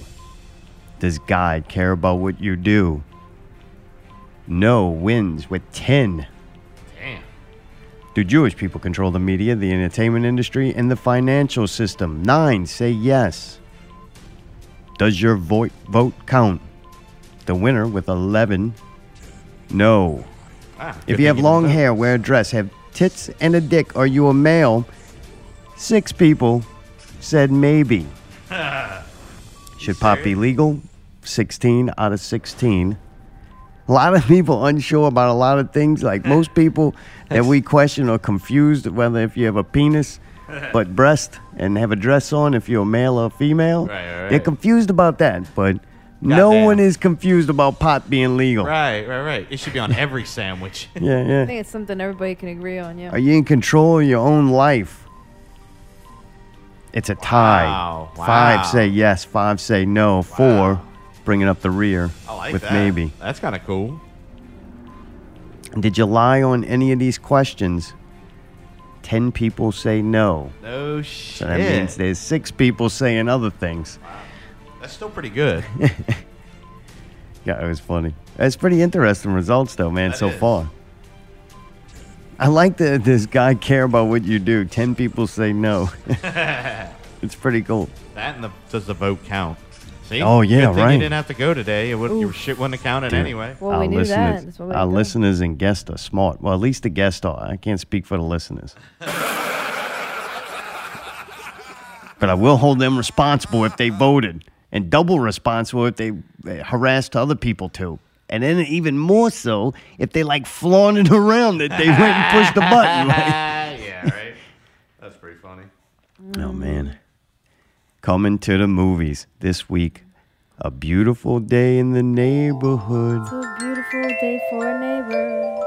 Speaker 1: Does God care about what you do? No wins with 10.
Speaker 2: Damn.
Speaker 1: Do Jewish people control the media, the entertainment industry, and the financial system? Nine, say yes. Does your vo- vote count? The winner with 11, no.
Speaker 2: Ah,
Speaker 1: if you have long hair, wear a dress, have tits and a dick, are you a male? Six people said maybe. Should pot be legal? 16 out of 16. A lot of people unsure about a lot of things. Like most people that we question are confused whether if you have a penis, but breast, and have a dress on, if you're a male or a female.
Speaker 2: Right, right,
Speaker 1: They're
Speaker 2: right.
Speaker 1: confused about that, but no
Speaker 2: Goddamn.
Speaker 1: one is confused about pot being legal.
Speaker 2: Right, right, right. It should be on every sandwich.
Speaker 1: Yeah, yeah.
Speaker 3: I think it's something everybody can agree on. Yeah.
Speaker 1: Are you in control of your own life? It's a tie.
Speaker 2: Wow, wow.
Speaker 1: Five say yes, five say no, four bringing up the rear
Speaker 2: I like
Speaker 1: with
Speaker 2: that.
Speaker 1: maybe.
Speaker 2: That's kind of cool.
Speaker 1: Did you lie on any of these questions? Ten people say no.
Speaker 2: No
Speaker 1: So that means
Speaker 2: Oh, shit.
Speaker 1: there's six people saying other things.
Speaker 2: That's still pretty good.
Speaker 1: Yeah, it was funny. It's pretty interesting results though, man,
Speaker 2: That
Speaker 1: so
Speaker 2: is.
Speaker 1: far. I like that this guy care about what you do. Ten people say no.
Speaker 2: that
Speaker 1: it's pretty cool.
Speaker 2: and the does the vote count? See?
Speaker 1: Oh, yeah,
Speaker 2: Good thing
Speaker 1: right.
Speaker 2: You didn't have to go today. It would, your
Speaker 3: Oof.
Speaker 2: shit wouldn't have counted
Speaker 1: Dude,
Speaker 2: anyway.
Speaker 3: Well, we
Speaker 1: our
Speaker 3: knew that.
Speaker 1: listeners,
Speaker 3: That's what we
Speaker 1: our
Speaker 3: did.
Speaker 1: listeners and guests are smart. Well, at least the guests are. I can't speak for the listeners, but I will hold them responsible if they voted, and double responsible if they uh, harassed other people too, and then even more so if they like flaunted around that they went and pushed the button. Like.
Speaker 2: yeah, right. That's pretty funny.
Speaker 1: Oh man. Coming to the movies this week. A beautiful day in the neighborhood.
Speaker 3: It's a beautiful day for a neighbor.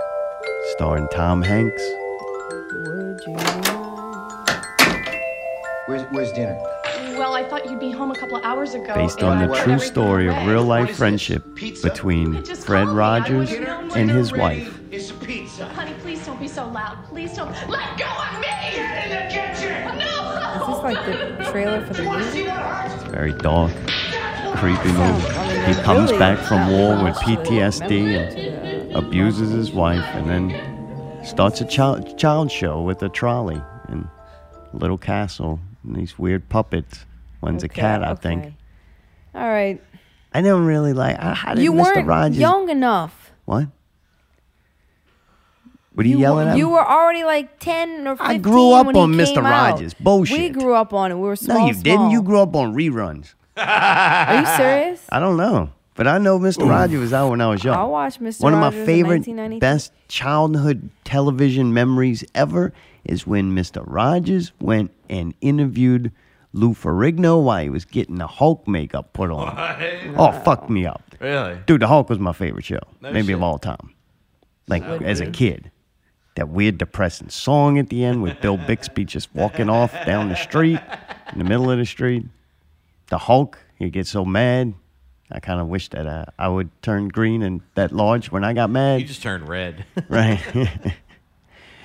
Speaker 1: starring Tom Hanks.
Speaker 3: Would you?
Speaker 14: Where's, where's dinner?
Speaker 15: Well, I thought you'd be home a couple of hours ago.
Speaker 1: based
Speaker 15: and
Speaker 1: on
Speaker 15: I
Speaker 1: the
Speaker 15: put
Speaker 1: true
Speaker 15: everything
Speaker 1: story of
Speaker 15: away.
Speaker 1: real life friendship between Fred Rogers and his wife.
Speaker 15: It's a pizza. Honey, please don't be so loud. Please don't. Let go of me! Get in the kitchen! No!
Speaker 3: Is this like the trailer for the movie?
Speaker 1: It's very dark, creepy movie. He comes back from war with PTSD and abuses his wife, and then starts a child child show with a trolley and little castle and these weird puppets. One's a
Speaker 3: Okay,
Speaker 1: cat, I think.
Speaker 3: okay. All right.
Speaker 1: I don't really like. I, how did
Speaker 3: You
Speaker 1: Mr.
Speaker 3: weren't
Speaker 1: Rogers?
Speaker 3: young enough.
Speaker 1: What? What are you, yelling at?
Speaker 3: You
Speaker 1: me?
Speaker 3: were already like ten or fifteen.
Speaker 1: I grew up
Speaker 3: when he
Speaker 1: on Mr.
Speaker 3: came out.
Speaker 1: Rogers. Bullshit.
Speaker 3: We grew up on it. We were small.
Speaker 1: no, you didn't.
Speaker 3: small.
Speaker 1: You grew up on reruns.
Speaker 3: Are you serious?
Speaker 1: I don't know, but I know Mr. Rogers was out when I was young.
Speaker 3: I watched Mr.
Speaker 1: One of my
Speaker 3: Rogers in
Speaker 1: favorite,
Speaker 3: 1992.
Speaker 1: best childhood television memories ever is when Mr. Rogers went and interviewed Lou Ferrigno while he was getting the Hulk makeup put on. Oh, fuck me up.
Speaker 2: Really?
Speaker 1: Dude, the Hulk was my favorite show,
Speaker 2: No
Speaker 1: maybe
Speaker 2: shit.
Speaker 1: of all time. Like
Speaker 2: Would
Speaker 1: as a
Speaker 2: be.
Speaker 1: kid, that weird depressing song at the end with Bill Bixby just walking off down the street, in the middle of the street. The Hulk, he gets so mad. I kind of wish that I, I would turn green and that large when I got mad.
Speaker 2: You just turned red.
Speaker 1: right.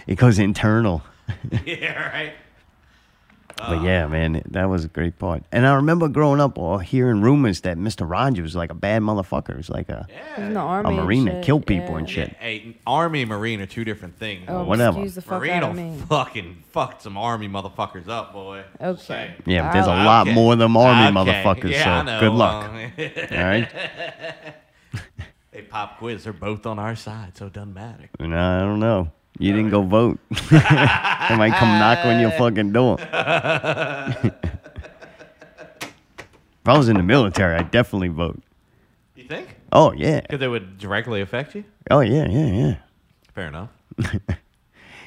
Speaker 1: it goes internal.
Speaker 2: yeah, right.
Speaker 1: But
Speaker 2: Ah.
Speaker 1: yeah, man, that was a great part. And I remember growing up or hearing rumors that Mr. Rogers was like a bad motherfucker. He's like a,
Speaker 3: He's in the
Speaker 1: a
Speaker 3: army. and
Speaker 1: marine that
Speaker 3: shit,
Speaker 1: killed people
Speaker 3: yeah.
Speaker 1: and shit.
Speaker 2: Hey, Army and Marine are two different things.
Speaker 1: Oh, Whatever. excuse
Speaker 3: the fuck
Speaker 2: Marine
Speaker 3: outta
Speaker 2: will
Speaker 3: me. Oh.
Speaker 2: fucking fucked some Army motherfuckers up, boy. Just saying.
Speaker 1: Yeah, but there's a lot more of them army
Speaker 2: Okay.
Speaker 1: motherfuckers.
Speaker 2: Yeah, I
Speaker 1: so
Speaker 2: know.
Speaker 1: good luck.
Speaker 2: Um,
Speaker 1: All right.
Speaker 2: They pop quiz. They're both on our side, so it doesn't matter.
Speaker 1: No, I don't know. You didn't go vote. they might come knock on your fucking door. if I was in the military, I'd definitely vote.
Speaker 2: You think?
Speaker 1: Oh yeah.
Speaker 2: Because it would directly affect you.
Speaker 1: Oh yeah, yeah, yeah.
Speaker 2: Fair enough.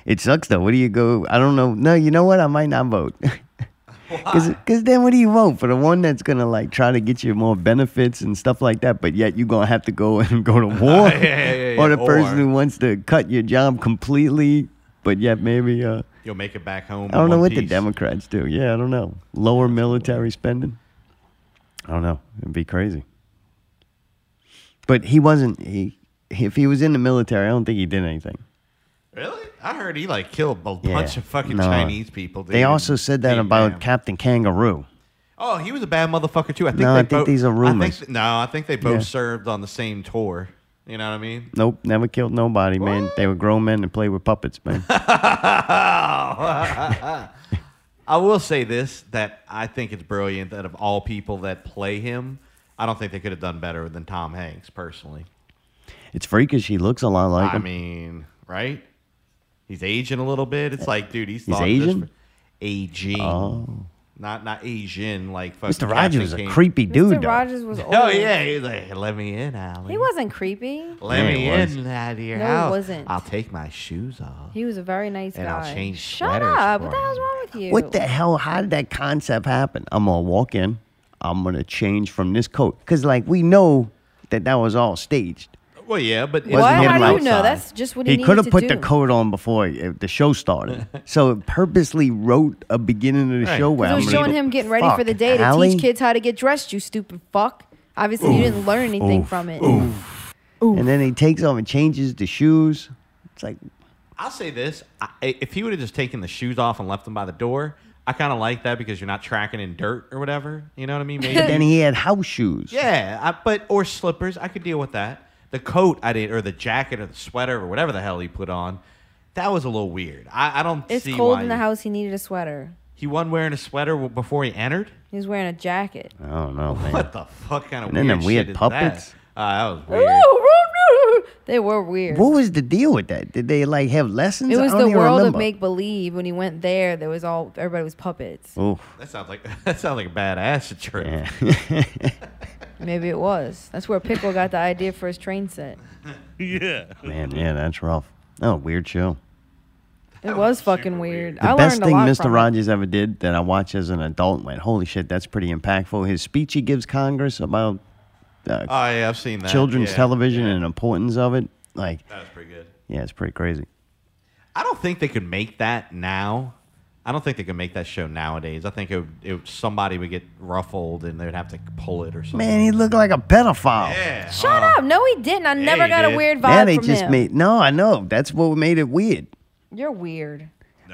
Speaker 1: It sucks though. What do you go? I don't know. No, you know what? I might not vote. Because then what do you vote for? The one that's going to like try to get you more benefits and stuff like that, but yet you're going to have to go and go to war?
Speaker 2: Yeah, yeah, yeah,
Speaker 1: or the
Speaker 2: yeah.
Speaker 1: person who
Speaker 2: Or-
Speaker 1: wants to cut your job completely, but yet maybe, uh,
Speaker 2: You'll make it back home.
Speaker 1: I don't
Speaker 2: in
Speaker 1: know
Speaker 2: one
Speaker 1: what the
Speaker 2: piece.
Speaker 1: Democrats do. Yeah, I don't know. Lower military spending? I don't know. It'd be crazy. But he wasn't, he, if he was in the military, I don't think he did anything.
Speaker 2: Really? I heard he like killed a
Speaker 1: Yeah.
Speaker 2: bunch of fucking
Speaker 1: No.
Speaker 2: Chinese people. Dude.
Speaker 1: They also said that
Speaker 2: Vietnam.
Speaker 1: about Captain Kangaroo.
Speaker 2: Oh, he was a bad motherfucker too. I think
Speaker 1: No,
Speaker 2: they
Speaker 1: I think
Speaker 2: both-
Speaker 1: these are
Speaker 2: I
Speaker 1: rumors.
Speaker 2: think, no, I think they both
Speaker 1: Yeah.
Speaker 2: served on the same tour. You know what I mean?
Speaker 1: Nope, never killed nobody, man. They were grown men that played with puppets, man.
Speaker 2: I will say this that I think it's brilliant that of all people that play him, I don't think they could have done better than Tom Hanks personally.
Speaker 1: it's freakish. He looks a lot like
Speaker 2: I
Speaker 1: him.
Speaker 2: mean, right? He's aging a little bit. It's like, dude, he's,
Speaker 1: He's
Speaker 2: thought of this
Speaker 1: Asian?
Speaker 2: for- aging.
Speaker 1: Oh.
Speaker 2: Not not Asian like fucking
Speaker 1: Mr. Rogers was
Speaker 2: Captain
Speaker 1: a
Speaker 2: King.
Speaker 1: creepy dude.
Speaker 3: Mr. Rogers was old.
Speaker 2: Oh yeah, he's like, let me in, Allie.
Speaker 3: He wasn't creepy.
Speaker 2: Let
Speaker 1: Yeah,
Speaker 2: me
Speaker 1: he was.
Speaker 2: in out of your
Speaker 3: No, he
Speaker 2: house.
Speaker 3: wasn't.
Speaker 2: I'll take my shoes off.
Speaker 3: He was a very nice
Speaker 2: And I'll
Speaker 3: guy.
Speaker 2: change
Speaker 3: Shut
Speaker 2: sweaters
Speaker 3: up.
Speaker 2: for
Speaker 3: What the
Speaker 2: him.
Speaker 3: hell's wrong with you?
Speaker 1: What the hell? How did that concept happen? I'm gonna walk in. I'm gonna change from this coat because, like, we know that that was all staged.
Speaker 2: Well, yeah, but
Speaker 1: Wasn't
Speaker 3: Why?
Speaker 1: him
Speaker 3: How do you
Speaker 1: outside.
Speaker 3: know? That's just what he,
Speaker 1: he could
Speaker 3: needed to
Speaker 1: have put
Speaker 3: do.
Speaker 1: the coat on before uh, the show started. so it purposely wrote a beginning of the
Speaker 2: Right.
Speaker 1: show.
Speaker 2: 'Cause
Speaker 1: where
Speaker 3: It
Speaker 1: I'm
Speaker 3: was
Speaker 1: gonna
Speaker 3: showing
Speaker 1: go,
Speaker 3: him getting ready for
Speaker 1: "Fuck,
Speaker 3: the day to
Speaker 1: Allie."
Speaker 3: teach kids how to get dressed. You stupid fuck. Obviously, you didn't learn anything from it.
Speaker 1: And then he takes off and changes the shoes. It's like
Speaker 2: I'll say this: I, if he would have just taken the shoes off and left them by the door, I kind of like that because you're not tracking in dirt or whatever. You know what I mean? Maybe.
Speaker 1: But then he had house shoes.
Speaker 2: yeah, I, but or slippers, I could deal with that. The coat I did, or the jacket, or the sweater, or whatever the hell he put on, that was a little weird. I, I don't
Speaker 3: It's
Speaker 2: see
Speaker 3: cold
Speaker 2: why
Speaker 3: in the
Speaker 2: he-
Speaker 3: house. He needed a sweater.
Speaker 2: He wasn't wearing a sweater w- before he entered.
Speaker 3: He was wearing a jacket.
Speaker 1: I don't know, man.
Speaker 2: What the fuck kind of
Speaker 1: And then
Speaker 2: weird
Speaker 1: them weird
Speaker 2: shit
Speaker 1: puppets.
Speaker 2: is that? Uh, that was
Speaker 3: Ooh,
Speaker 2: weird.
Speaker 3: woo, woo. They were weird.
Speaker 1: What was the deal with that? Did they like have lessons?
Speaker 3: It
Speaker 1: I
Speaker 3: was
Speaker 1: don't
Speaker 3: the
Speaker 1: even
Speaker 3: world
Speaker 1: remember.
Speaker 3: of make believe. When he went there, there was all everybody was puppets.
Speaker 1: Oh,
Speaker 2: That sounds like that sounds like a bad acid trip.
Speaker 3: Maybe it was. That's where Pickle got the idea for his train set.
Speaker 5: yeah.
Speaker 1: man, yeah, that's rough. Oh, weird show.
Speaker 3: It was fucking weird.
Speaker 1: The
Speaker 3: I
Speaker 1: best
Speaker 3: learned
Speaker 1: thing
Speaker 3: a lot
Speaker 1: Mr.
Speaker 3: from it.
Speaker 1: Rogers ever did that I watched as an adult and went, holy shit, that's pretty impactful. His speech he gives Congress about
Speaker 2: Oh
Speaker 1: uh,
Speaker 2: yeah, I've seen that.
Speaker 1: children's
Speaker 2: yeah.
Speaker 1: television and importance of it. Like,
Speaker 2: That was pretty good.
Speaker 1: yeah, it's pretty crazy.
Speaker 2: I don't think they could make that now. I don't think they could make that show nowadays. I think it, would, it would- somebody would get ruffled and they'd have to pull it or something.
Speaker 1: Man, he looked like a pedophile.
Speaker 2: yeah.
Speaker 3: Shut up! No, he didn't. I never
Speaker 2: he
Speaker 3: got a
Speaker 2: did.
Speaker 3: weird vibe
Speaker 1: Yeah, Oh. they
Speaker 3: from
Speaker 1: just
Speaker 3: him.
Speaker 1: made no. I know that's what made it weird.
Speaker 3: You're weird.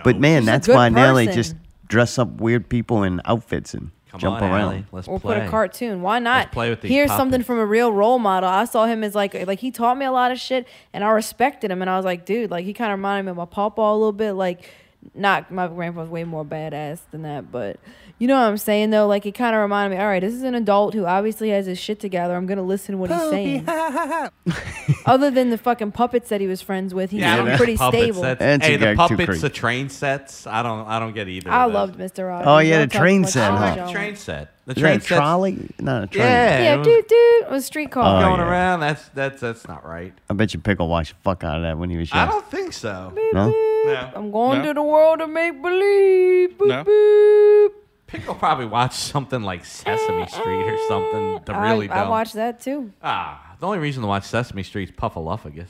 Speaker 1: but man,
Speaker 3: He's a
Speaker 1: that's
Speaker 3: good
Speaker 1: why now they
Speaker 3: person.
Speaker 1: just dress up weird people in outfits and
Speaker 2: Come
Speaker 1: jump
Speaker 2: on,
Speaker 1: around.
Speaker 2: Allie, let's
Speaker 3: or
Speaker 2: play.
Speaker 3: put a cartoon. Why not?
Speaker 2: play with these
Speaker 3: Here's something
Speaker 2: puppets.
Speaker 3: from a real role model. I saw him as like like he taught me a lot of shit, and I respected him. And I was like, dude, like he kind of reminded me of my papa a little bit. Like, not my grandpa was way more badass than that, but you know what I'm saying though. Like, it kind of reminded me. All right, this is an adult who obviously has his shit together. I'm gonna listen to what he's saying. Other than the fucking puppets that he was friends with, he
Speaker 2: Yeah, I don't
Speaker 3: seemed
Speaker 2: get
Speaker 3: pretty
Speaker 2: puppets.
Speaker 3: stable.
Speaker 2: That's-
Speaker 1: That's
Speaker 2: hey,
Speaker 1: a
Speaker 2: the
Speaker 1: gag too
Speaker 2: puppets,
Speaker 1: creep.
Speaker 2: the train sets. I don't. I don't get either.
Speaker 3: I
Speaker 2: of those.
Speaker 3: loved Mr. Rogers.
Speaker 1: Oh, yeah,
Speaker 3: Y'all
Speaker 1: the
Speaker 3: talk
Speaker 1: train
Speaker 3: much
Speaker 1: set,
Speaker 3: about
Speaker 1: huh?
Speaker 3: Jones.
Speaker 2: the train set. The
Speaker 1: Is that
Speaker 2: train
Speaker 1: a
Speaker 2: set.
Speaker 1: trolley? Not a trolley.
Speaker 2: Yeah,
Speaker 3: Yeah,
Speaker 2: it was
Speaker 3: dude, dude, it was streetcar.
Speaker 1: Oh,
Speaker 2: going
Speaker 1: yeah.
Speaker 2: around. That's that's that's not right.
Speaker 1: I bet you Pickle watched the fuck out of that when he was
Speaker 2: I
Speaker 1: young.
Speaker 2: don't think so.
Speaker 1: No?
Speaker 2: No.
Speaker 3: I'm going
Speaker 5: No.
Speaker 3: to the world of make believe. Boop,
Speaker 5: No.
Speaker 3: boop.
Speaker 2: Pickle probably watched something like Sesame Street or something. The really
Speaker 3: I, I
Speaker 2: dumb.
Speaker 3: watched that too.
Speaker 2: Ah, the only reason to watch Sesame Street is Puffaluffus.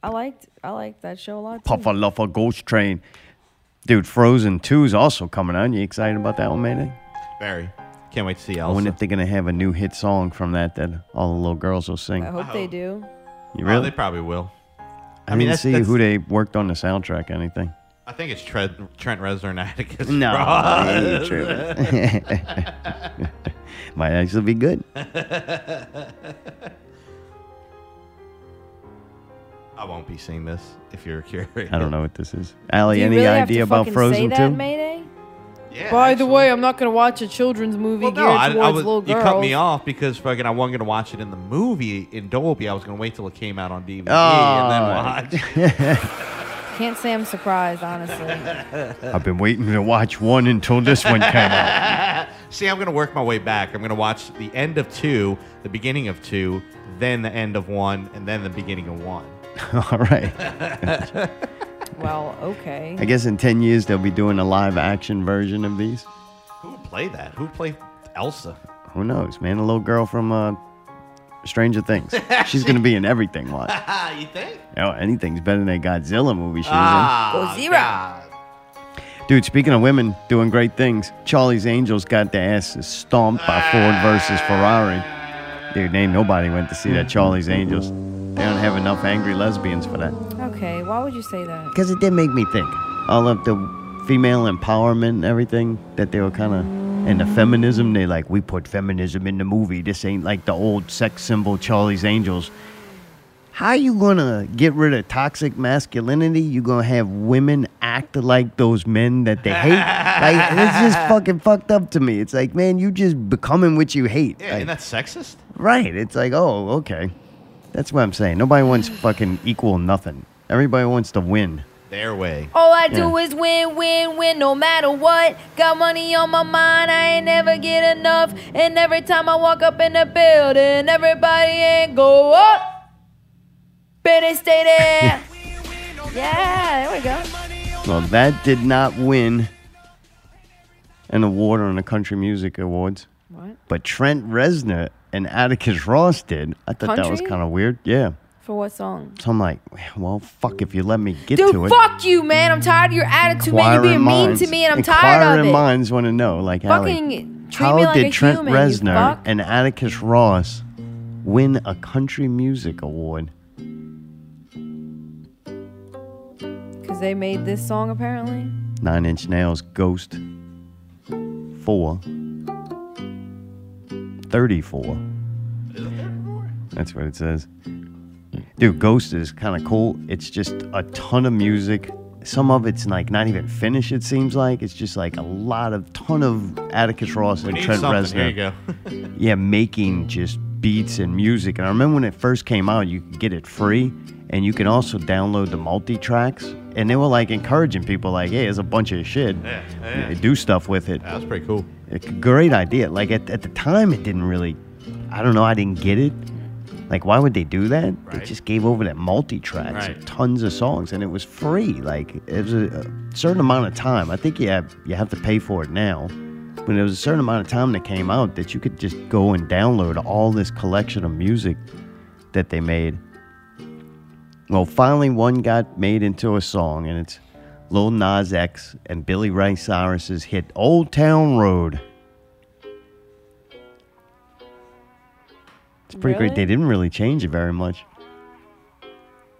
Speaker 3: I liked I liked that show a lot. Too.
Speaker 1: Puffa Ghost Train. Dude, Frozen 2 is also coming out. You excited about that one, man?
Speaker 2: Very. Can't wait to see
Speaker 1: I
Speaker 2: Elsa.
Speaker 1: wonder if they're going to have a new hit song from that that all the little girls will sing.
Speaker 3: I hope they do.
Speaker 1: You
Speaker 2: Oh,
Speaker 1: really?
Speaker 2: they probably will.
Speaker 1: I,
Speaker 2: I mean,
Speaker 1: didn't
Speaker 2: that's-
Speaker 1: see
Speaker 2: that's-
Speaker 1: who they worked on the soundtrack or anything.
Speaker 2: I think it's Trent, Trent Reznor and Atticus.
Speaker 1: No.
Speaker 2: Ross.
Speaker 1: ain't true. Might actually be good.
Speaker 2: I won't be seeing this if you're curious.
Speaker 1: I don't know what this is. Allie,
Speaker 3: do you
Speaker 1: any
Speaker 3: really have
Speaker 1: idea
Speaker 3: to
Speaker 1: about
Speaker 3: fucking say
Speaker 1: Frozen
Speaker 3: that,
Speaker 1: 2?
Speaker 3: Mayday?
Speaker 2: Yeah,
Speaker 3: By the
Speaker 2: actually.
Speaker 3: way, I'm not gonna watch a children's movie
Speaker 2: Well, no,
Speaker 3: geared
Speaker 2: I,
Speaker 3: towards
Speaker 2: I was,
Speaker 3: little
Speaker 2: you
Speaker 3: girls.
Speaker 2: cut me off because fucking I wasn't gonna watch it in the movie in Dolby. I was gonna wait till it came out on DVD and then watch.
Speaker 3: Can't say I'm surprised, honestly.
Speaker 1: I've been waiting to watch one until this one came out.
Speaker 2: See, I'm gonna work my way back. I'm gonna watch the end of two, the beginning of two, then the end of one, and then the beginning of one.
Speaker 1: All right.
Speaker 3: well, okay.
Speaker 1: I guess in 10 years they'll be doing a live action version of these.
Speaker 2: Who would play that? Who would play Elsa?
Speaker 1: Who knows, man? A little girl from uh, Stranger Things. She's going to be in everything. Watch.
Speaker 2: Ah, you think?
Speaker 1: Oh, anything's better than that Godzilla movie she's
Speaker 2: Ah,
Speaker 3: Gozira.
Speaker 2: God.
Speaker 1: in. Dude, speaking of women doing great things, Charlie's Angels got their asses stomped by Ford versus Ferrari. Dude, ain't nobody went to see that Charlie's Angels. They don't have enough angry lesbians for that.
Speaker 3: Okay, why would you say that?
Speaker 1: Because it did make me think. All of the female empowerment and everything that they were kind of. And the feminism, they like, we put feminism in the movie. This ain't like the old sex symbol Charlie's Angels. How you gonna get rid of toxic masculinity? You gonna have women act like those men that they hate? like it's just fucking fucked up to me. It's like, man, you just becoming what you hate.
Speaker 2: Yeah,
Speaker 1: Like,
Speaker 2: and that's sexist.
Speaker 1: Right. It's like, oh, okay. That's what I'm saying. Nobody wants fucking equal nothing. Everybody wants to win.
Speaker 2: Their way.
Speaker 13: All I do
Speaker 1: Yeah.
Speaker 13: is win, win, win, no matter what. Got money on my mind, I ain't never get enough. And every time I walk up in the building, everybody ain't go up. Better stay there. yeah, there we go.
Speaker 1: Well, that did not win an award on the Country Music Awards.
Speaker 3: What?
Speaker 1: But Trent Reznor and Atticus Ross did. I thought that was
Speaker 3: Country?
Speaker 1: kind of weird. Yeah.
Speaker 3: For what song?
Speaker 1: So I'm like, well, fuck if you let me get to
Speaker 13: Dude,
Speaker 1: it.
Speaker 13: fuck you, man. I'm tired of your attitude, man. You're being mean to me, and I'm tired of
Speaker 1: Inquiring
Speaker 13: it.
Speaker 1: minds want to know, like, Alec,
Speaker 13: Fucking treat
Speaker 1: how
Speaker 13: me like
Speaker 1: did
Speaker 13: a
Speaker 1: Trent
Speaker 13: human, you
Speaker 1: Reznor
Speaker 13: fuck.
Speaker 1: and Atticus Ross win a Country Music Award?
Speaker 3: Because they made this song apparently.
Speaker 1: Nine Inch Nails Ghost 4 34. That's what it says. Dude, Ghost is kind of cool. It's just a ton of music. Some of it's like not even finished, it seems like. It's just like a lot of ton of Atticus Ross
Speaker 2: We
Speaker 1: and
Speaker 2: need
Speaker 1: Trent
Speaker 2: something.
Speaker 1: Reznor.
Speaker 2: Here you go.
Speaker 1: yeah, making just beats and music. And I remember when it first came out, you could get it free, and you can also download the multi tracks. And they were like encouraging people, like, "Hey, it's a bunch of shit.
Speaker 2: Yeah, yeah.
Speaker 1: You Do stuff with it."
Speaker 2: That's pretty cool.
Speaker 1: A great idea. Like at, at the time, it didn't really. I don't know. I didn't get it. Like, why would they do that? They just gave over that multi tracks
Speaker 2: Right.
Speaker 1: of tons of songs, and it was free. Like, it was a, a certain amount of time. I think you have, you have to pay for it now. But there was a certain amount of time that came out that you could just go and download all this collection of music that they made. Well, finally, one got made into a song, and it's Lil Nas X and Billy Ray Cyrus's hit Old Town Road. It's pretty great.
Speaker 2: Really?
Speaker 1: They didn't really change it very much.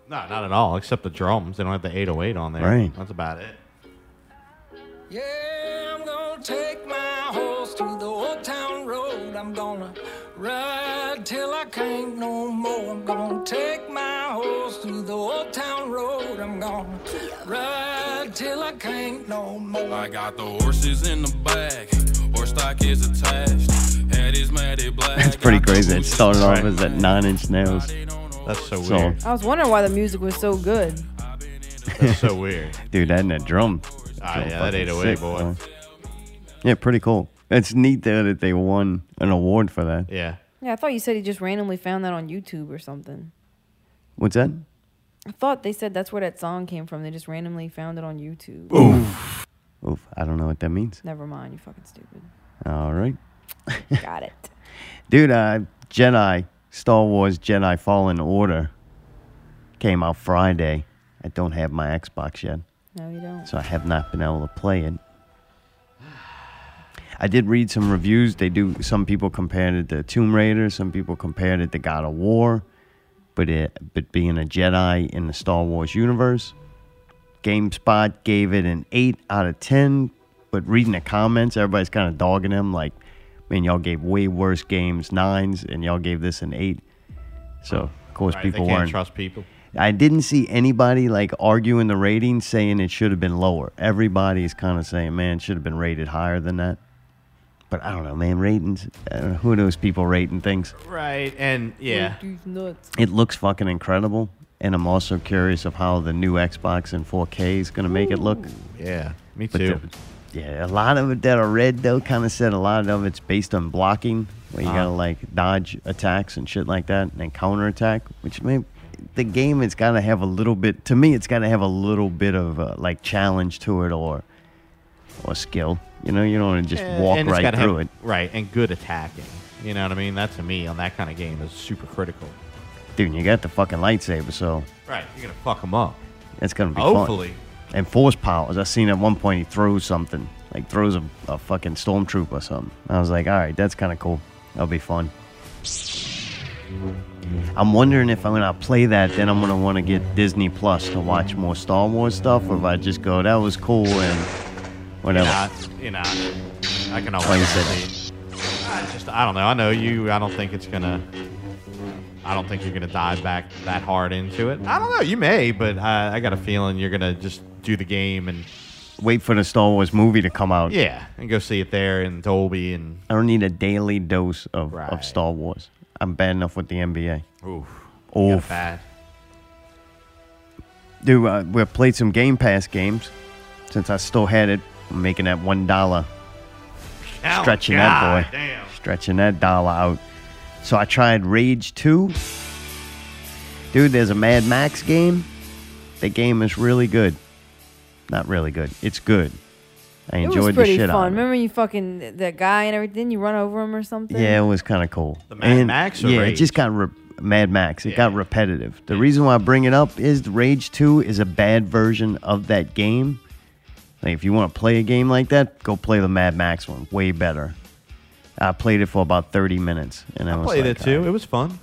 Speaker 2: No, not at all. Except the drums. They don't have the 808 on there.
Speaker 1: Right.
Speaker 2: That's about it.
Speaker 14: I'm gonna take my horse to the old town road. I'm gonna ride till I can't no more. I'm gonna take my horse to the old town road. I'm gonna ride till I can't no more.
Speaker 16: I got the horses in the back, horse stock is attached. Head is matted black.
Speaker 1: That's pretty crazy. It started off as that nine inch nails.
Speaker 2: That's so
Speaker 1: song.
Speaker 3: I was wondering why the music was so good.
Speaker 2: That's so weird.
Speaker 1: Dude, that and that drum.
Speaker 2: Ah,
Speaker 1: so
Speaker 2: yeah, that
Speaker 1: fucking
Speaker 2: 808,
Speaker 1: sick,
Speaker 2: boy.
Speaker 1: man. Yeah, pretty cool. It's neat though that they won an award for that.
Speaker 2: Yeah.
Speaker 3: Yeah, I thought you said he just randomly found that on YouTube or something.
Speaker 1: What's that?
Speaker 3: I thought they said that's where that song came from. They just randomly found it on YouTube.
Speaker 1: Oof. Oof. I don't know what that means.
Speaker 3: Never mind, you fucking stupid.
Speaker 1: All right.
Speaker 3: Got it.
Speaker 1: Dude, uh, Jedi, Star Wars Jedi Fallen Order came out Friday. I don't have my Xbox yet.
Speaker 3: No, you don't.
Speaker 1: So I have not been able to play it. I did read some reviews. They do. Some people compared it to Tomb Raider. Some people compared it to God of War. But it, but being a Jedi in the Star Wars universe, GameSpot gave it an eight out of ten. But reading the comments, everybody's kind of dogging him. Like, man, y'all gave way worse games nines, and y'all gave this an eight. So of course,
Speaker 2: Right,
Speaker 1: people
Speaker 2: they can't
Speaker 1: weren't
Speaker 2: trust people.
Speaker 1: I didn't see anybody like arguing the rating, saying it should have been lower. Everybody's kind of saying, man, it should have been rated higher than that. But I don't know, man. Ratings, I don't know, who knows people rating things?
Speaker 2: Right. And yeah.
Speaker 1: It looks fucking incredible. And I'm also curious of how the new Xbox and 4K is going to make it look.
Speaker 2: Yeah, me
Speaker 1: But
Speaker 2: too.
Speaker 1: the- yeah, a lot of it that I read, though, kind of said a lot of it's based on blocking, where you got to
Speaker 2: Uh-huh.
Speaker 1: like dodge attacks and shit like that, and then counterattack, which may. The game, it's got to have a little bit. To me, it's got to have a little bit of uh, like challenge to it, or or skill. You know, you don't want to just
Speaker 2: Eh,
Speaker 1: walk
Speaker 2: and it's
Speaker 1: right
Speaker 2: gotta have-
Speaker 1: through it.
Speaker 2: Right. And good attacking. You know what I mean? That to me on that kind of game is super critical.
Speaker 1: Dude, you got the fucking lightsaber, so
Speaker 2: Right. You're going to fuck them up.
Speaker 1: It's gonna be
Speaker 2: Hopefully.
Speaker 1: fun. And force powers. I seen at one point he throws something, like throws a, a fucking stormtrooper or something. I was like, all right, that's kind of cool. That'll be fun. I'm wondering if I'm gonna play that, then I'm gonna want to get Disney Plus to watch more Star Wars stuff, or if I just go, that was cool and whatever.
Speaker 2: You're not. You're not. I can always
Speaker 1: Like I said.
Speaker 2: see. I just, I don't know. I know you. I don't think it's gonna. I I don't think you're going to dive back that hard into it. I don't know. You may, but I, I got a feeling you're going to just do the game and
Speaker 1: Wait for the Star Wars movie to come out.
Speaker 2: yeah, and go see it there in Dolby and
Speaker 1: I don't need a daily dose of, of Star Wars. I'm bad enough with the NBA.
Speaker 2: Oof. You got
Speaker 1: Oof.
Speaker 2: bad.
Speaker 1: Dude, uh, we've played some Game Pass games since I still had it. I'm making that one dollar,
Speaker 2: Oh,
Speaker 1: stretching
Speaker 2: God
Speaker 1: that boy,
Speaker 2: damn.
Speaker 1: stretching that dollar out. So I tried Rage Two. Dude, there's a Mad Max game. The game is really good. Not really good. It's good. I
Speaker 3: it was
Speaker 1: enjoyed the
Speaker 3: pretty fun.
Speaker 1: shit out of it.
Speaker 3: Remember you fucking that guy and everything? You run over him or something?
Speaker 1: Yeah, it was kind of cool. The
Speaker 2: Mad Max or
Speaker 1: Yeah, it
Speaker 2: Rage?
Speaker 1: just got re- Mad Max. It got repetitive. The reason why I bring it up is the Rage 2 is a bad version of that game. Like, if you want to play a game like that, go play the Mad Max one. Way better. I played it for about 30 minutes. and I, was
Speaker 2: Played
Speaker 1: like, "Ah,
Speaker 2: it too. It was fun.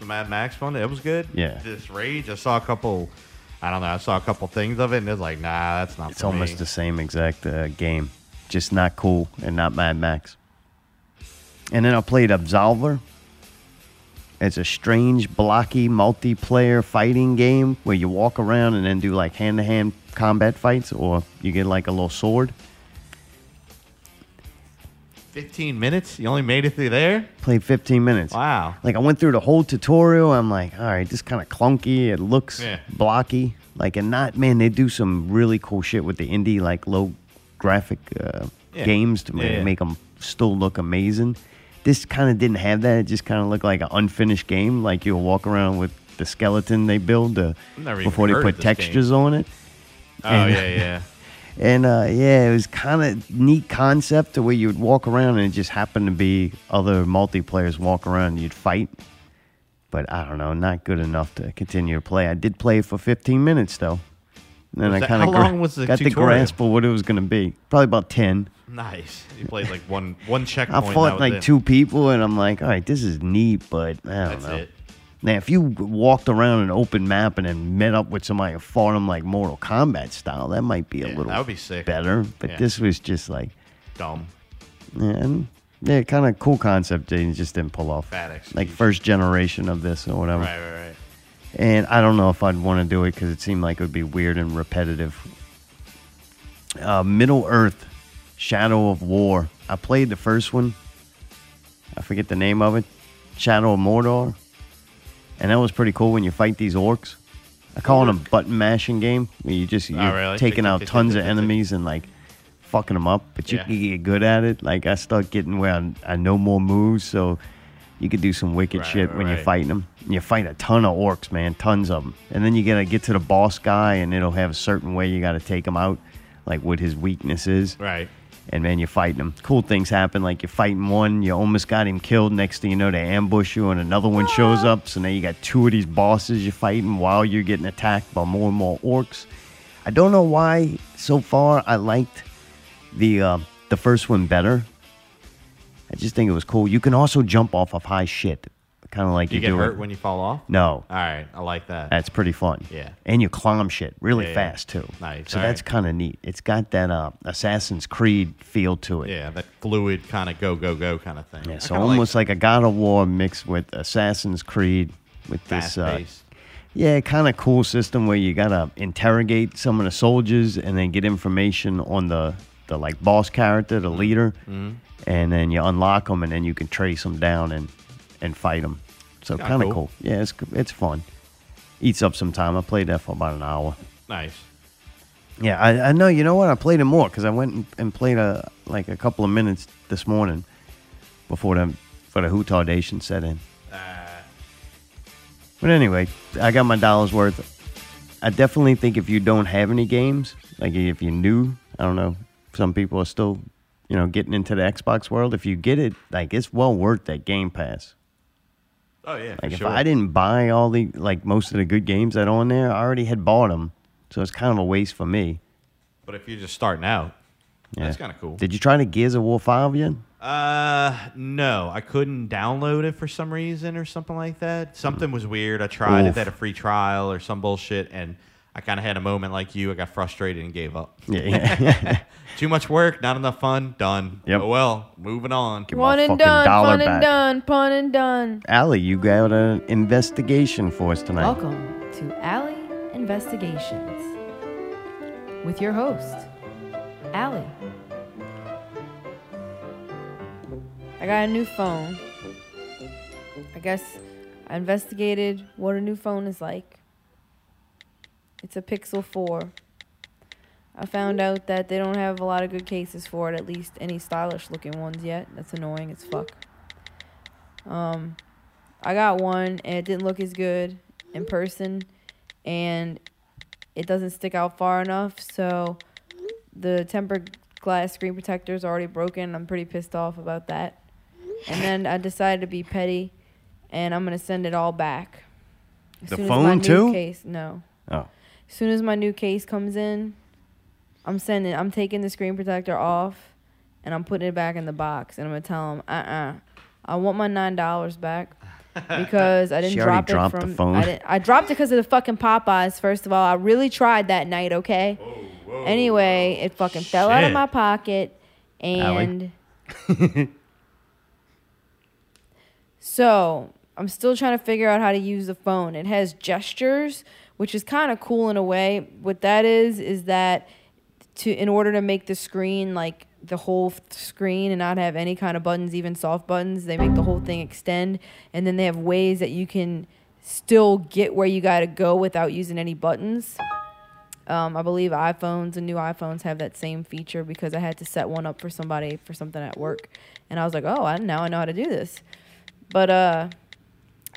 Speaker 2: The Mad Max one, it was good.
Speaker 1: Yeah.
Speaker 2: This Rage, I saw a couple. I don't know. I saw a couple things of it, and it's like, nah, that's not.
Speaker 1: It's
Speaker 2: for
Speaker 1: almost
Speaker 2: me.
Speaker 1: the same exact uh, game, just not cool and not Mad Max. And then I played Absolver. It's a strange, blocky, multiplayer fighting game where you walk around and then do like hand to hand combat fights, or you get like a little sword.
Speaker 2: fifteen minutes. You only made it through there.
Speaker 1: Played 15 minutes.
Speaker 2: Wow.
Speaker 1: Like I went through the whole tutorial. I'm like, all right, this kind of clunky. It looks
Speaker 2: Yeah.
Speaker 1: blocky. Like and not man, they do some really cool shit with the indie like low graphic uh,
Speaker 2: Yeah.
Speaker 1: games to
Speaker 2: Yeah,
Speaker 1: ma-
Speaker 2: yeah.
Speaker 1: make them still look amazing. This kind of didn't have that. It just kind of looked like an unfinished game. Like you'll walk around with the skeleton they build uh,
Speaker 2: I've never even
Speaker 1: before they
Speaker 2: heard of
Speaker 1: put
Speaker 2: this game.
Speaker 1: textures on it.
Speaker 2: Oh
Speaker 1: And-
Speaker 2: yeah, yeah.
Speaker 1: and uh, yeah, it was kind of neat concept to where you would walk around and it just happened to be other multiplayers walk around and you'd fight. But I don't know, not good enough to continue to play. I did play for 15 minutes though. And then
Speaker 2: Was
Speaker 1: I
Speaker 2: that-
Speaker 1: kind of
Speaker 2: how long was the
Speaker 1: got the
Speaker 2: tutorial?
Speaker 1: grasp of what it was going to be. Probably about 10.
Speaker 2: Nice. You played like one one
Speaker 1: I
Speaker 2: checkpoint. that
Speaker 1: fought
Speaker 2: was
Speaker 1: like
Speaker 2: it.
Speaker 1: two people, and I'm like, all right, this is neat, but I don't
Speaker 2: That's
Speaker 1: know.
Speaker 2: it.
Speaker 1: Now, if you walked around an open map and then met up with somebody and fought them like Mortal Kombat style, that might be a little
Speaker 2: that would be sick.
Speaker 1: better. But
Speaker 2: Yeah.
Speaker 1: this was just like
Speaker 2: Dumb.
Speaker 1: and yeah, kind of cool concept. They just didn't pull off.
Speaker 2: Bad
Speaker 1: Like first generation of this or whatever.
Speaker 2: Right, right, right.
Speaker 1: And I don't know if I'd want to do it because it seemed like it would be weird and repetitive. Uh, Middle Earth, Shadow of War. I played the first one. I forget the name of it. Shadow of Mordor. And that was pretty cool when you fight these orcs. I call it a button mashing game. where You just you're
Speaker 2: Oh, really?
Speaker 1: taking out tons of enemies and like fucking them up, but you
Speaker 2: Yeah.
Speaker 1: can get good at it. Like I start getting where I, I know more moves, so you could do some wicked shit when
Speaker 2: right.
Speaker 1: you're fighting them. You fight a ton of orcs, man, tons of them, and then you gotta get to the boss guy, and it'll have a certain way you gotta take him out, like what his weakness is.
Speaker 2: Right.
Speaker 1: And man, you're fighting them. Cool things happen. Like you're fighting one, you almost got him killed. Next thing you know, they ambush you, and another one shows up. So now you got two of these bosses you're fighting while you're getting attacked by more and more orcs. I don't know why so far I liked the uh, the first one better. I just think it was cool. You can also jump off of high shit, kind of like
Speaker 2: Do
Speaker 1: you,
Speaker 2: you get
Speaker 1: do
Speaker 2: hurt
Speaker 1: it.
Speaker 2: when you fall off?
Speaker 1: No.
Speaker 2: All right, I like that.
Speaker 1: That's pretty fun.
Speaker 2: Yeah.
Speaker 1: And you climb shit really
Speaker 2: Yeah, yeah.
Speaker 1: fast too.
Speaker 2: Nice,
Speaker 1: So
Speaker 2: all right.
Speaker 1: that's kind of neat. It's got that uh, Assassin's Creed feel to it.
Speaker 2: yeah, that fluid kind of go go go kind of thing.
Speaker 1: Yeah, so almost like, a God of War mixed with Assassin's Creed with this uh,
Speaker 2: Fast-paced.
Speaker 1: yeah, kind of cool system where you gotta interrogate some of the soldiers and then get information on the the like boss character, the leader,
Speaker 2: Mhm.
Speaker 1: and then you unlock them and then you can trace them down and and fight them. So
Speaker 2: Kinda
Speaker 1: kind of
Speaker 2: cool.
Speaker 1: cool. Yeah, it's it's fun. Eats up some time. I played that for about an hour.
Speaker 2: nice.
Speaker 1: Yeah, I, I know. You know what? I played it more because I went and- and played a like a couple of minutes this morning before the for the hootardation set in.
Speaker 2: Ah.
Speaker 1: But anyway, I got my dollars worth. I definitely think if you don't have any games, like if you're new, I don't know, some people are still, you know, getting into the Xbox world. If you get it, like it's well worth that Game Pass.
Speaker 2: Oh yeah, for
Speaker 1: Like if
Speaker 2: sure.
Speaker 1: I didn't buy all the like most of the good games that are on there, I already had bought them, so it's kind of a waste for me.
Speaker 2: But if you're just starting out, that's kind of cool.
Speaker 1: Did you try the Gears of War 5 yet?
Speaker 2: Uh, no, I couldn't download it for some reason or something like that. Something was weird. I tried
Speaker 1: Oof.
Speaker 2: it at a free trial or some bullshit, and I kind of had a moment like you. I got frustrated and gave up.
Speaker 1: Yeah, yeah.
Speaker 2: Too much work, not enough fun. Done.
Speaker 1: Yep.
Speaker 2: Oh well, moving on.
Speaker 13: One and done, pun and done, pun and done.
Speaker 1: Allie, you got an investigation for us tonight.
Speaker 3: Welcome to Alley Investigations with your host, Allie. I got a new phone. I guess I investigated what a new phone is like. It's a Pixel 4. I found out that they don't have a lot of good cases for it, at least any stylish looking ones yet. That's annoying as fuck. Um, I got one and it didn't look as good in person, and it doesn't stick out far enough. So the tempered glass screen protector is already broken. I'm pretty pissed off about that. And then I decided to be petty, and I'm gonna send it all back. As
Speaker 1: The
Speaker 3: soon as my
Speaker 1: phone,
Speaker 3: new
Speaker 1: too?
Speaker 3: Case, no.
Speaker 1: Oh.
Speaker 3: As soon as my new case comes in, I'm sending. I'm taking the screen protector off, and I'm putting it back in the box. And I'm gonna tell him, uh, uh I want my nine dollars back because I didn't
Speaker 1: She
Speaker 3: drop
Speaker 1: already
Speaker 3: it
Speaker 1: dropped the
Speaker 3: from.
Speaker 1: phone.
Speaker 3: I, didn't, I dropped it because of the fucking Popeyes. First of all, I really tried that night. Okay. anyway, it fucking fell out of
Speaker 1: Shit.
Speaker 3: my pocket,
Speaker 1: Allie?
Speaker 3: and So I'm still trying to figure out how to use the phone. It has gestures, which is kind of cool in a way. What that is is that to in order to make the screen like the whole f- screen and not have any kind of buttons, even soft buttons, they make the whole thing extend, and then they have ways that you can still get where you gotta go without using any buttons. Um, I believe iPhones and new iPhones have that same feature because I had to set one up for somebody for something at work, and I was like, oh, I, now I know how to do this. But uh,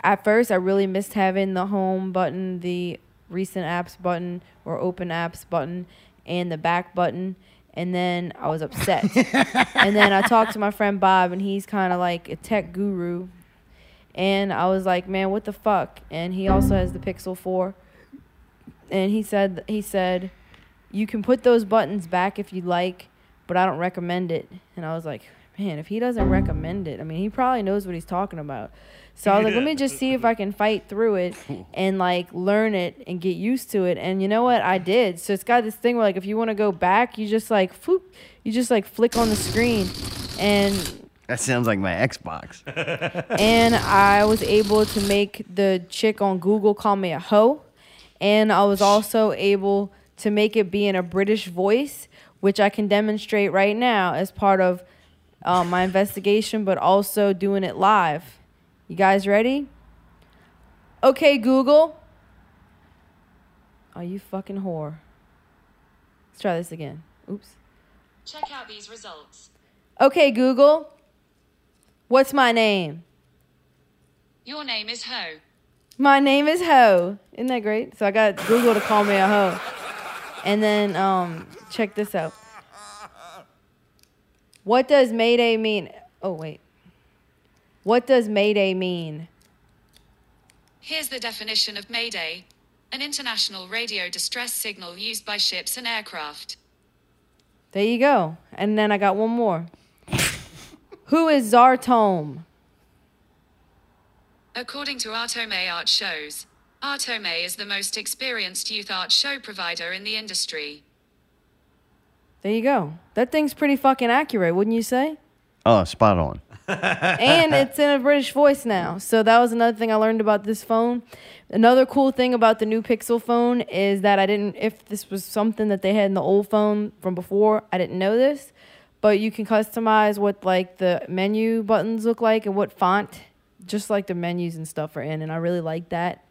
Speaker 3: at first, I really missed having the home button, the recent apps button, or open apps button, and the back button. And then I was upset. and then I talked to my friend Bob, and he's kind of like a tech guru. And I was like, man, what the fuck? And he also has the Pixel 4. And he said, he said, you can put those buttons back if you'd like, but I don't recommend it. And I was like, man, if he doesn't recommend it, I mean, he probably knows what he's talking about. So I was like, let me just see if I can fight through it and like learn it and get used to it. And you know what? I did. So it's got this thing where like if you want to go back, you just like floop, you just like flick on the screen and
Speaker 1: That sounds like my Xbox.
Speaker 3: and I was able to make the chick on Google call me a hoe. And I was also able to make it be in a British voice, which I can demonstrate right now as part of uh, my investigation, but also doing it live. You guys ready? Okay, Google. Are you fucking whore? Let's try this again. Oops.
Speaker 17: Check out these results.
Speaker 3: Okay, Google. What's my name?
Speaker 17: Your name is Ho.
Speaker 3: My name is Ho. Isn't that great? So I got Google to call me a hoe. And then um, check this out. What does Mayday mean? Oh, wait. What does Mayday mean?
Speaker 17: Here's the definition of Mayday an international radio distress signal used by ships and aircraft.
Speaker 3: There you go. And then I got one more. Who is Zartome?
Speaker 17: According to Artome Art Shows, Artome is the most experienced youth art show provider in the industry.
Speaker 3: There you go. That thing's pretty fucking accurate, wouldn't you say?
Speaker 1: Oh, spot on.
Speaker 3: and it's in a British voice now. So that was another thing I learned about this phone. Another cool thing about the new Pixel phone is that I didn't, if this was something that they had in the old phone from before, I didn't know this. But you can customize what like the menu buttons look like and what font, just like the menus and stuff are in. And I really like that.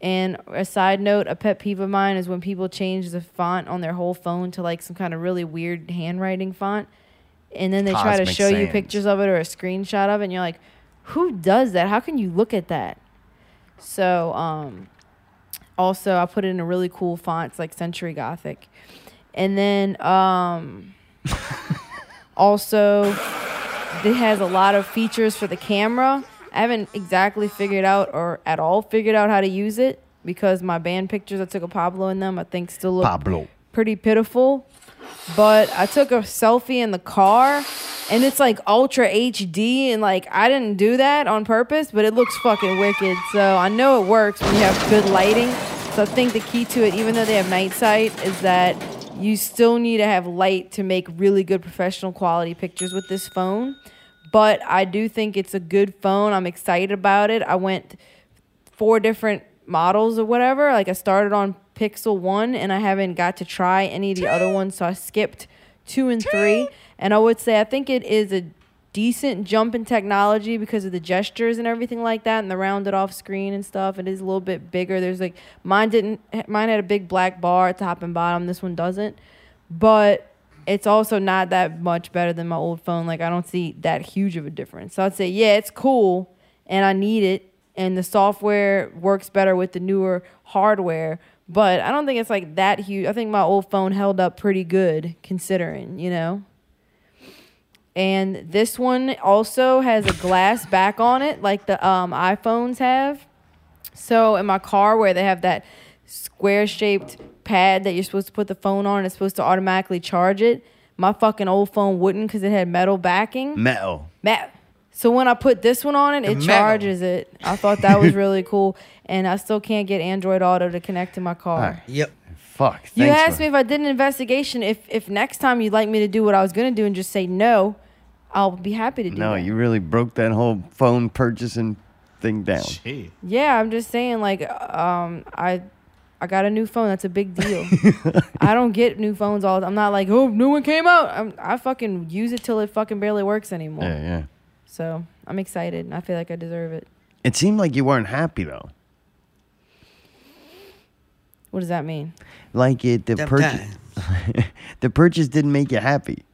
Speaker 3: And a side note, a pet peeve of mine is when people change the font on their whole phone to like some kind of really weird handwriting font. And then they try to
Speaker 13: Cosmic
Speaker 3: show you
Speaker 13: Sans.
Speaker 3: pictures of it or a screenshot of it. And you're like, who does that? How can you look at that? So, um, also, I put it in a really cool fonts like Century Gothic. And then, um, also, it has a lot of features for the camera. I haven't exactly figured out or at all figured out how to use it because my band pictures I took of Pablo in them, I think still look
Speaker 1: Pablo.
Speaker 3: pretty pitiful. But I took a selfie in the car and it's like ultra HD and like I didn't do that on purpose, but it looks fucking wicked. So I know it works when you have good lighting. So I think the key to it, even though they have night sight, is that you still need to have light to make really good professional quality pictures with this phone. But I do think it's a good phone. I'm excited about it. I went four different models or whatever. Like I started on Pixel 1 and I haven't got to try any of the other ones, so I skipped 2 and 3. And I would say I think it is a decent jump in technology because of the gestures and everything like that and the rounded off screen and stuff. It is a little bit bigger. There's like mine didn't mine had a big black bar at top and bottom. This one doesn't. But it's also not that much better than my old phone. Like I don't see that huge of a difference. So I'd say yeah, it's cool and I need it and the software works better with the newer hardware. But I don't think it's like that huge. I think my old phone held up pretty good considering, you know. And this one also has a glass back on it, like the um, iPhones have. So in my car, where they have that square shaped pad that you're supposed to put the phone on, it's supposed to automatically charge it. My fucking old phone wouldn't because it had metal backing.
Speaker 1: Metal.
Speaker 3: Ma- So when I put this one on it, it
Speaker 1: Mm. Metal.
Speaker 3: charges it. I thought that was really cool, and I still can't get Android Auto to connect to my car.
Speaker 1: Yep. Fuck. Thanks,
Speaker 3: You asked me
Speaker 1: man.
Speaker 3: if I did an investigation. If if next time you'd like me to do what I was gonna do and just say no, I'll be happy to do
Speaker 1: No,
Speaker 3: that.
Speaker 1: you really broke that whole phone purchasing thing down.
Speaker 3: Yeah, I'm just saying like um I I got a new phone. That's a big deal. I don't get new phones all. I'm not like oh new one came out. I'm, I fucking use it till it fucking barely works anymore.
Speaker 1: Yeah, yeah.
Speaker 3: So I'm excited. and I feel like I deserve it.
Speaker 1: It seemed like you weren't happy though.
Speaker 3: What does that mean?
Speaker 1: Like it, the purchase, the purchase didn't make you happy.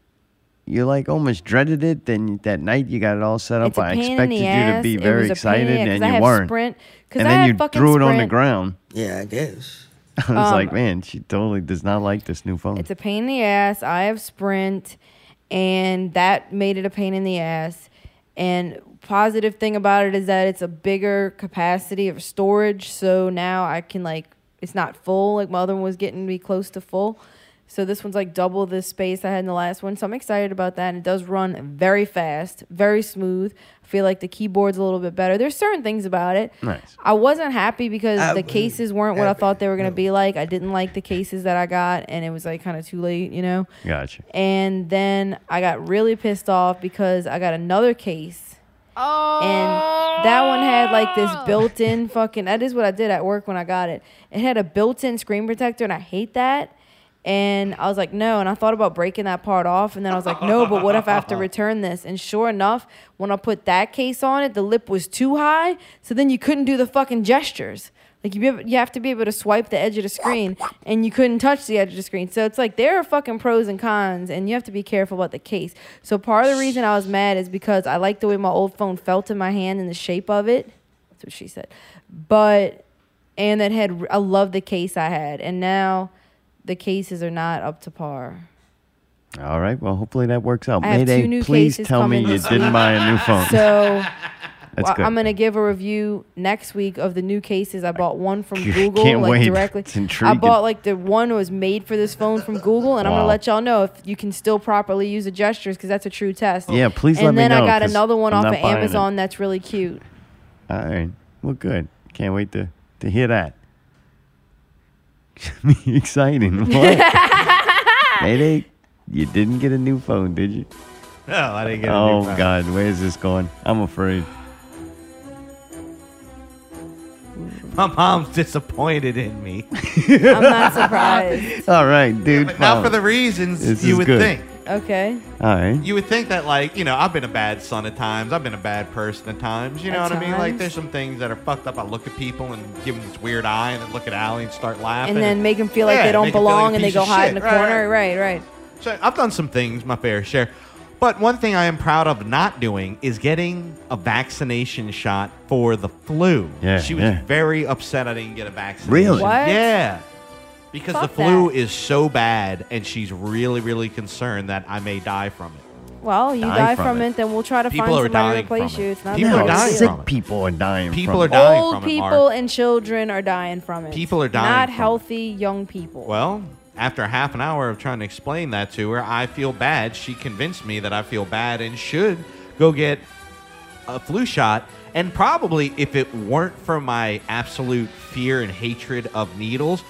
Speaker 1: You like almost dreaded it. Then that night you got it all set up.
Speaker 3: It's a
Speaker 1: I
Speaker 3: pain in the
Speaker 1: expected you to
Speaker 3: ass.
Speaker 1: be
Speaker 3: It
Speaker 1: very
Speaker 3: was a pain in
Speaker 1: excited,
Speaker 3: the ass, 'cause
Speaker 1: and
Speaker 3: I
Speaker 1: you
Speaker 3: have
Speaker 1: weren't.
Speaker 3: Sprint- 'cause
Speaker 1: and
Speaker 3: I
Speaker 1: then
Speaker 3: had
Speaker 1: you
Speaker 3: fucking
Speaker 1: threw it on the
Speaker 3: Sprint.
Speaker 1: ground. Yeah, I guess. I was
Speaker 3: Um,
Speaker 1: like, man, she totally does not like this new phone.
Speaker 3: It's a pain in the ass. I have Sprint, and that made it a pain in the ass. And positive thing about it is that it's a bigger capacity of storage, so now I can like it's not full. Like my other one was getting to be close to full. So this one's like double the space I had in the last one. So I'm excited about that. And it does run very fast, very smooth. I feel like the keyboard's a little bit better. There's certain things about it.
Speaker 1: Nice.
Speaker 3: I wasn't happy because
Speaker 1: I
Speaker 3: the
Speaker 1: was
Speaker 3: cases weren't what I thought they were going to be like. I didn't like the cases that I got, and it was like kind of too late, you know?
Speaker 1: Gotcha.
Speaker 3: And then I got really pissed off because I got another case. Oh. And that one had like this
Speaker 1: Oh.
Speaker 3: built in fucking. That is what I did at work when I got it. It had a built in screen protector, and I hate that. And I was like, no. And I thought about breaking that part off. And then I was like, no, but what if I have to return this? And sure enough, when I put that case on it, the lip was too high. So then you couldn't do the fucking gestures. Like you, be able, you have to be able to swipe the edge of the screen, and you couldn't touch the edge of the screen. So it's like there are fucking pros and cons, and you have to be careful about the case. So part of the reason I was mad is because I liked the way my old phone felt in my hand and the shape of it. That's what she said. But and that had I love the case I had, and now the cases are not up to par.
Speaker 1: All right. Well, hopefully that works out.
Speaker 3: I have
Speaker 1: Mayday,
Speaker 3: two new
Speaker 1: please
Speaker 3: cases
Speaker 1: tell me
Speaker 3: coming
Speaker 1: you
Speaker 3: this week.
Speaker 1: didn't buy a new phone.
Speaker 3: So
Speaker 1: That's
Speaker 3: well,
Speaker 1: good.
Speaker 3: I'm gonna give a review next week of the new cases. I bought one from
Speaker 1: Can't
Speaker 3: Google, like
Speaker 1: wait.
Speaker 3: directly.
Speaker 1: It's
Speaker 3: I
Speaker 1: intriguing.
Speaker 3: bought like the one was made for this phone from Google, and I'm gonna
Speaker 1: Wow.
Speaker 3: let y'all know if you can still properly use the gestures because that's a true test.
Speaker 1: Yeah, please
Speaker 3: And
Speaker 1: let me
Speaker 3: then I
Speaker 1: know,
Speaker 3: got
Speaker 1: 'cause
Speaker 3: another one
Speaker 1: I'm
Speaker 3: off
Speaker 1: not
Speaker 3: of
Speaker 1: buying it.
Speaker 3: Amazon that's really cute.
Speaker 1: All right. Well, good. Can't wait to, to hear that. Be Exciting. What? Mayday, you didn't get a new phone, did you?
Speaker 2: No, I didn't get a
Speaker 1: oh,
Speaker 2: new phone.
Speaker 1: God. Where is this going? I'm afraid.
Speaker 2: My mom's disappointed in me.
Speaker 3: I'm not surprised.
Speaker 1: All right, dude.
Speaker 2: But not
Speaker 1: fine.
Speaker 2: for the reasons
Speaker 1: This
Speaker 2: you
Speaker 1: is
Speaker 2: would
Speaker 1: good.
Speaker 2: think.
Speaker 3: Okay.
Speaker 1: All right.
Speaker 2: You would think that, like, you know, I've been a bad son at times. I've been a bad person at times. You know
Speaker 3: At
Speaker 2: what I mean? Like,
Speaker 3: times.
Speaker 2: there's some things that are fucked up. I look at people and give them this weird eye, and then look at Allie and start laughing.
Speaker 3: And then make them feel like
Speaker 2: Yeah,
Speaker 3: they don't
Speaker 2: make 'em feel like a
Speaker 3: belong, and they
Speaker 2: piece
Speaker 3: go
Speaker 2: of
Speaker 3: hide
Speaker 2: shit.
Speaker 3: in the
Speaker 2: Right,
Speaker 3: corner. Right, right.
Speaker 2: So I've done some things, my fair share. But one thing I am proud of not doing is getting a vaccination shot for the flu.
Speaker 1: Yeah,
Speaker 2: she was
Speaker 1: yeah.
Speaker 2: very upset I didn't get a vaccination.
Speaker 1: Really? What?
Speaker 2: Yeah. Because
Speaker 3: Fuck
Speaker 2: the flu is so bad and she's really, really concerned that I may die from it.
Speaker 3: Well, you
Speaker 2: Die
Speaker 3: die
Speaker 2: from
Speaker 3: from it.
Speaker 2: it.
Speaker 3: then we'll try to
Speaker 2: People
Speaker 3: find
Speaker 2: are
Speaker 3: somebody to
Speaker 2: dying
Speaker 3: replace
Speaker 2: from it.
Speaker 3: you. It's not
Speaker 2: People
Speaker 3: that
Speaker 2: are
Speaker 3: big a
Speaker 2: dying
Speaker 3: deal.
Speaker 1: Sick people are dying.
Speaker 2: People
Speaker 1: from
Speaker 2: are
Speaker 1: it.
Speaker 2: dying
Speaker 3: Old
Speaker 2: from it,
Speaker 3: people
Speaker 2: Mark.
Speaker 3: and children are dying from it.
Speaker 2: People are dying
Speaker 3: Not
Speaker 2: from it.
Speaker 3: healthy young people.
Speaker 2: Well, after half an hour of trying to explain that to her, I feel bad. She convinced me that I feel bad and should go get a flu shot. And probably if it weren't for my absolute fear and hatred of needles,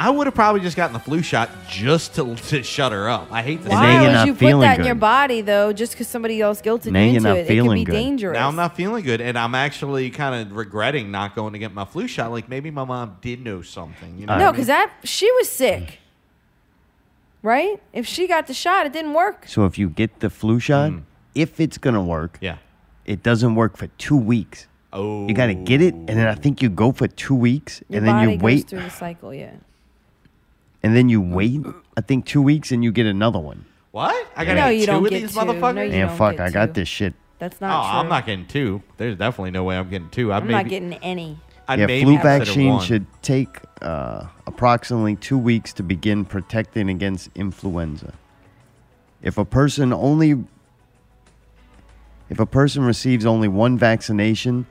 Speaker 2: I would have probably just gotten the flu shot just to, to shut her up. I hate to
Speaker 1: Why
Speaker 2: say
Speaker 1: Now you're
Speaker 2: that.
Speaker 1: not
Speaker 3: you put that in your body though, just because somebody else guilted
Speaker 2: Now
Speaker 3: you
Speaker 2: you're
Speaker 3: into
Speaker 2: not
Speaker 3: it, it could
Speaker 2: feeling
Speaker 3: be
Speaker 2: good.
Speaker 3: dangerous.
Speaker 2: Now I'm not feeling good, and I'm actually kind of regretting not going to get my flu shot. Like maybe my mom did know something. You know
Speaker 3: no, because that she was sick, right? If she got the shot, it didn't work.
Speaker 1: So if you get the flu shot, if it's gonna work,
Speaker 2: Mm. yeah,
Speaker 1: it doesn't work for two weeks.
Speaker 2: Oh,
Speaker 1: you gotta get it, and then I think you go for two weeks,
Speaker 3: Your
Speaker 1: and then
Speaker 3: body
Speaker 1: you wait,
Speaker 3: goes through the cycle. Yeah,
Speaker 1: and then you wait. I think two weeks, and you get another one.
Speaker 2: What? I
Speaker 3: gotta No, get you two don't of get these two. motherfuckers? No, you
Speaker 1: Man,
Speaker 3: don't
Speaker 1: fuck!
Speaker 3: get
Speaker 1: I got this shit.
Speaker 3: that's
Speaker 2: oh,
Speaker 3: not true.
Speaker 2: I'm not getting two. There's definitely no way I'm getting two. I
Speaker 3: I'm
Speaker 2: maybe,
Speaker 3: not getting any.
Speaker 2: I
Speaker 1: yeah,
Speaker 2: maybe
Speaker 1: flu
Speaker 2: consider
Speaker 1: vaccine
Speaker 2: one.
Speaker 1: should take uh, approximately two weeks to begin protecting against influenza. If a person only if a person receives only one vaccination,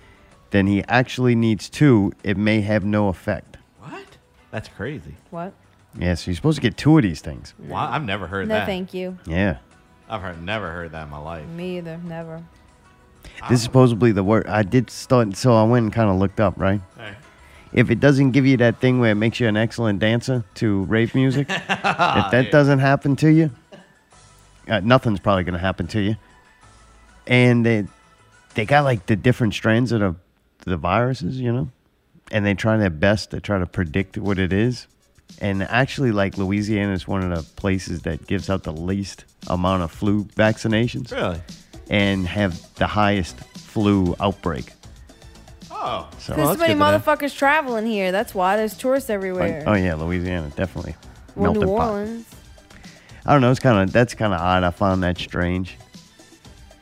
Speaker 1: then he actually needs two. It may have no effect.
Speaker 2: That's crazy.
Speaker 3: What?
Speaker 1: Yeah, so you're supposed to get two of these things.
Speaker 2: Wow, I've never heard
Speaker 3: no,
Speaker 2: that.
Speaker 3: thank you.
Speaker 1: Yeah,
Speaker 2: I've heard, never heard that in my life.
Speaker 3: Me either.
Speaker 2: Oh,
Speaker 3: Never.
Speaker 1: this is supposedly the word. I did start, so I went and kind of looked up. Right. If it doesn't give you that thing where it makes you an excellent dancer to rave music, if that
Speaker 2: Dude.
Speaker 1: doesn't happen to you, uh, nothing's probably going to happen to you. And they they got like the different strands of the, the viruses, you know, and they try their best to try to predict what it is. And actually, like Louisiana is one of the places that gives out the least amount of flu vaccinations.
Speaker 2: Really?
Speaker 1: And have the highest flu outbreak.
Speaker 2: Oh.
Speaker 1: So,
Speaker 3: Because so many motherfuckers traveling here. That's why there's tourists everywhere.
Speaker 1: Oh yeah, Louisiana definitely.
Speaker 3: well,
Speaker 1: Melting
Speaker 3: New
Speaker 1: pot.
Speaker 3: Orleans.
Speaker 1: I don't know. It's kind of that's kind of odd. I found that strange.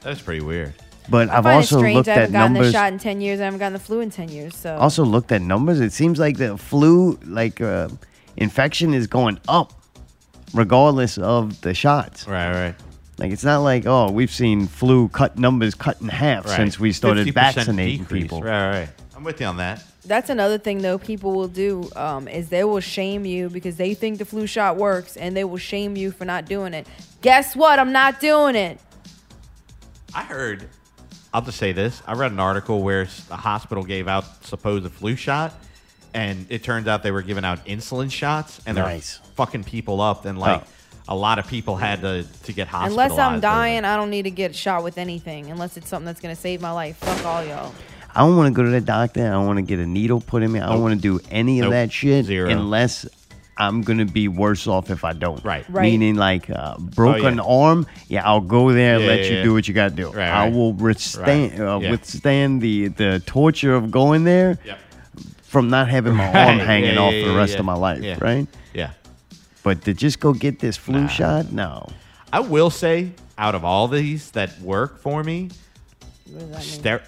Speaker 2: That's pretty weird.
Speaker 1: But
Speaker 3: I
Speaker 1: I've
Speaker 3: find
Speaker 1: also
Speaker 3: it strange.
Speaker 1: looked
Speaker 3: I
Speaker 1: at
Speaker 3: haven't gotten the
Speaker 1: numbers.
Speaker 3: shot in ten years. I haven't gotten the flu in ten years. So
Speaker 1: Also looked at numbers. It seems like the flu like uh, infection is going up, regardless of the shots.
Speaker 2: Right, right.
Speaker 1: Like it's not like oh we've seen flu cut numbers cut in half
Speaker 2: Right.
Speaker 1: since we started
Speaker 2: 50%
Speaker 1: vaccinating
Speaker 2: decrease.
Speaker 1: people.
Speaker 2: Right, right. I'm with you on that.
Speaker 3: that's another thing though. People will do um, is they will shame you because they think the flu shot works, and they will shame you for not doing it. Guess what? I'm not doing it.
Speaker 2: I heard. I'll just say this. I read an article where s- the hospital gave out supposed flu shot, and it turns out they were giving out insulin shots, and they're
Speaker 1: Nice. Oh.
Speaker 2: fucking people up, and like a lot of people had to to get hospitalized.
Speaker 3: Unless I'm
Speaker 2: over
Speaker 3: dying, I don't need to get shot with anything unless it's something that's gonna save my life. Fuck all y'all.
Speaker 1: I don't want to go to the doctor. I don't want to get a needle put in me. I don't
Speaker 2: Nope.
Speaker 1: want to do any of
Speaker 2: Nope.
Speaker 1: that shit
Speaker 2: Zero.
Speaker 1: unless I'm going to be worse off if I don't. Right.
Speaker 2: Right. Oh,
Speaker 1: Meaning, like, uh, broken
Speaker 2: yeah.
Speaker 1: arm, yeah, I'll go there and
Speaker 2: Yeah,
Speaker 1: let
Speaker 2: yeah,
Speaker 1: you
Speaker 2: yeah.
Speaker 1: do what you got to do.
Speaker 2: Right,
Speaker 1: I
Speaker 2: right.
Speaker 1: will withstand,
Speaker 2: Right.
Speaker 1: uh,
Speaker 2: Yeah.
Speaker 1: withstand the, the torture of going there from not having my
Speaker 2: Right.
Speaker 1: arm hanging
Speaker 2: Yeah,
Speaker 1: off
Speaker 2: yeah,
Speaker 1: for the
Speaker 2: yeah,
Speaker 1: rest
Speaker 2: yeah.
Speaker 1: of my life,
Speaker 2: Yeah.
Speaker 1: right?
Speaker 2: Yeah.
Speaker 1: But to just go get this flu shot, no.
Speaker 2: I will say, out of all these that work for me, ster-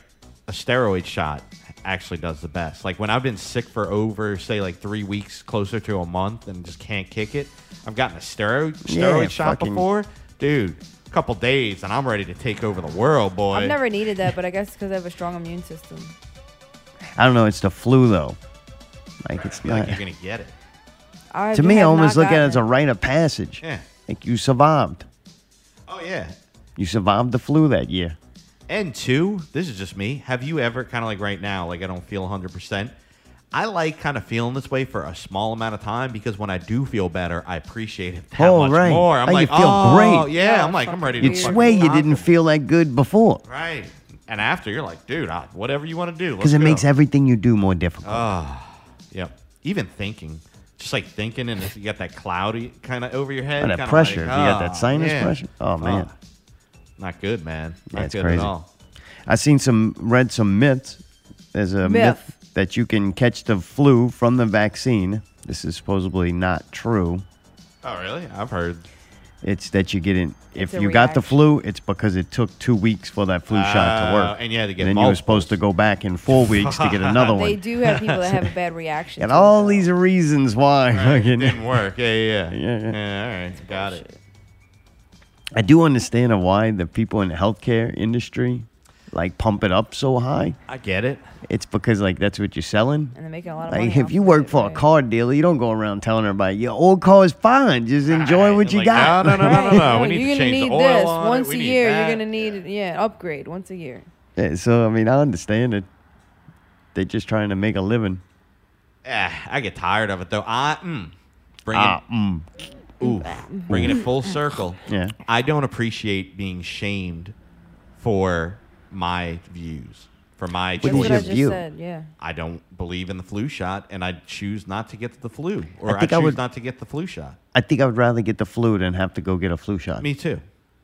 Speaker 2: a steroid shot actually does the best. Like when I've been sick for over, say, like three weeks, closer to a month, and just can't kick it, I've gotten a steroid
Speaker 1: Yeah,
Speaker 2: steroid shot
Speaker 1: fucking-
Speaker 2: before, dude. A couple days, and I'm ready to take over the world, boy.
Speaker 3: I've never needed that, but I guess because I have a strong immune system.
Speaker 1: I don't know. It's the flu, though. Like, it's
Speaker 2: feel like
Speaker 1: not.
Speaker 2: you're gonna get it.
Speaker 3: I
Speaker 1: to
Speaker 3: do
Speaker 1: me, I
Speaker 3: have
Speaker 1: almost
Speaker 3: not
Speaker 1: look at it
Speaker 3: gotten
Speaker 1: as a rite of passage.
Speaker 2: Yeah.
Speaker 1: Like, you survived.
Speaker 2: Oh yeah.
Speaker 1: You survived the flu that year.
Speaker 2: And two, this is just me. Have you ever kind of like right now, like I don't feel 100%? I like kind of feeling this way for a small amount of time because when I do feel better, I appreciate it that
Speaker 1: Oh,
Speaker 2: much
Speaker 1: right.
Speaker 2: more. I'm
Speaker 1: Oh, you
Speaker 2: like,
Speaker 1: feel
Speaker 2: oh,
Speaker 1: great.
Speaker 2: yeah. I'm like, I'm ready to
Speaker 1: You'd
Speaker 2: fucking
Speaker 1: swear you
Speaker 2: knock
Speaker 1: didn't feel that good before
Speaker 2: it. Right. And after, you're like, dude, I, whatever you want to do.
Speaker 1: because
Speaker 2: Because
Speaker 1: it makes everything you do more difficult.
Speaker 2: Ah, yep. Even thinking, just like thinking, and if you got that cloudy kind of over your head,
Speaker 1: And that
Speaker 2: kinda
Speaker 1: pressure,
Speaker 2: like,
Speaker 1: if you got
Speaker 2: ah,
Speaker 1: that sinus
Speaker 2: yeah.
Speaker 1: pressure. Oh, man.
Speaker 2: Fuck. not good, man.
Speaker 1: Yeah,
Speaker 2: Not
Speaker 1: it's
Speaker 2: good
Speaker 1: crazy.
Speaker 2: at all.
Speaker 1: I seen some, read some myths. There's a myth. that you can catch the flu from the vaccine. This is supposedly not true.
Speaker 2: Oh, really? I've heard.
Speaker 1: It's that you get in.
Speaker 2: It's
Speaker 1: If
Speaker 2: a
Speaker 1: you got the flu, it's because it took two weeks for that flu shot to work.
Speaker 2: Oh, and you had to get
Speaker 1: then you were supposed to go back in four weeks to get another one.
Speaker 3: They do have people that have a bad reaction.
Speaker 1: And all these reasons why fucking-
Speaker 2: Didn't work. Yeah, yeah, yeah. yeah, all right. Got it.
Speaker 1: I do understand why the people in the healthcare industry like pump it up so high.
Speaker 2: I get it.
Speaker 1: It's because like that's what you're selling.
Speaker 3: And they're making a lot of
Speaker 1: Like
Speaker 3: money.
Speaker 1: if you work for a car dealer, you don't go around telling everybody your old car is fine. Just enjoy what you
Speaker 2: Like,
Speaker 1: got.
Speaker 2: No, no, no, no, no.
Speaker 3: Oh,
Speaker 2: We need
Speaker 3: you're
Speaker 2: to
Speaker 3: gonna
Speaker 2: change
Speaker 3: need
Speaker 2: the oil
Speaker 3: this
Speaker 2: on it.
Speaker 3: once
Speaker 2: We
Speaker 3: a
Speaker 2: need
Speaker 3: year.
Speaker 2: that.
Speaker 3: You're gonna need yeah. upgrade once a year.
Speaker 1: Yeah, so I mean, I understand it. They're just trying to make a living.
Speaker 2: Eh, I get tired of it though. I mm, bring
Speaker 1: Ah,
Speaker 2: it, ooh, bringing it full circle.
Speaker 1: Yeah.
Speaker 2: I don't appreciate being shamed for my views, for my
Speaker 3: That's
Speaker 2: choices.
Speaker 3: what I just said. Yeah.
Speaker 2: I don't believe in the flu shot, and I choose not to get the flu, or I,
Speaker 1: think
Speaker 2: choose
Speaker 1: I would-
Speaker 2: not to get the flu shot.
Speaker 1: I think I would rather get the flu than have to go get a flu shot.
Speaker 2: Me too.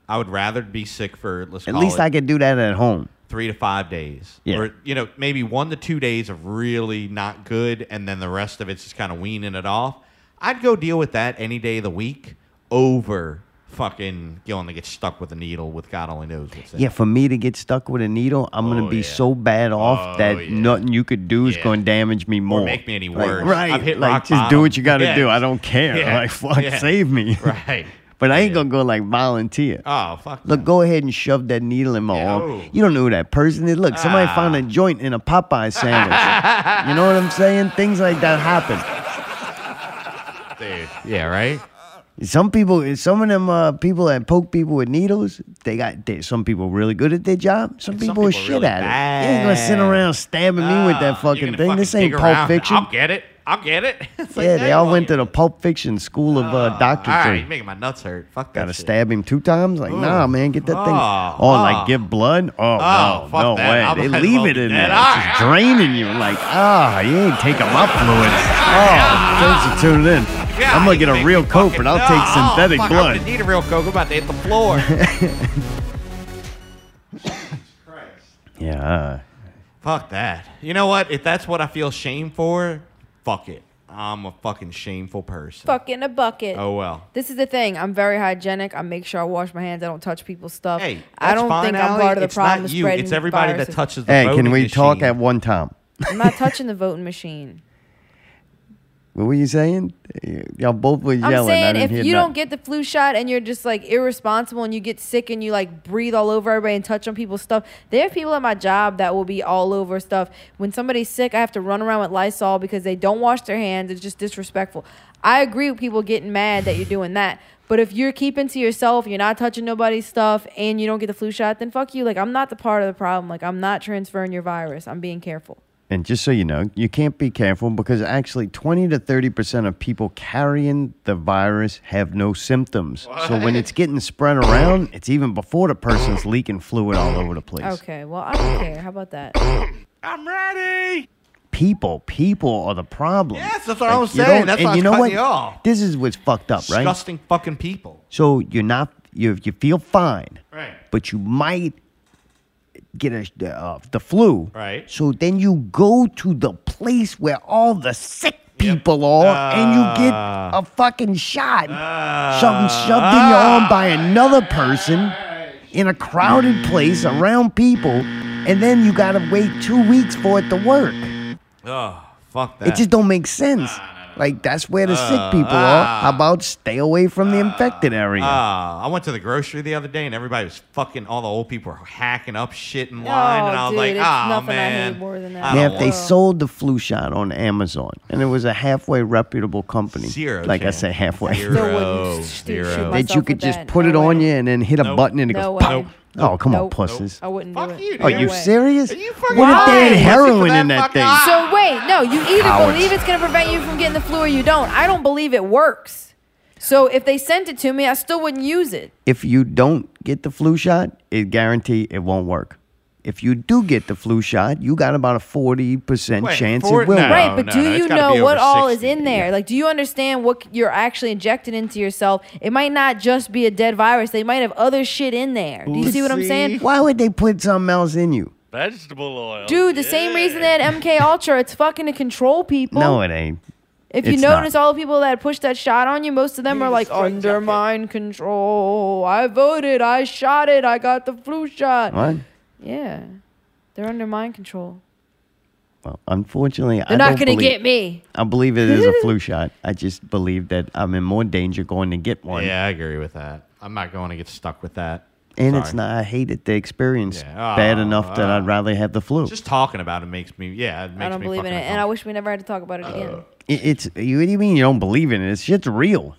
Speaker 2: I would rather be sick for let's
Speaker 1: At
Speaker 2: call
Speaker 1: least
Speaker 2: it
Speaker 1: I could do that at home.
Speaker 2: three to five days,
Speaker 1: Yeah.
Speaker 2: or you know maybe one to two days of really not good, and then the rest of it's just kind of weaning it off. I'd go deal with that any day of the week over fucking going to get stuck with a needle with God only knows what's in.
Speaker 1: Yeah, for me to get stuck with a needle, I'm gonna be so bad off
Speaker 2: Oh,
Speaker 1: that
Speaker 2: yeah.
Speaker 1: nothing you could do is
Speaker 2: Yeah.
Speaker 1: gonna damage me more.
Speaker 2: make me any
Speaker 1: Like,
Speaker 2: worse.
Speaker 1: right.
Speaker 2: I've hit
Speaker 1: like,
Speaker 2: rock
Speaker 1: just do what
Speaker 2: bottom.
Speaker 1: you gotta
Speaker 2: Yeah.
Speaker 1: do. I don't care.
Speaker 2: Yeah.
Speaker 1: Like fuck,
Speaker 2: Yeah.
Speaker 1: save me.
Speaker 2: Right.
Speaker 1: But I ain't gonna go like volunteer.
Speaker 2: Oh fuck.
Speaker 1: Look, go ahead and shove that needle in my
Speaker 2: No.
Speaker 1: arm. You don't know who that person is. Look, somebody
Speaker 2: Ah.
Speaker 1: found a joint in a Popeye sandwich. you know what I'm saying? Things like that happen.
Speaker 2: Dude. Yeah, right?
Speaker 1: Some people, some of them uh, people that poke people with needles, they got they, some people really good at their job. Some, people, are shit
Speaker 2: really
Speaker 1: at it. You ain't gonna sit around stabbing me with that
Speaker 2: You're
Speaker 1: fucking
Speaker 2: gonna
Speaker 1: thing. this
Speaker 2: fucking
Speaker 1: ain't
Speaker 2: dig
Speaker 1: Pulp
Speaker 2: around.
Speaker 1: Fiction.
Speaker 2: I'll get it. I'll get it. It's like,
Speaker 1: yeah,
Speaker 2: hey,
Speaker 1: they all went to the Pulp Fiction School of uh,
Speaker 2: Ah, all right,
Speaker 1: Doctrine.
Speaker 2: you're making my nuts hurt. Fuck that
Speaker 1: Gotta
Speaker 2: shit.
Speaker 1: stab him two times? Like,
Speaker 2: Ooh.
Speaker 1: nah, man, get that thing.
Speaker 2: Oh,
Speaker 1: Oh, like
Speaker 2: oh.
Speaker 1: give blood? Oh,
Speaker 2: Oh,
Speaker 1: no,
Speaker 2: fuck
Speaker 1: no
Speaker 2: that.
Speaker 1: way.
Speaker 2: I
Speaker 1: They
Speaker 2: might as
Speaker 1: leave
Speaker 2: well
Speaker 1: it
Speaker 2: be
Speaker 1: in
Speaker 2: dead.
Speaker 1: there. It's just draining you. Like, ah, you ain't taking my fluids. Oh, thanks for tuning in. I'm gonna get a real coat, but I'll take
Speaker 2: Oh,
Speaker 1: synthetic
Speaker 2: fuck, I'm
Speaker 1: blood.
Speaker 2: gonna need a real coke. I'm about to hit the floor.
Speaker 1: Yeah.
Speaker 2: fuck that. You know what? If that's what I feel shame for, fuck it. I'm a fucking shameful person.
Speaker 3: Fuck in a bucket.
Speaker 2: Oh well.
Speaker 3: This is the thing. I'm very hygienic. I make sure I wash my hands. I don't touch people's stuff.
Speaker 2: Hey,
Speaker 3: I
Speaker 2: that's
Speaker 3: don't
Speaker 2: fine,
Speaker 3: think I'm
Speaker 2: Ally.
Speaker 3: part of the
Speaker 2: It's not
Speaker 3: problem. of
Speaker 2: you. It's
Speaker 3: spreading
Speaker 2: everybody that
Speaker 3: viruses.
Speaker 2: touches
Speaker 1: Hey, can we talk at one time?
Speaker 3: I'm not touching the voting machine.
Speaker 1: What were you saying? Y'all both were yelling.
Speaker 3: I'm
Speaker 1: I
Speaker 3: saying
Speaker 1: didn't
Speaker 3: if
Speaker 1: hear
Speaker 3: you
Speaker 1: nothing.
Speaker 3: don't get the flu shot and you're just like irresponsible and you get sick and you like breathe all over everybody and touch on people's stuff, there are people at my job that will be all over stuff. When somebody's sick, I have to run around with Lysol because they don't wash their hands. It's just disrespectful. I agree with people getting mad that you're doing that. But if you're keeping to yourself, you're not touching nobody's stuff, and you don't get the flu shot, then fuck you. Like, I'm not the part of the problem. Like, I'm not transferring your virus. I'm being careful.
Speaker 1: And just so you know, you can't be careful because actually 20 to 30% of people carrying the virus have no symptoms. So when it's getting spread around, it's even before the person's leaking fluid all over the place.
Speaker 3: Okay, well, I don't care. How about that?
Speaker 2: I'm ready.
Speaker 1: People, people are the problem.
Speaker 2: Yes, that's what I was
Speaker 1: you
Speaker 2: saying.
Speaker 1: don't-
Speaker 2: That's
Speaker 1: and
Speaker 2: why I
Speaker 1: you
Speaker 2: was
Speaker 1: know
Speaker 2: cutting
Speaker 1: what?
Speaker 2: you off.
Speaker 1: This is what's fucked up, right?
Speaker 2: Disgusting fucking people.
Speaker 1: So you're not you you feel fine,
Speaker 2: Right.
Speaker 1: But you might get a, uh, the flu,
Speaker 2: Right.
Speaker 1: So then you go to the place where all the sick people are, and you get
Speaker 2: Ah.
Speaker 1: a fucking shot, something shoved in your arm by another person in a crowded place
Speaker 2: Mm.
Speaker 1: around people, and then you gotta wait two weeks for it to work.
Speaker 2: Oh, fuck that. Ah.
Speaker 1: It just don't make sense. Like that's where the
Speaker 2: Uh,
Speaker 1: sick people
Speaker 2: ah.
Speaker 1: are. How about stay away from the infected area?
Speaker 2: Ah, I went to the grocery the other day and everybody was fucking. All the old people were hacking up shit in line, and I
Speaker 3: Oh,
Speaker 2: was
Speaker 3: dude,
Speaker 2: like,
Speaker 3: it's
Speaker 2: "Ah,
Speaker 3: nothing I hate
Speaker 2: man."
Speaker 3: more than that.
Speaker 2: I
Speaker 1: Now,
Speaker 2: don't
Speaker 1: if they
Speaker 2: want-
Speaker 1: sold the flu shot on Amazon and it was a halfway reputable company,
Speaker 2: Zero
Speaker 1: like
Speaker 2: chance.
Speaker 1: I say, halfway,
Speaker 2: Zero, Still wouldn't shoot zero.
Speaker 1: that you
Speaker 2: myself
Speaker 1: could
Speaker 2: with
Speaker 1: just
Speaker 2: that.
Speaker 1: put it on you and then hit a
Speaker 2: Nope.
Speaker 1: button and it
Speaker 3: No
Speaker 1: goes,
Speaker 3: way.
Speaker 1: pop.
Speaker 3: Nope.
Speaker 1: Oh, come on,
Speaker 3: Nope.
Speaker 1: pussies.
Speaker 3: I wouldn't do it.
Speaker 1: Are
Speaker 3: No
Speaker 1: Oh, you
Speaker 3: way.
Speaker 1: serious?
Speaker 3: fucking
Speaker 1: what if they had
Speaker 3: kidding me?
Speaker 1: heroin in that thing?
Speaker 3: So wait, no, you either
Speaker 1: Cowards.
Speaker 3: believe it's gonna prevent you from getting the flu or you don't. I don't believe it works. So if they sent it to me, I still wouldn't use it.
Speaker 1: If you don't get the flu shot, it guarantee it won't work. If you do get the flu shot, you got about a 40%
Speaker 3: Wait,
Speaker 1: chance
Speaker 3: for-
Speaker 1: it will
Speaker 3: no,
Speaker 1: work.
Speaker 3: right, but do you know what all is in there? Like, do you understand what you're actually injecting into yourself? It might not just be a dead virus. They might have other shit in there. Do you see what I'm saying?
Speaker 1: Why would they put something else in you?
Speaker 5: Vegetable oil.
Speaker 3: Dude, the same reason they had MK Ultra. It's fucking to control people.
Speaker 1: No, it ain't.
Speaker 3: If you
Speaker 1: It's not.
Speaker 3: notice, all the people that pushed that shot on you, most of them are like under mind control. I voted. I shot it. I got the flu shot.
Speaker 1: What?
Speaker 3: Yeah, they're under mind control.
Speaker 1: Well, unfortunately,
Speaker 3: They're
Speaker 1: I
Speaker 3: not
Speaker 1: don't
Speaker 3: gonna
Speaker 1: believe-
Speaker 3: get me.
Speaker 1: I believe it is a flu shot. I just believe that I'm in more danger going to get one.
Speaker 2: Yeah, I agree with that. I'm not going to get stuck with that.
Speaker 1: And
Speaker 2: Sorry.
Speaker 1: it's not. I hated the experience
Speaker 2: Yeah.
Speaker 1: bad
Speaker 2: Oh,
Speaker 1: enough that
Speaker 2: uh,
Speaker 1: I'd rather have the flu.
Speaker 2: Just talking about it makes me. Yeah, it makes
Speaker 3: I don't
Speaker 2: me
Speaker 3: believe in
Speaker 2: fucking Uh.
Speaker 3: it, and I wish we never had to talk about it again.
Speaker 1: It- it's you. What do you mean you don't believe in it? It's shit's real.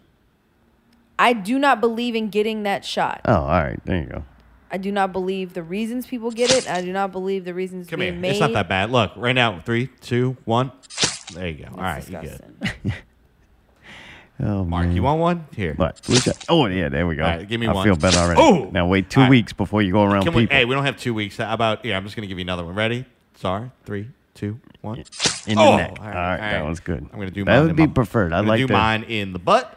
Speaker 3: I do not believe in getting that shot.
Speaker 1: Oh, all right. There you go.
Speaker 3: I do not believe the reasons people get it. I do not believe the reasons
Speaker 2: Come here.
Speaker 3: being made.
Speaker 2: It's not that bad. Look, right now, three, two, one. There you go. All right, you good.
Speaker 1: Oh, Mark,
Speaker 2: you want one? Here.
Speaker 1: What? Who's that? Oh, yeah, there we go.
Speaker 2: All right, give me
Speaker 1: I
Speaker 2: one.
Speaker 1: feel better already.
Speaker 2: Oh!
Speaker 1: Now wait two
Speaker 2: All right.
Speaker 1: weeks before you go around
Speaker 2: Can we,
Speaker 1: people.
Speaker 2: hey, we don't have two weeks. How about, yeah, I'm just going to give you another one. Ready? Sorry. Three, two, one. Oh,
Speaker 1: In the neck. All right, that was good.
Speaker 2: I'm going to do
Speaker 1: That
Speaker 2: mine
Speaker 1: would
Speaker 2: in
Speaker 1: be
Speaker 2: my-
Speaker 1: preferred. I'd
Speaker 2: I'm gonna
Speaker 1: like
Speaker 2: do
Speaker 1: to-
Speaker 2: mine in the butt.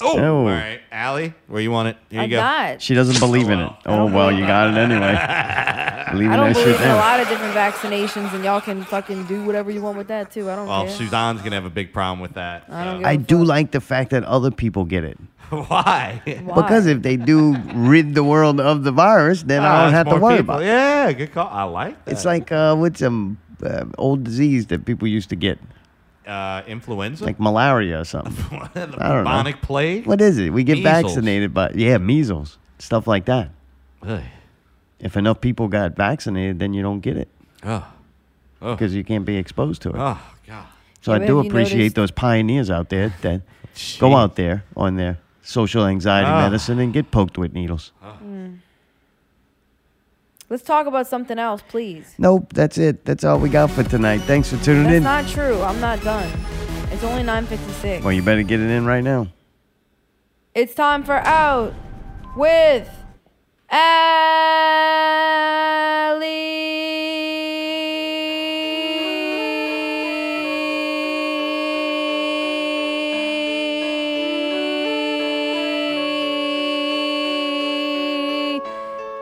Speaker 2: Oh,
Speaker 1: Oh.
Speaker 2: all right. Allie, where you want it? Here
Speaker 3: I
Speaker 2: you go.
Speaker 3: got-
Speaker 1: She doesn't believe in it. Oh, well, you got it anyway. Believe
Speaker 3: I
Speaker 1: in
Speaker 3: don't
Speaker 1: that
Speaker 3: believe
Speaker 1: shit
Speaker 3: in a
Speaker 1: now.
Speaker 3: lot of different vaccinations, and y'all can fucking do whatever you want with that too. I don't
Speaker 2: Well,
Speaker 3: care.
Speaker 2: Suzanne's going to have a big problem with that.
Speaker 3: I don't give
Speaker 1: I
Speaker 3: a
Speaker 1: do like the fact that other people get it.
Speaker 2: Why?
Speaker 1: Because if they do rid the world of the virus, then
Speaker 2: Ah,
Speaker 1: I don't
Speaker 2: it's
Speaker 1: have to
Speaker 2: more
Speaker 1: worry
Speaker 2: people.
Speaker 1: about it.
Speaker 2: Yeah, good call. I like that.
Speaker 1: It's like uh, what's some uh, old disease that people used to get,
Speaker 2: uh, influenza.
Speaker 1: like malaria or something.
Speaker 2: the
Speaker 1: I don't
Speaker 2: bubonic
Speaker 1: know.
Speaker 2: plague.
Speaker 1: What is it? We get
Speaker 2: Measles.
Speaker 1: vaccinated, but yeah, measles, stuff like that.
Speaker 2: Ugh.
Speaker 1: If enough people got vaccinated, then you don't get it because you can't be exposed to it.
Speaker 2: Oh, God.
Speaker 1: So
Speaker 3: Yeah,
Speaker 1: I
Speaker 3: but
Speaker 1: do
Speaker 3: have you
Speaker 1: appreciate
Speaker 3: noticed-
Speaker 1: those pioneers out there that go out there on their social anxiety
Speaker 2: Ah.
Speaker 1: medicine and get poked with needles.
Speaker 3: Mm. Let's talk about something else, please.
Speaker 1: Nope, that's it. That's all we got for tonight. Thanks for tuning
Speaker 3: That's
Speaker 1: in.
Speaker 3: not true. I'm not done. It's only 9:56.
Speaker 1: well, you better get it in right now.
Speaker 3: It's time for out with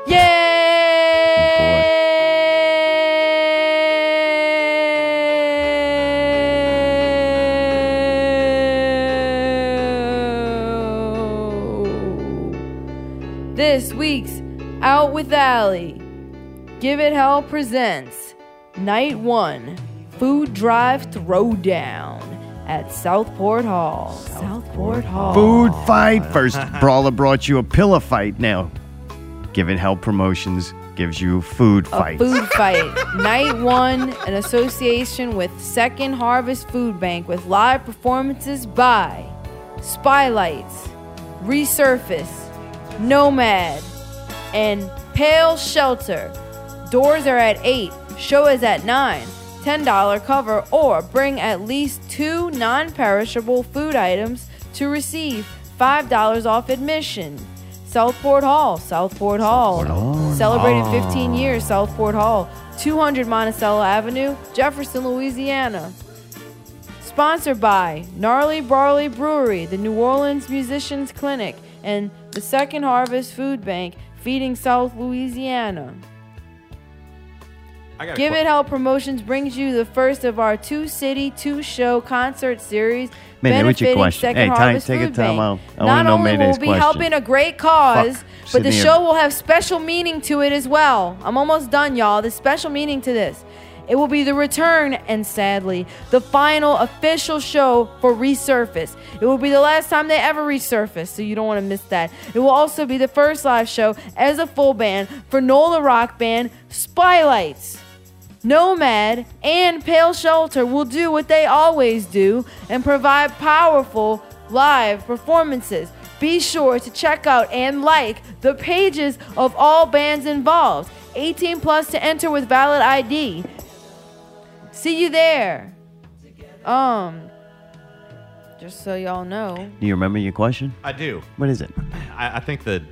Speaker 3: Allie. This week's Out with Allie. Give It Hell presents Night 1 Food Drive Throwdown at Southport Hall. Southport Hall.
Speaker 1: Food fight. First brawler brought you a pillow fight. Now, Given Hell Promotions gives you food
Speaker 3: A
Speaker 1: fight.
Speaker 3: food fight. Night one, an association with Second Harvest Food Bank with live performances by Spylights, Resurface, Nomad, and Pale Shelter. Doors are at 8, show is at 9. $10 cover or bring at least two non perishable food items to receive $5 off admission. Southport Hall, Southport Hall. Ah. Celebrated
Speaker 1: Hall.
Speaker 3: 15 years, Southport Hall. 200 Monticello Avenue, Jefferson, Louisiana. Sponsored by Gnarly Barley Brewery, the New Orleans Musicians Clinic, and the Second Harvest Food Bank, feeding South Louisiana.
Speaker 2: I got a
Speaker 3: Give
Speaker 2: que-
Speaker 3: It Hell Promotions brings you the first of our two city, two show concert series.
Speaker 1: Mayday, what's your
Speaker 3: benefiting
Speaker 1: question?
Speaker 3: Second
Speaker 1: Hey, time-
Speaker 3: Harvest
Speaker 1: take a
Speaker 3: Food
Speaker 1: time
Speaker 3: Bank.
Speaker 1: out. I wanna
Speaker 3: Not
Speaker 1: know
Speaker 3: only will
Speaker 1: Mayday's
Speaker 3: we be
Speaker 1: question.
Speaker 3: helping a great cause,
Speaker 1: Fuck,
Speaker 3: but the
Speaker 1: Sydney,
Speaker 3: show will have special meaning to it as well. I'm almost done, y'all. There's special meaning to this. It will be the return and sadly the final official show for Resurface. It will be the last time they ever resurface, so you don't want to miss that. It will also be the first live show as a full band for Nola Rock Band Spylights. Nomad and Pale Shelter will do what they always do and provide powerful live performances. Be sure to check out and like the pages of all bands involved. 18 plus to enter with valid ID. See you there. Um just so y'all know.
Speaker 1: Do you remember your question?
Speaker 2: I do.
Speaker 1: What is it?
Speaker 2: I, I think the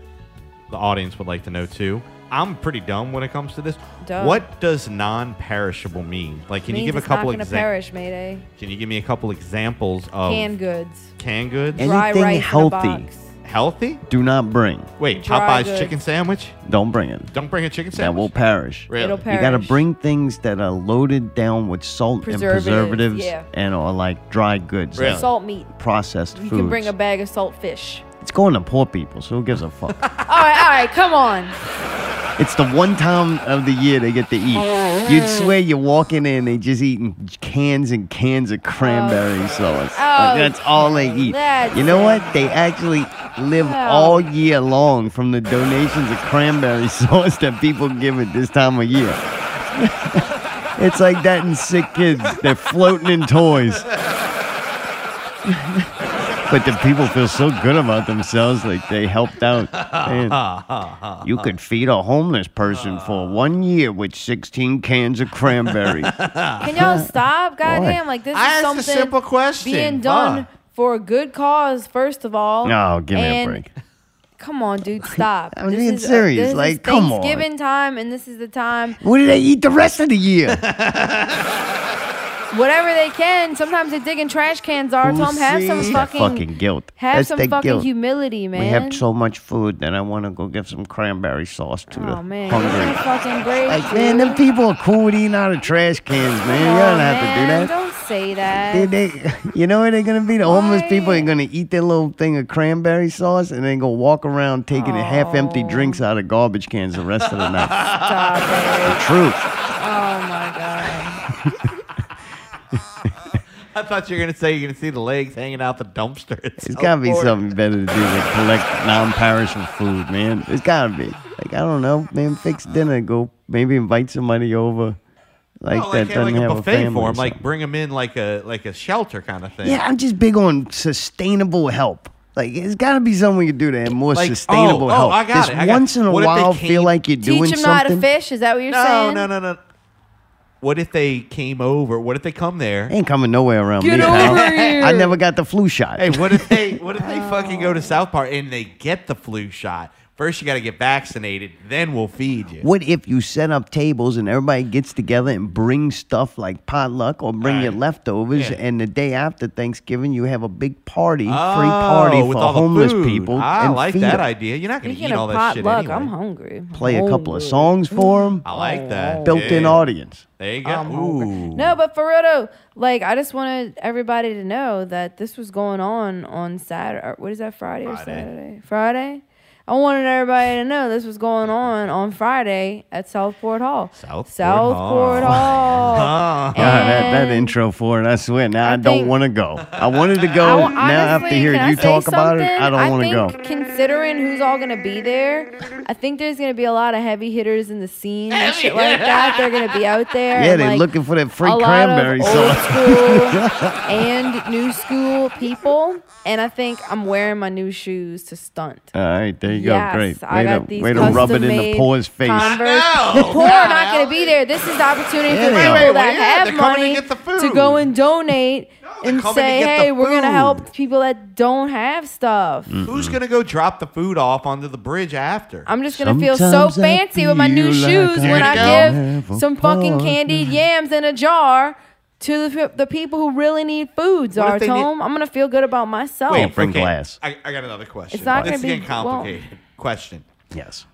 Speaker 2: the audience would like to know too. I'm pretty dumb when it comes to this.
Speaker 3: Duh.
Speaker 2: What does non-perishable mean? Like, can you
Speaker 3: Means
Speaker 2: give a
Speaker 3: it's not
Speaker 2: couple
Speaker 3: gonna
Speaker 2: examples?
Speaker 3: perish, Mayday.
Speaker 2: Can you give me a couple examples of
Speaker 3: Canned goods.
Speaker 2: canned goods?
Speaker 3: Dry
Speaker 1: Anything
Speaker 3: rice in a
Speaker 1: healthy.
Speaker 3: box.
Speaker 2: Healthy?
Speaker 1: Do not bring.
Speaker 2: Wait,
Speaker 3: Dry
Speaker 2: Popeye's
Speaker 3: goods.
Speaker 2: chicken sandwich?
Speaker 1: Don't bring it.
Speaker 2: Don't bring a chicken sandwich.
Speaker 1: That will perish.
Speaker 2: Really? It'll
Speaker 1: You gotta
Speaker 3: perish.
Speaker 1: bring things that are loaded down with salt
Speaker 3: Preservatives,
Speaker 1: and preservatives
Speaker 3: yeah.
Speaker 1: and or like dry goods.
Speaker 3: Really?
Speaker 1: like
Speaker 3: Salt meat.
Speaker 1: Processed
Speaker 3: You
Speaker 1: food.
Speaker 3: can bring a bag of salt fish.
Speaker 1: It's going to poor people, so who gives a fuck?
Speaker 3: All right, all right, come on.
Speaker 1: It's the one time of the year they get to eat. You'd swear you're walking in, they just eating cans and cans of cranberry sauce. Like,
Speaker 3: Oh,
Speaker 1: that's all they eat.
Speaker 3: that's
Speaker 1: you know
Speaker 3: it.
Speaker 1: what? They actually live
Speaker 3: Oh.
Speaker 1: all year long from the donations of cranberry sauce that people give at this time of year. it's like that in sick kids. They're floating in toys. But the people feel so good about themselves, like they helped out. Man, you could feed a homeless person for one year with 16 cans of cranberry.
Speaker 3: Can y'all stop? Goddamn! Like this
Speaker 2: I
Speaker 3: is
Speaker 2: asked a
Speaker 3: something
Speaker 2: simple question.
Speaker 3: being done for a good cause. First of all,
Speaker 1: Oh, give me a
Speaker 3: And
Speaker 1: break.
Speaker 3: Come on, dude, stop.
Speaker 1: I'm
Speaker 3: This
Speaker 1: being
Speaker 3: is-
Speaker 1: serious.
Speaker 3: this is
Speaker 1: Like, come on.
Speaker 3: Thanksgiving time, and this is the time.
Speaker 1: What do they eat the rest of the year?
Speaker 3: Whatever they can. Sometimes they dig in trash cans. Are tell them have some
Speaker 1: That
Speaker 3: fucking,
Speaker 1: fucking guilt.
Speaker 3: have
Speaker 1: That's
Speaker 3: some
Speaker 1: that
Speaker 3: fucking
Speaker 1: guilt.
Speaker 3: humility, man.
Speaker 1: We have so much food that I want to go give some cranberry sauce to
Speaker 3: oh
Speaker 1: the
Speaker 3: man, give me
Speaker 1: hungry.
Speaker 3: a fucking break.
Speaker 1: Like, man, them people are cool with eating out of trash cans, man. You don't have to do that.
Speaker 3: Don't say that. Oh,
Speaker 1: They, they, you know what they're gonna be? The homeless people are gonna eat their little thing of cranberry sauce and then go walk around taking half-empty drinks out of garbage cans the rest of the night. The truth.
Speaker 3: Oh my god.
Speaker 2: I thought you were gonna say you're gonna see the legs hanging out the dumpster.
Speaker 1: There's gotta be something better to do than collect non-perishable food, man. There's gotta be. Like I don't know, man. Fix dinner. Go maybe invite somebody over. Like
Speaker 2: like,
Speaker 1: that
Speaker 2: hey,
Speaker 1: doesn't
Speaker 2: like
Speaker 1: have
Speaker 2: a buffet
Speaker 1: family.
Speaker 2: for
Speaker 1: or
Speaker 2: them, like bring them in like a like a shelter kind of thing.
Speaker 1: Yeah, I'm just big on sustainable help. Like, it's got to be something we can do to have more
Speaker 2: Like,
Speaker 1: sustainable
Speaker 2: oh, oh,
Speaker 1: help.
Speaker 2: I got
Speaker 1: Just
Speaker 2: it, I got it.
Speaker 1: once in a
Speaker 2: What if they
Speaker 1: while, feel
Speaker 2: came-
Speaker 1: like you're doing
Speaker 3: Teach them not
Speaker 1: something.
Speaker 3: to fish. Is that what you're
Speaker 2: No,
Speaker 3: saying?
Speaker 2: no, no, no. What if they came over? What if they come there?
Speaker 1: They ain't coming nowhere around
Speaker 2: Get
Speaker 1: me. pal.
Speaker 2: over here.
Speaker 1: I never got the flu shot.
Speaker 2: Hey, what if they what if they fucking go to South Park and they get the flu shot? First, you got to get vaccinated. Then we'll feed you.
Speaker 1: What if you set up tables and everybody gets together and brings stuff like potluck or bring your leftovers,
Speaker 2: Yeah.
Speaker 1: and the day after Thanksgiving you have a big party, free
Speaker 2: Oh,
Speaker 1: party
Speaker 2: with
Speaker 1: for
Speaker 2: all the
Speaker 1: homeless
Speaker 2: food. Ah,
Speaker 1: people?
Speaker 2: I
Speaker 1: and
Speaker 2: like
Speaker 1: feed
Speaker 2: that
Speaker 1: 'em.
Speaker 2: idea. You're not gonna
Speaker 3: Speaking
Speaker 2: eat all
Speaker 3: of
Speaker 2: that shit
Speaker 3: potluck,
Speaker 2: anyway.
Speaker 3: I'm hungry.
Speaker 1: Play a couple of songs for them.
Speaker 2: I like that.
Speaker 1: Built-in
Speaker 2: Yeah.
Speaker 1: audience.
Speaker 2: There you go. Ooh.
Speaker 3: No, but for real though, like I just wanted everybody to know that this was going on on Saturday. Or what is that Friday, or Saturday? Friday. I wanted everybody to know this was going on on Friday at Southport Hall. Southport, Southport Hall.
Speaker 2: Uh,
Speaker 1: God, that, that intro for it, I swear. Now I, don't
Speaker 3: Oh. think-
Speaker 1: want to go. I wanted to go.
Speaker 3: I-
Speaker 1: now after
Speaker 3: honestly,
Speaker 1: hearing
Speaker 3: can I
Speaker 1: you
Speaker 3: say
Speaker 1: talk about it,
Speaker 3: something?
Speaker 1: I don't want to go.
Speaker 3: think Considering who's all gonna be there, I think there's gonna be a lot of heavy hitters in the scene and shit like that. They're gonna be out there.
Speaker 1: Yeah,
Speaker 3: and,
Speaker 1: they're
Speaker 3: like,
Speaker 1: looking for that free
Speaker 3: a lot of
Speaker 1: cranberry
Speaker 3: old
Speaker 1: sauce.
Speaker 3: and new school people. And I think I'm wearing my new shoes to stunt.
Speaker 1: All right, there you
Speaker 3: Yes,
Speaker 1: go. Great. Way
Speaker 3: I
Speaker 1: to,
Speaker 3: got these
Speaker 1: way to rub it in the
Speaker 3: custom-made
Speaker 1: poor's face.
Speaker 3: Converse. The poor are not going to be there. This is the opportunity
Speaker 1: Yeah,
Speaker 3: for
Speaker 1: they
Speaker 3: people
Speaker 1: are.
Speaker 3: that
Speaker 1: Yeah,
Speaker 3: have
Speaker 1: they're coming to
Speaker 3: money
Speaker 1: get the
Speaker 3: to go and donate and
Speaker 2: coming to
Speaker 3: say,
Speaker 2: get the
Speaker 3: "Hey, we're going to
Speaker 2: food."
Speaker 3: help people that don't have stuff."
Speaker 2: Who's gonna go drop the food off onto the bridge after?
Speaker 3: I'm just gonna feel so fancy with my new shoes when I give some fucking candied yams in a jar to the, pe- the people who really need foods.
Speaker 2: What if
Speaker 3: Art
Speaker 2: they need-
Speaker 3: home, I'm gonna feel good about myself.
Speaker 2: okay, I, I got another question.
Speaker 3: It's not
Speaker 2: this is
Speaker 3: gonna be-
Speaker 2: getting complicated. Question.
Speaker 1: Yes.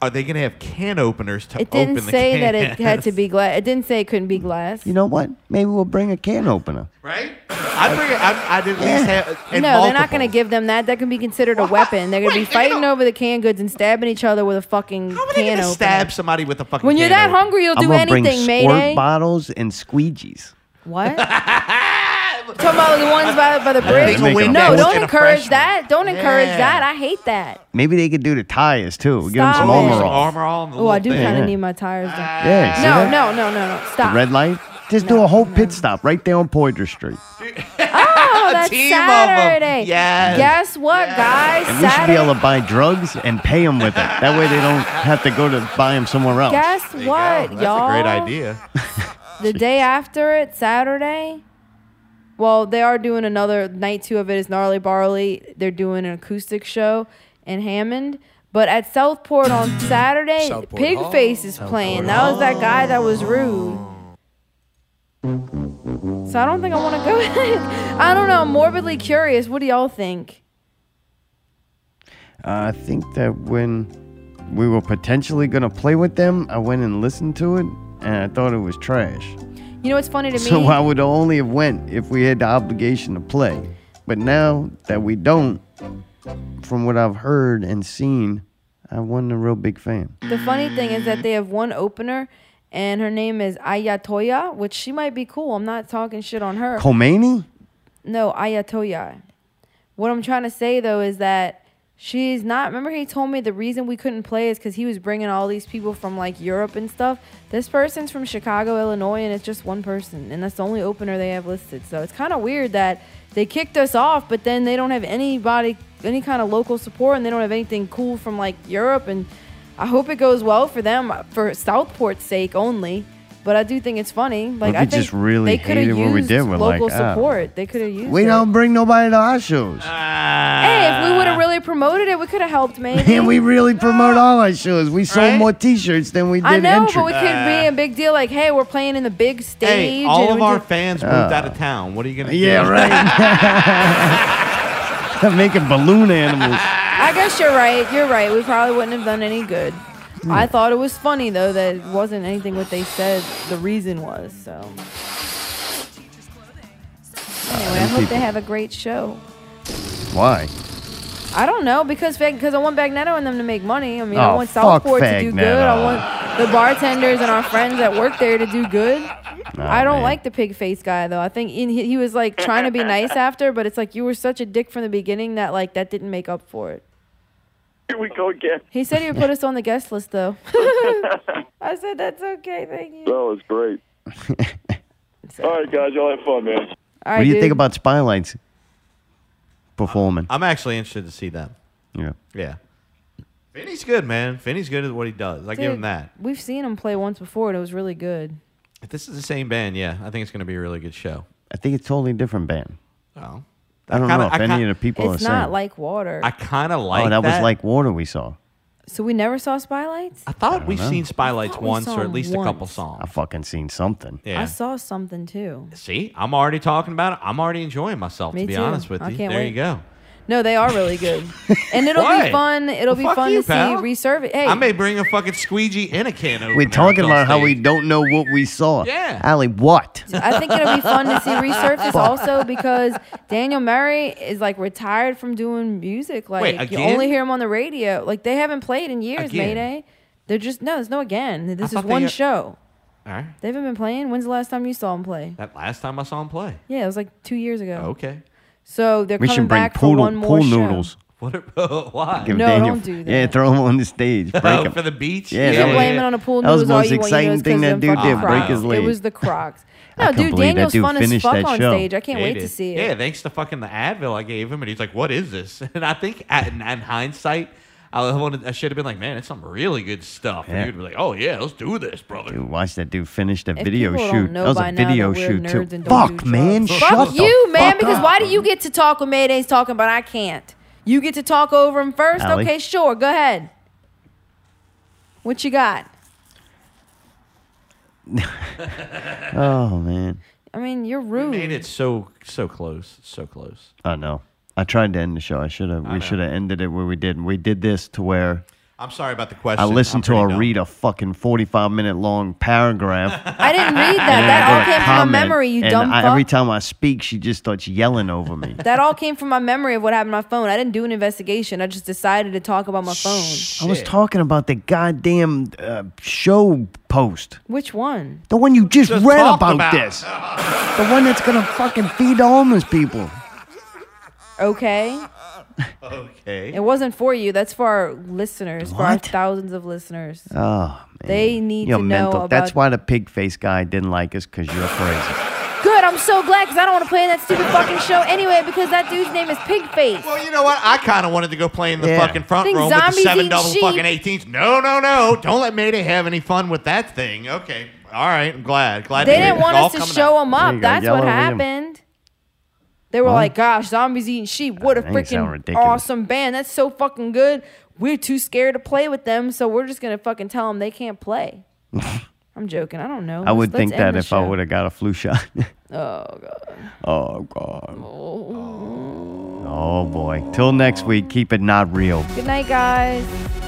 Speaker 2: Are they gonna have can openers to
Speaker 3: It didn't
Speaker 2: open the
Speaker 3: say
Speaker 2: cans?
Speaker 3: that it had to be glass. It didn't say it couldn't be glass.
Speaker 1: You know what? Maybe we'll bring a can opener.
Speaker 2: right? I bring it. I, I did at least have.
Speaker 3: No,
Speaker 2: and
Speaker 3: they're not
Speaker 2: multiple.
Speaker 3: going to give them that. That can be considered a weapon. They're going to be fighting over the canned goods and stabbing each other with a fucking
Speaker 2: How are they
Speaker 3: can
Speaker 2: gonna
Speaker 3: opener.
Speaker 2: stab somebody with a fucking?
Speaker 3: When you're
Speaker 2: can
Speaker 3: that
Speaker 2: opener?
Speaker 3: hungry, you'll
Speaker 1: I'm
Speaker 3: do
Speaker 1: gonna bring
Speaker 3: anything,
Speaker 1: squirt
Speaker 3: Mayday.
Speaker 1: bottles and squeegees.
Speaker 3: What? Talking about the ones by, by the
Speaker 1: Yeah,
Speaker 3: bridge.
Speaker 1: make a
Speaker 3: no,
Speaker 1: boat
Speaker 3: don't
Speaker 1: and a
Speaker 3: encourage
Speaker 1: fresh
Speaker 3: that. Don't encourage
Speaker 1: Yeah.
Speaker 3: that. I hate that.
Speaker 1: Maybe they could do the tires too. Get them
Speaker 3: Stop
Speaker 1: some
Speaker 3: it.
Speaker 1: armor on.
Speaker 2: Armor all in the Ah.
Speaker 3: Oh, I do
Speaker 1: thing.
Speaker 3: kind
Speaker 1: Yeah.
Speaker 3: of need my tires. done.
Speaker 1: Yeah, see
Speaker 3: no,
Speaker 1: that?
Speaker 3: no, no, no, no.
Speaker 1: The
Speaker 3: Stop.
Speaker 1: red light. Just do a whole pit stop right there on Poydras Street.
Speaker 3: Oh, that's
Speaker 2: Team of 'em.
Speaker 3: Saturday.
Speaker 2: Yes.
Speaker 3: Guess what, guys?
Speaker 1: And we should be
Speaker 3: Saturday.
Speaker 1: able to buy drugs and pay them with it. That way they don't have to go to buy them somewhere else.
Speaker 3: Guess what, y'all?
Speaker 2: idea.
Speaker 3: The day after it, Saturday. Well, they are doing another night two of it is gnarly barley. They're doing an acoustic show in Hammond. But at Southport on Saturday,
Speaker 18: Southport
Speaker 3: Pigface is playing. That was that guy that was rude. So I don't think I want to go. I don't know. I'm morbidly curious. What do y'all think?
Speaker 1: Uh, I think that when we were potentially going to play with them, I went and listened to it and I thought it was trash.
Speaker 3: You know what's funny to me?
Speaker 1: So I would only have went if we had the obligation to play. But now that we don't, from what I've heard and seen, I wasn't a real big fan.
Speaker 3: The funny thing is that they have one opener, and her name is Ayatoya, which she might be cool. I'm not talking shit on her.
Speaker 1: Khomeini?
Speaker 3: No, Ayatoya. What I'm trying to say though is that She's not. Remember, he told me the reason we couldn't play is because he was bringing all these people from like Europe and stuff. This person's from Chicago, Illinois, and it's just one person, and that's the only opener they have listed. So it's kind of weird that they kicked us off, but then they don't have anybody, any kind of local support, and they don't have anything cool from like Europe. And I hope it goes well for them, for Southport's sake only. But I do think it's funny. Like
Speaker 1: we
Speaker 3: I think
Speaker 1: just really
Speaker 3: they could have
Speaker 1: hated
Speaker 3: used
Speaker 1: what we did. We're like,
Speaker 3: local
Speaker 1: ah,
Speaker 3: support. they could have used.
Speaker 1: We
Speaker 3: it.
Speaker 1: don't bring nobody to our shows.
Speaker 3: Uh, Hey, if we would
Speaker 2: Ah.
Speaker 3: have really promoted it, we could have helped, maybe.
Speaker 1: And we really promote all our shows. We sold more T-shirts than we did Uh,
Speaker 3: I know,
Speaker 1: entries.
Speaker 3: but we could be a big deal. Like, hey, we're playing in the big stage.
Speaker 2: Ah. Hey, all
Speaker 3: and
Speaker 2: of
Speaker 3: we
Speaker 2: our
Speaker 3: did-
Speaker 2: fans moved
Speaker 1: Uh,
Speaker 2: out of town. What are you gonna
Speaker 1: Yeah,
Speaker 2: do?
Speaker 1: right. Making balloon animals.
Speaker 3: I guess you're right. You're right. We probably wouldn't have done any good. I
Speaker 1: Hmm.
Speaker 3: thought it was funny though that it wasn't anything what they said. The reason was so. Anyway, I
Speaker 1: them
Speaker 3: hope they
Speaker 1: people.
Speaker 3: have a great show.
Speaker 1: Why?
Speaker 3: I don't know because because I want Bagnetto and them to make money. I mean, I
Speaker 1: Oh,
Speaker 3: want
Speaker 1: fuck
Speaker 3: Southport to do good.
Speaker 1: Bagnetto.
Speaker 3: I want the bartenders and our friends that work there to do good.
Speaker 1: Nah,
Speaker 3: I don't
Speaker 1: Oh, man.
Speaker 3: like the pig face guy though. I think in, he, he was like trying to be nice after, but it's like you were such a dick from the beginning that like that didn't make up for it.
Speaker 18: Here we go again.
Speaker 3: He said he would put us on the guest list though. I said that's okay. Thank you.
Speaker 18: That was great. All right, guys, y'all have fun, man.
Speaker 3: All right,
Speaker 1: what do you
Speaker 3: dude.
Speaker 1: think about Spylights performing?
Speaker 2: I'm actually interested to see them.
Speaker 1: yeah.
Speaker 2: Yeah. Finney's good, man. Finney's good at what he does. I give him
Speaker 3: Dude,
Speaker 2: that.
Speaker 3: We've seen him play once before and it was really good.
Speaker 2: If this is the same band, yeah, I think it's gonna be a really good show.
Speaker 1: I think it's totally different band.
Speaker 2: Oh.
Speaker 1: I don't
Speaker 2: kinda-
Speaker 1: know if
Speaker 2: I
Speaker 1: any
Speaker 2: kinda-
Speaker 1: of the people
Speaker 3: it's
Speaker 1: are
Speaker 3: not
Speaker 1: saying.
Speaker 3: like water.
Speaker 2: I kind of like
Speaker 1: oh, that, was
Speaker 2: that.
Speaker 1: like water we saw.
Speaker 3: so we never saw Spylights.
Speaker 2: I thought we've
Speaker 1: know.
Speaker 2: seen Spylights
Speaker 3: I thought we
Speaker 2: once
Speaker 3: saw
Speaker 2: or at
Speaker 3: him
Speaker 2: least a couple
Speaker 3: once.
Speaker 2: songs.
Speaker 1: I fucking seen something.
Speaker 2: Yeah.
Speaker 3: I saw something too.
Speaker 2: See, I'm already talking about it. I'm already enjoying myself
Speaker 3: Me
Speaker 2: to be
Speaker 3: too.
Speaker 2: honest with
Speaker 3: I
Speaker 2: you.
Speaker 3: can't
Speaker 2: there
Speaker 3: wait.
Speaker 2: you go.
Speaker 3: No, they are really good, and it'll
Speaker 2: Why?
Speaker 3: be fun. It'll
Speaker 2: Well,
Speaker 3: be
Speaker 2: fuck
Speaker 3: fun
Speaker 2: you,
Speaker 3: to
Speaker 2: pal.
Speaker 3: see resurvey. Hey,
Speaker 2: I may bring a fucking squeegee and a can opener.
Speaker 1: We're talking
Speaker 2: up on
Speaker 1: about how we
Speaker 2: stage.
Speaker 1: don't know what we saw.
Speaker 2: Yeah.
Speaker 1: Allie, what?
Speaker 3: I think it'll be fun to see resurface
Speaker 1: Fuck.
Speaker 3: also because Daniel Murray is like retired from doing music. Like
Speaker 2: Wait,
Speaker 3: you
Speaker 2: again?
Speaker 3: only hear him on the radio. Like they haven't played in years.
Speaker 2: Again?
Speaker 3: Mayday. They're just no. There's no again. This is
Speaker 2: thought they
Speaker 3: one
Speaker 2: had-
Speaker 3: show.
Speaker 2: All right.
Speaker 3: They haven't been playing. When's the last time you saw them play?
Speaker 2: That last time I saw him play.
Speaker 3: Yeah, it was like two years ago.
Speaker 2: Okay.
Speaker 3: So they're
Speaker 1: We
Speaker 3: coming
Speaker 1: should bring
Speaker 3: back for
Speaker 1: poodle,
Speaker 3: one more
Speaker 1: pool
Speaker 3: show.
Speaker 1: noodles.
Speaker 2: What? Are, why?
Speaker 1: Give
Speaker 3: No,
Speaker 1: Daniel-
Speaker 3: don't do
Speaker 1: Yeah,
Speaker 3: that.
Speaker 1: throw him on the stage. Break
Speaker 2: Oh,
Speaker 1: him.
Speaker 2: for the beach?
Speaker 1: Yeah,
Speaker 2: You
Speaker 1: that
Speaker 2: can
Speaker 1: was-
Speaker 3: blame it on a pool
Speaker 1: That was
Speaker 3: noodles
Speaker 1: the
Speaker 3: all
Speaker 1: most
Speaker 3: you want. You know
Speaker 1: exciting
Speaker 3: it's 'cause
Speaker 1: thing
Speaker 3: them
Speaker 1: that dude
Speaker 3: fucking
Speaker 1: did. Break his
Speaker 3: Crocs.
Speaker 1: leg.
Speaker 3: It was the Crocs.
Speaker 1: I
Speaker 3: No,
Speaker 1: couldn't
Speaker 3: dude,
Speaker 1: believe that
Speaker 3: Daniel's
Speaker 1: dude
Speaker 3: fun as
Speaker 1: finished
Speaker 3: fuck
Speaker 1: that
Speaker 3: on
Speaker 1: show.
Speaker 3: stage. I can't
Speaker 2: Yeah,
Speaker 3: wait
Speaker 2: he
Speaker 3: to
Speaker 2: did.
Speaker 3: see
Speaker 2: Yeah,
Speaker 3: it.
Speaker 2: thanks to fucking the Advil I gave him, and he's like, "What is this?" And I think, at, in, in hindsight, I wanted, I should have been like, "Man, it's some really good stuff."
Speaker 1: Yeah.
Speaker 2: And you'd be like, "Oh yeah, let's do this, brother."
Speaker 1: Dude, watch that dude finish that
Speaker 3: If
Speaker 1: video
Speaker 3: people
Speaker 1: shoot.
Speaker 3: don't know
Speaker 1: that was
Speaker 3: by
Speaker 1: a
Speaker 3: now that
Speaker 1: video
Speaker 3: we're
Speaker 1: shoot
Speaker 3: nerds
Speaker 1: too.
Speaker 3: and don't do
Speaker 1: Fuck, man, shut
Speaker 3: Fuck
Speaker 1: the
Speaker 3: you, man,
Speaker 1: fuck
Speaker 3: because
Speaker 1: up.
Speaker 3: why do you get to talk when Mayday's talking, but I can't? You get to talk over him first?
Speaker 1: Allie?
Speaker 3: Okay, sure. Go ahead. What you got?
Speaker 1: Oh man,
Speaker 3: I mean, you're rude.
Speaker 2: Made it so so close, so close.
Speaker 1: I know. I tried to end the show. I should have.
Speaker 2: I
Speaker 1: We
Speaker 2: know.
Speaker 1: should have ended it where we did. We did this to where
Speaker 2: I'm sorry about the question.
Speaker 1: I listened
Speaker 2: I'm
Speaker 1: to
Speaker 2: pretty
Speaker 1: her
Speaker 2: dumb.
Speaker 1: read a fucking forty-five minute long paragraph.
Speaker 3: I didn't read that.
Speaker 1: and then
Speaker 3: That
Speaker 1: I
Speaker 3: all
Speaker 1: got a
Speaker 3: came from my
Speaker 1: comment,
Speaker 3: memory, you
Speaker 1: and
Speaker 3: dumb
Speaker 1: I,
Speaker 3: fuck.
Speaker 1: Every time I speak, she just starts yelling over me.
Speaker 3: That all came from my memory of what happened on my phone. I didn't do an investigation. I just decided to talk about my phone.
Speaker 1: I was talking about the goddamn uh, show post.
Speaker 3: Which one?
Speaker 1: The one you just,
Speaker 3: Just
Speaker 1: read
Speaker 3: talked
Speaker 1: about,
Speaker 3: about.
Speaker 1: this. the one that's gonna fucking feed the homeless people.
Speaker 3: Okay.
Speaker 2: Okay.
Speaker 3: It wasn't for you. That's for our listeners, for our
Speaker 1: What?
Speaker 3: thousands of listeners.
Speaker 1: Oh man.
Speaker 3: They need
Speaker 1: You're
Speaker 3: to know
Speaker 1: mental.
Speaker 3: about.
Speaker 1: That's why the pig face guy didn't like us because you're crazy.
Speaker 3: Good. I'm so glad because I don't want to play in that stupid fucking show anyway because that dude's name is Pigface.
Speaker 2: Well, you know what? I kind of wanted to go play in the
Speaker 1: Yeah.
Speaker 2: fucking front
Speaker 3: Think
Speaker 2: room with the
Speaker 3: zombies
Speaker 2: seven
Speaker 3: eat
Speaker 2: double
Speaker 3: sheep.
Speaker 2: fucking eighteens. No, no, no! Don't let Mayday have any fun with that thing. Okay, all right. I'm glad. Glad
Speaker 3: They
Speaker 2: to hear
Speaker 3: didn't
Speaker 2: it.
Speaker 3: want
Speaker 2: All
Speaker 3: us to
Speaker 2: coming
Speaker 3: show
Speaker 2: out.
Speaker 3: him
Speaker 1: There
Speaker 3: up.
Speaker 1: you go.
Speaker 3: That's
Speaker 1: Yell
Speaker 3: what
Speaker 1: over him.
Speaker 3: happened. They were
Speaker 1: Huh?
Speaker 3: like, "Gosh, zombies eating sheep! What a
Speaker 1: That ain't sound
Speaker 3: freaking
Speaker 1: ridiculous.
Speaker 3: awesome band! That's so fucking good. We're too scared to play with them, so we're just gonna fucking tell them they can't play." I'm joking. I don't know.
Speaker 1: I would
Speaker 3: Let's-
Speaker 1: think
Speaker 3: let's end
Speaker 1: that
Speaker 3: the
Speaker 1: if I
Speaker 3: show.
Speaker 1: would have got a flu shot.
Speaker 3: Oh god.
Speaker 1: oh god. Oh boy. Till next week, keep it not real.
Speaker 3: Good night, guys.